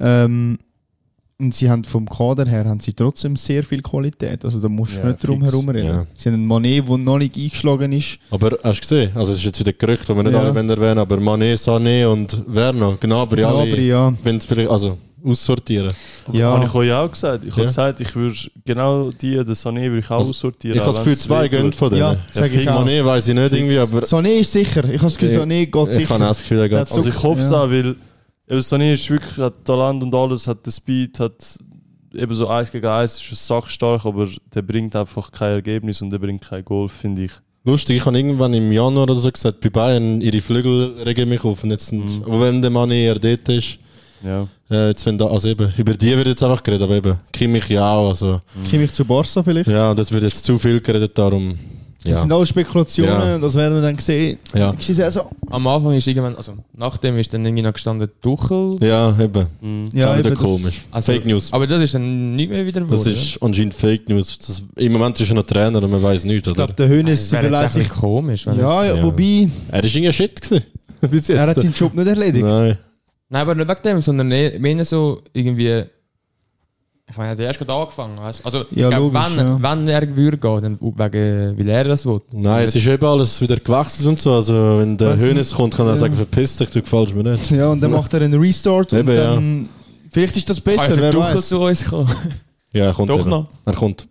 Ähm, und sie haben vom Kader her haben sie trotzdem sehr viel Qualität. Also da musst du Ja, nicht drum fix. herum reden. Ja. Sie haben einen Manet, der noch nicht eingeschlagen ist. Aber hast du gesehen? Also es ist jetzt wieder Gerücht, wo wir nicht Ja. alle wollen erwähnen, aber Mané, Sané und Werner, Gnabry, Aber alle ja, wollen vielleicht, also aussortieren. ja. Habe ich euch auch gesagt. Ich habe Ja. gesagt, ich würde genau die, den Sané, würde ich auch Also, aussortieren. Ich habe auch das Gefühl, wenn's zwei weh tut. gehen von denen. ja, sag ich fix. auch. Mané weiß ich nicht irgendwie, aber Sané ist sicher. Ich habe das Gefühl, Ja. Sané geht ich sicher. habe auch das Gefühl, er Der geht hat Also ich hoffe es Ja. auch, weil eben Sané ist wirklich, hat Talent und alles, hat den Speed, hat eben so eins gegen eins, ist schon sackstark, aber der bringt einfach kein Ergebnis und der bringt kein Golf, finde ich. Lustig, ich habe irgendwann im Januar oder so gesagt, bei Bayern, ihre Flügel regen mich auf. Und jetzt sind, Mhm. auch wenn der Mann eher dort ist, Ja. äh, jetzt wenn da, also eben, über die wird jetzt einfach geredet, aber eben, Kimmich ja auch, also, Komme ich zu Barca vielleicht? ja, das wird jetzt zu viel geredet, darum, Das ja. sind alle Spekulationen, Ja. das werden wir dann sehen. Ja, Nächste Saison. Am Anfang ist irgendwann, also nachdem ist dann irgendwie noch gestanden Tuchel. ja eben, Mhm. ja, eben, wieder das- komisch. Also- Fake News. Aber das ist dann nicht mehr wieder geworden. Das ist anscheinend Fake News. Das, Im Moment ist er noch Trainer und man weiß nichts, Ich glaube, oder? der Das Hönes wäre jetzt überlegt eigentlich sich. komisch. Wenn Ja, jetzt, ja, ja. wobei, Er war irgendwie Shit gewesen. Bis jetzt. er hat seinen Job nicht erledigt. Nein. Nein, aber nicht wegen dem, sondern eher mehr so irgendwie... Ich meine, er hat erst gerade angefangen, weißt du? Also, ich Ja, glaube, logisch, wenn, ja. wenn er würde gehen, dann wegen, weil er das will. Nein, jetzt ist eben alles wieder gewechselt und so. Also, wenn der Wenn's- Hönes kommt, kann er Ja. sagen, verpiss dich, du gefällst mir nicht. Ja, und dann macht er einen Restart und Eben, ja. dann. Vielleicht ist das Kann besser, ja der wer Tuchel weiß. zu uns kommen? Ja, er kommt. Doch eben. noch. Er kommt.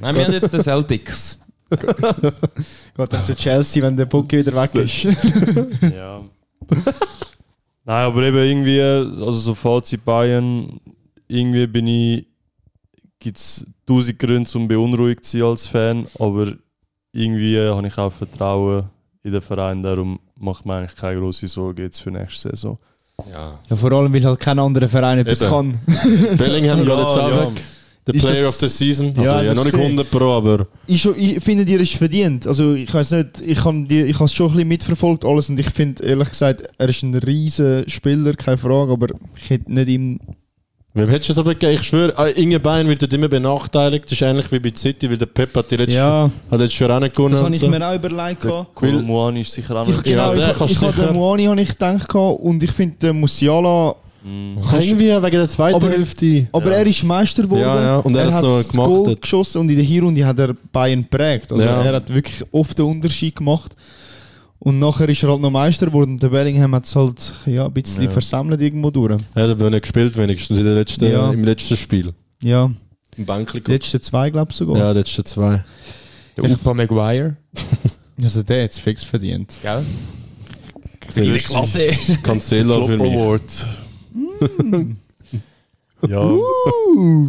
Nein, wir haben jetzt den Celtics. Geht dann zu Chelsea, wenn der Pucki wieder weg ist. Ja. Nein, aber eben irgendwie, also so Fazit Bayern, irgendwie bin ich, gibt es tausend Gründe, um beunruhigt zu sein als Fan, aber irgendwie habe ich auch Vertrauen in den Verein, darum macht mir eigentlich keine große Sorge jetzt für nächste Saison. Ja. Ja, vor allem, weil halt kein anderer Verein etwas Eben. kann. Bellingham geht jetzt auch ja. weg. Der Ist Player das- of the Season. Also, Ja, ja, das noch nicht sehe ich. 100 Pro, aber Ich, schon- ich finde, dir ist verdient. Also, ich weiß nicht, ich habe die- ich habe es schon ein bisschen mitverfolgt, alles. Und ich finde, ehrlich gesagt, er ist ein riesen Spieler, keine Frage, aber ich hätte nicht ihm. wem hättest du es aber gegeben? Ich schwöre, ah, Inge Bayern wird dort immer benachteiligt. Das ist ähnlich wie bei City, weil der Pep hat die letzte, hat jetzt schon auch nicht gewonnen. das habe und ich so. mir auch überlegt. gehabt. Weil- Kolomuani ist sicher auch Ich, noch genau, den ich, kannst ich du habe sicher- den Moani habe ich gedacht gehabt und ich finde den Musiala Irgendwie wegen der zweiten Aber- Hälfte. Aber er ist Meister geworden. Ja, ja, und er hat's hat so das gemacht. Goal geschossen und in der Hinrunde hat er Bayern geprägt. Also Ja. er hat wirklich oft den Unterschied gemacht. Und nachher ist er halt noch Meister geworden. und Der Bellingham hat es halt ja, ein bisschen versammelt irgendwo durch. Er hat aber nicht gespielt, wenigstens in der letzten, Ja. im letzten Spiel. Ja, Im Bänkli. die letzten zwei, glaube ich sogar. Ja, letzte zwei. Der Upa Maguire. Also der hat es fix verdient. Gell? Diese Klasse. Cancelo für Flop mich. Award. ja. Uh!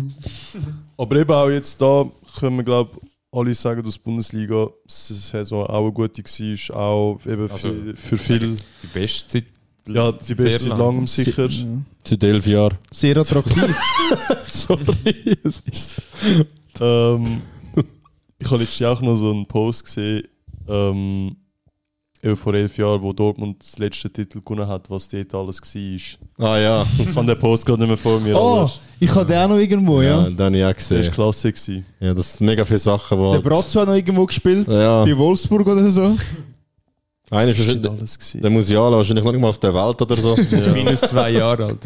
Aber eben auch jetzt da können wir, glaube alle sagen, dass die Bundesliga-Saison auch eine gute war. Auch eben Also, für, für viel. Die beste Zeit. Ja, die sehr beste seit lang. langem sicher. Seit elf Jahren. Sehr attraktiv. Sorry, es ist Ähm, ich habe letztes Jahr auch noch so einen Post gesehen, ähm, eben vor elf Jahren, wo Dortmund das letzte Titel gewonnen hat, was dort alles war. Ah ja. Ich habe den Post gerade nicht mehr vor mir. oh, aber ich hatte den auch noch irgendwo, ja. ja. Dann habe ich auch Der ist gesehen. klasse. Gewesen. Ja, das sind mega viele Sachen, Der wo halt, Brazzo hat noch irgendwo gespielt. Ja. Bei Wolfsburg oder so. Das einer ist ist nicht alles. der Gewesen. muss ja wahrscheinlich noch nicht mal auf der Welt oder so. Minus zwei Jahre alt.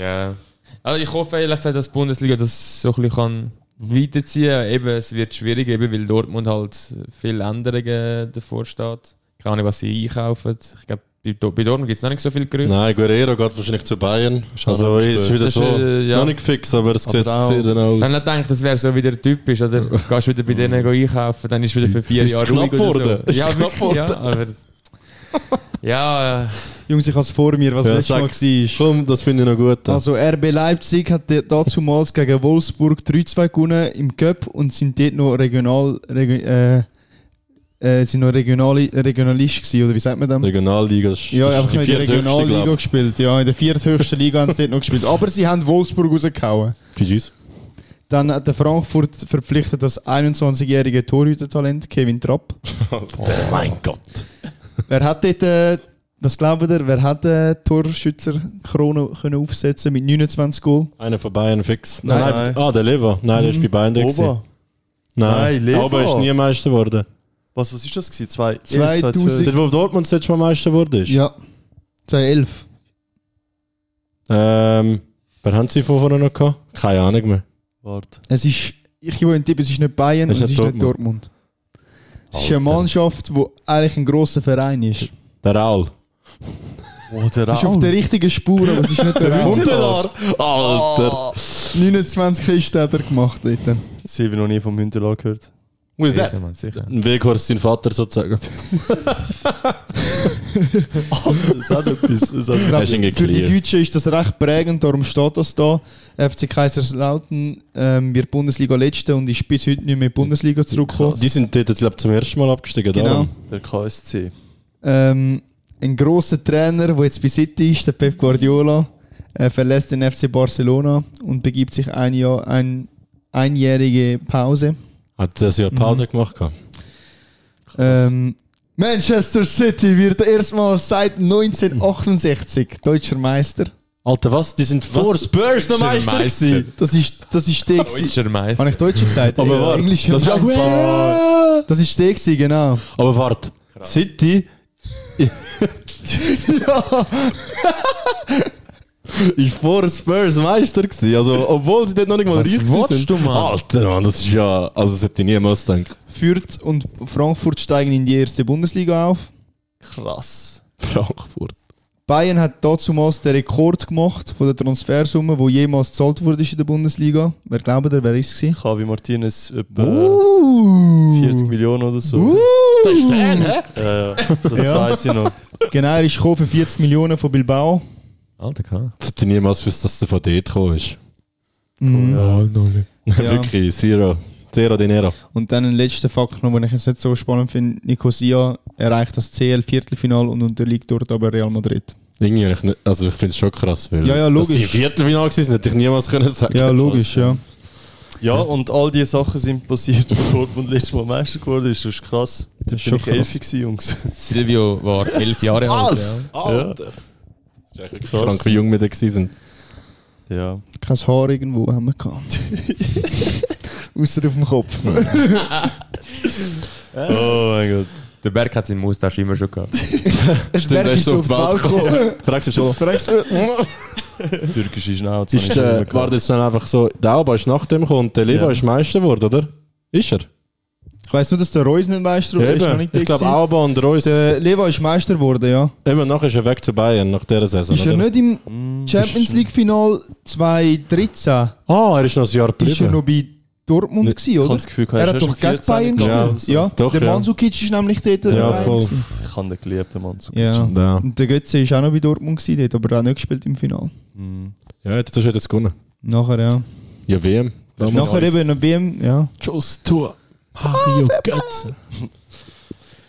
Ja. Also ich hoffe ehrlich gesagt, dass die Bundesliga das so ein bisschen kann weiterziehen kann. Eben, es wird schwierig, eben, weil Dortmund halt viele Änderungen davor steht. Keine Ahnung, was sie einkaufen. Ich glaube, bei, Do- bei Dortmund gibt es noch nicht so viel Gerüchte. Nein, Guerrero geht wahrscheinlich zu Bayern. Also noch es nicht ist wieder Das ist, so. äh, ja. Noch nicht fix, aber es sieht auch- dann Wenn du aus. denkst, das wäre so wieder typisch, oder gehst wieder bei denen go einkaufen, dann ist wieder für vier Mhm. Ist Jahre es knapp oder geworden? So. Ist Ja, es knapp wirklich, ja, aber... Ja, äh, Jungs, ich habe es vor mir, was Ja, letztes sag. Mal war. Komm, das finde ich noch gut. dann. Also RB Leipzig hat de- dazumals gegen Wolfsburg 3-2 gewonnen im Cup und sind dort noch regional regi äh, äh, sind noch regionale, Regionalist gewesen, oder wie sagt man das? Regionalliga, das ist, Ja, das einfach ist noch die in der vierthöchste, Regionalliga glaub gespielt. Ja, in der vierthöchsten Liga haben sie dort noch gespielt. Aber sie haben Wolfsburg rausgehauen. ich. GG's. Dann hat der Frankfurt verpflichtet das 21-jährige Torhütertalent Kevin Trapp. Oh mein Gott. Wer hat dort, äh, das glaubt ihr, wer hat äh, Torschützer-Krone können aufsetzen mit 29 Goal? Einer von Bayern fix. Nein, nein. Ah, der Lever. Nein, der ist bei Bayern der gewesen. Oba, Nein, Nein, Lever. Aber ist nie Meister geworden. was, was ist das? Gewesen? Zwei, 2000. Dort, wo Dortmund das letzte Mal Meister wurde. ist. Ja. 2011. Ähm, wer haben sie vorher noch gehabt? Keine Ahnung mehr. Warte. Es ist, ich gebe einen Tipp, es ist nicht Bayern Es und ist es ist nicht nicht Dortmund. Es ist eine Mannschaft, die eigentlich ein grosser Verein ist. Der Raul. Oh, der Es ist auf Raul. der richtigen Spur, aber es ist nicht der Raum. Hundelar. Alter. 29 Kisten hat er gemacht dort. Sie habe noch nie vom Hündelar gehört. Wo ist sicher, der? Mann, sicher. Ein Weghorst, sein Vater sozusagen. Es hat etwas. Es hat Er ist ihn Für die geklärt. Deutschen ist das recht prägend, darum steht das da. FC Kaiserslautern ähm, wird Bundesliga letzte und ist bis heute nicht mehr in die Bundesliga zurückgekommen. Die sind dort, glaube ich, zum ersten Mal abgestiegen. Genau. Genau. der KSC. Ähm, ein grosser Trainer, der jetzt bei City ist, der Pep Guardiola, äh, verlässt den FC Barcelona und begibt sich ein Jahr, ein, einjährige Pause. Hat er Mhm. ja Pause gemacht. gehabt. Ähm, Manchester City wird erstmals seit 1968 deutscher Meister. Alter, was? Die sind vor Spurs noch Meister. Meister gewesen. Das ist, das ist der. gewesen- Deutscher Meister. Habe ich Deutsch gesagt? Aber Ja, warte, Englischer das ist auch- Meister. Das ist der, gewesen, genau. Aber warte. City. Ja. ist vor Spurs Meister gewesen. Also, obwohl sie dort noch nicht mal Was reich willst sind. du, Mann? Alter, Mann, das ist ja... Also, das hätte ich niemals gedacht. Fürth und Frankfurt steigen in die erste Bundesliga auf. Krass. Frankfurt. Bayern hat dazumals den Rekord gemacht von der Transfersumme, die jemals gezahlt wurde in der Bundesliga. Wer glaubt ihr, wer ist es? Javi Martinez etwa 40 Millionen oder so. Das ist Fan, hä? Äh, das weiß ich noch. Genau, er ist gekommen für 40 Millionen von Bilbao. Alter, klar. Das hätte ich niemals gewusst, dass der von dort gekommen ist. Mhm. Ja. Wirklich, Zero. Zero Dinero. Und dann ein letzter Fakt noch, den ich jetzt nicht so spannend finde. Nicosia erreicht das CL-Viertelfinal und unterliegt dort aber Real Madrid. Irgendwie, ich nicht, also ich finde es schon krass, weil Ja, ja, dass die im logisch. Viertelfinale waren, hätte ich niemals können sagen Ja, logisch, ja. Ja, und all diese Sachen sind passiert, wo Dortmund letztes Mal Meister geworden ist. Das ist krass. Da ist bin schon ich elf krass. gewesen, Jungs. Silvio war elf Jahre alt. Ja. Was? Alter. Das ist echt wirklich Krass. krank, wie jung wir da waren. Ja. Kein Haar irgendwo haben wir gehabt. Außer auf dem Kopf. Oh mein Gott. Der Berg hat seinen Moustache immer schon gehabt. Stimmt, der ist so auf die Welt gekommen. Fragst du schon. Fragst Türkische Schnauze. Ist, habe ich äh, nicht mehr war das dann einfach so, der Alba ist nach dem gekommen und der Leba Ja. ist Meister geworden, oder? Ist er? Ich weiss nur, dass der Reus nicht Meister Ja, wurde. ist noch eben. nicht ich glaube, gewesen. Alba und Reus. Der Leva ist Meister geworden, ja. Eben nachher ist er weg zu Bayern nach dieser Saison. Ist er oder? nicht im Mm. Champions League Final 2013? Ah, er ist noch ein Jahr Ist er geblieben. noch bei Dortmund gewesen, Ich habe oder? das Gefühl, Er er hat doch gegen Bayern gespielt. gespielt. Ja, Doch, der ja. Mandzukic ist nämlich dort Ja, dabei voll. gewesen. Oh. Ich habe den geliebten Mann so Ja. Ja. Und der Götze ist auch noch bei Dortmund gewesen, dort, aber er hat nicht gespielt im Final. ja, jetzt hast du das gewonnen. Nachher, ja. Ja, WM. Nachher eben Ah, in der WM, ja. Just Tour. Mario Götze.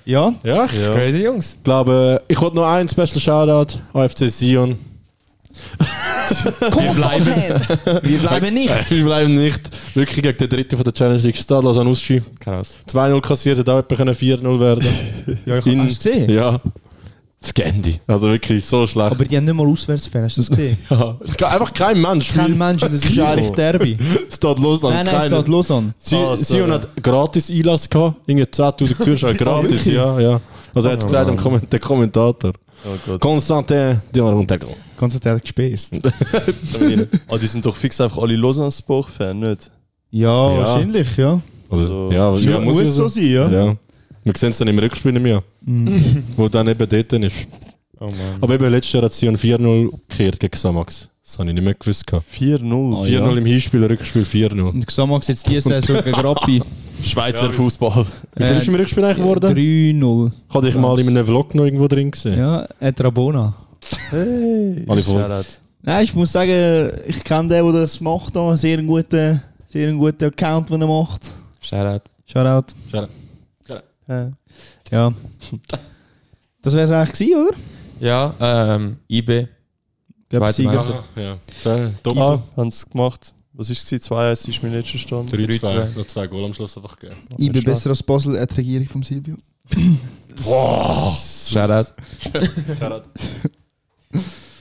Ja, Ja, ich Ja. Crazy Jungs. glaube, ich wollte noch einen Special Shoutout AFC Sion. Komm, Southampton! Wir bleiben nicht! Wir bleiben nicht wirklich gegen den dritten von der Challenge League Stadler Sanusi. Krass. 2-0 kassiert, hätte auch etwa können 4-0 werden ja ich In- hast du gesehen. Ja. Scandi. Also wirklich so schlecht. Aber die haben nicht mal Auswärtsfan, hast du das gesehen? Ja. Einfach kein Mensch. Kein Mensch, das ist eigentlich Derby. Es steht los an. Nein, nein, es keiner. steht Lausanne. Sie, Ah, so, Sion ja. hat gratis Einlass gehabt. Irgendwie 2000 Zuschauer gratis. Ja, ja. Also er hat gesagt, der Kommen- der Kommentator. Oh Gott. Konstantin, die war runtergegangen. Ganz hat er gespäst. Ah, die sind doch fix einfach alle Lausanne-Sport-Fan, nicht? Ja, Ja. wahrscheinlich, ja. Also, Also, ja, ja, ja, muss ja so. sein, ja. Ja. Wir sehen es dann im Rückspiel nicht mehr, wo dann eben dort ist. Oh Mann. Aber eben letztes Jahr hat Sion 4-0 gekehrt gegen Samax. Das habe ich nicht mehr gewusst. gehabt. 4-0. 4-0 im Hinspiel, Rückspiel 4-0. Und Xamax jetzt diese Saison gegen Rappi Schweizer Fußball. Wie viel Äh, ist im Rückspiel eigentlich geworden? 3-0. Ich habe dich mal in einem Vlog noch irgendwo drin gesehen. Ja, et Rabona. Alle voll. Shoutout. Nein, ich muss sagen, ich kenne den, der das macht, da. Sehr einen guten, sehr einen guten Account, den er macht. Shoutout. Shoutout. Shoutout. Äh, ja. Das wäre es eigentlich gewesen, oder? Ja, ähm, IB. Glaub, Zweite Sieger. Mannschaft. Ja. Äh, Doppel. Ah, haben sie gemacht. Was war es? 2-1 ist mein letzter Stand. 3-2. Noch zwei Goal am Schluss einfach gegeben. Ich bin besser als Basel, äh, die Regierung von Silvio. Ah, Shoutout.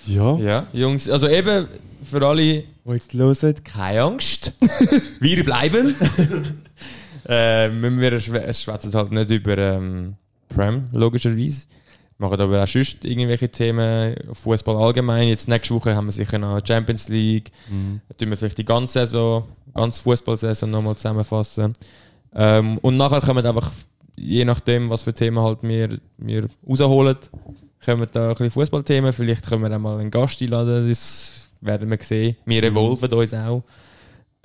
Ja. Ja, Jungs, also eben für alle, die jetzt hören, keine Angst. wir bleiben. äh, müssen wir schwä- es schwätzen halt nicht über ähm, Prem, logischerweise. Wir machen aber auch sonst irgendwelche Themen, Fußball allgemein. Jetzt nächste Woche haben wir sicher noch Champions League. Da tun wir vielleicht die ganze Saison, ganze Fußballsaison nochmal zusammenfassen. Ähm, und nachher kommen einfach, je nachdem, was für Themen halt wir, wir rausholen, kommen da ein bisschen Fußballthemen. Vielleicht können wir auch mal einen Gast einladen, das werden wir sehen. Wir evolven uns auch.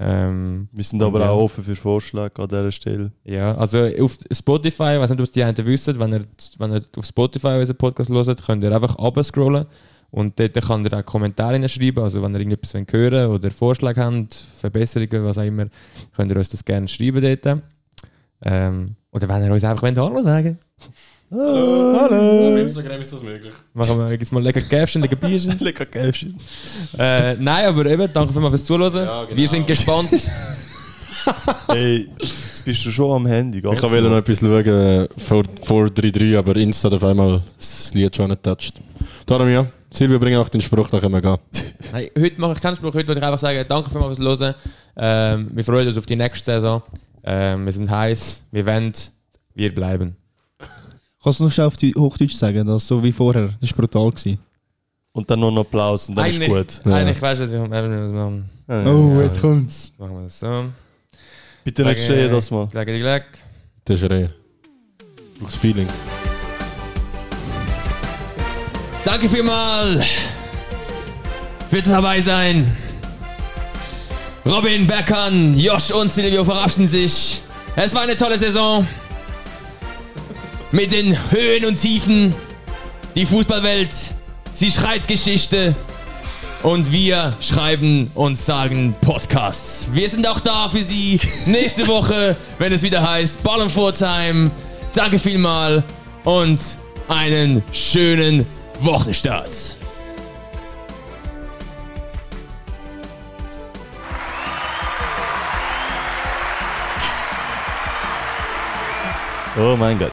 Ähm, Wir sind aber Ja. auch offen für Vorschläge an dieser Stelle. ja, also auf Spotify, ich weiß nicht, ob es die einen wissen, wenn ihr, wenn ihr auf Spotify unseren Podcast hört, könnt ihr einfach abscrollen und dort könnt ihr auch Kommentare hinschreiben. Also, wenn ihr irgendetwas wollt hören oder Vorschläge habt, Verbesserungen, was auch immer, könnt ihr uns das gerne schreiben dort. Ähm, oder wenn ihr uns einfach wollt, Hallo sagen Hallo! Auf Instagram ist das möglich. Machen wir jetzt mal lecker Käfchen, lecker Bierchen. Lecker Gelbchen. äh, nein, aber eben, danke vielmals fürs Zuhören. Ja, genau. Wir sind gespannt. Hey, jetzt bist du schon am Handy. Ich wollte noch etwas schauen äh, vor, vor 3-3, aber Insta hat auf einmal das Lied schon nicht touched. Darum ja, Silvio, bring auch den Spruch, dann können wir gehen. Nein, heute mache ich keinen Spruch, heute würde ich einfach sagen, danke vielmals fürs Hören. Ähm, wir freuen uns auf die nächste Saison. Ähm, wir sind heiß, wir wollen, wir bleiben. Kannst du noch schnell auf die Hochdeutsch sagen, das so wie vorher? Das war brutal. Gewesen. Und dann noch einen Applaus und dann Eigentlich- ist gut. Ja. Eigentlich weißt du, was ich mache. Ja. Oh, jetzt kommt's. Machen wir das so. Bitte nicht stehen, das mal. Gleich, gleich, gleich. Das ist real. Das Feeling. Danke vielmals für das dabei sein. Robin Berkan, Josh und Silvio verabschieden sich. Es war eine tolle Saison. Mit den Höhen und Tiefen. Die Fußballwelt, sie schreibt Geschichte. Und wir schreiben und sagen Podcasts. Wir sind auch da für Sie nächste Woche, wenn es wieder heißt Ball und Furzheim. Danke vielmal und einen schönen Wochenstart. Oh mein Gott.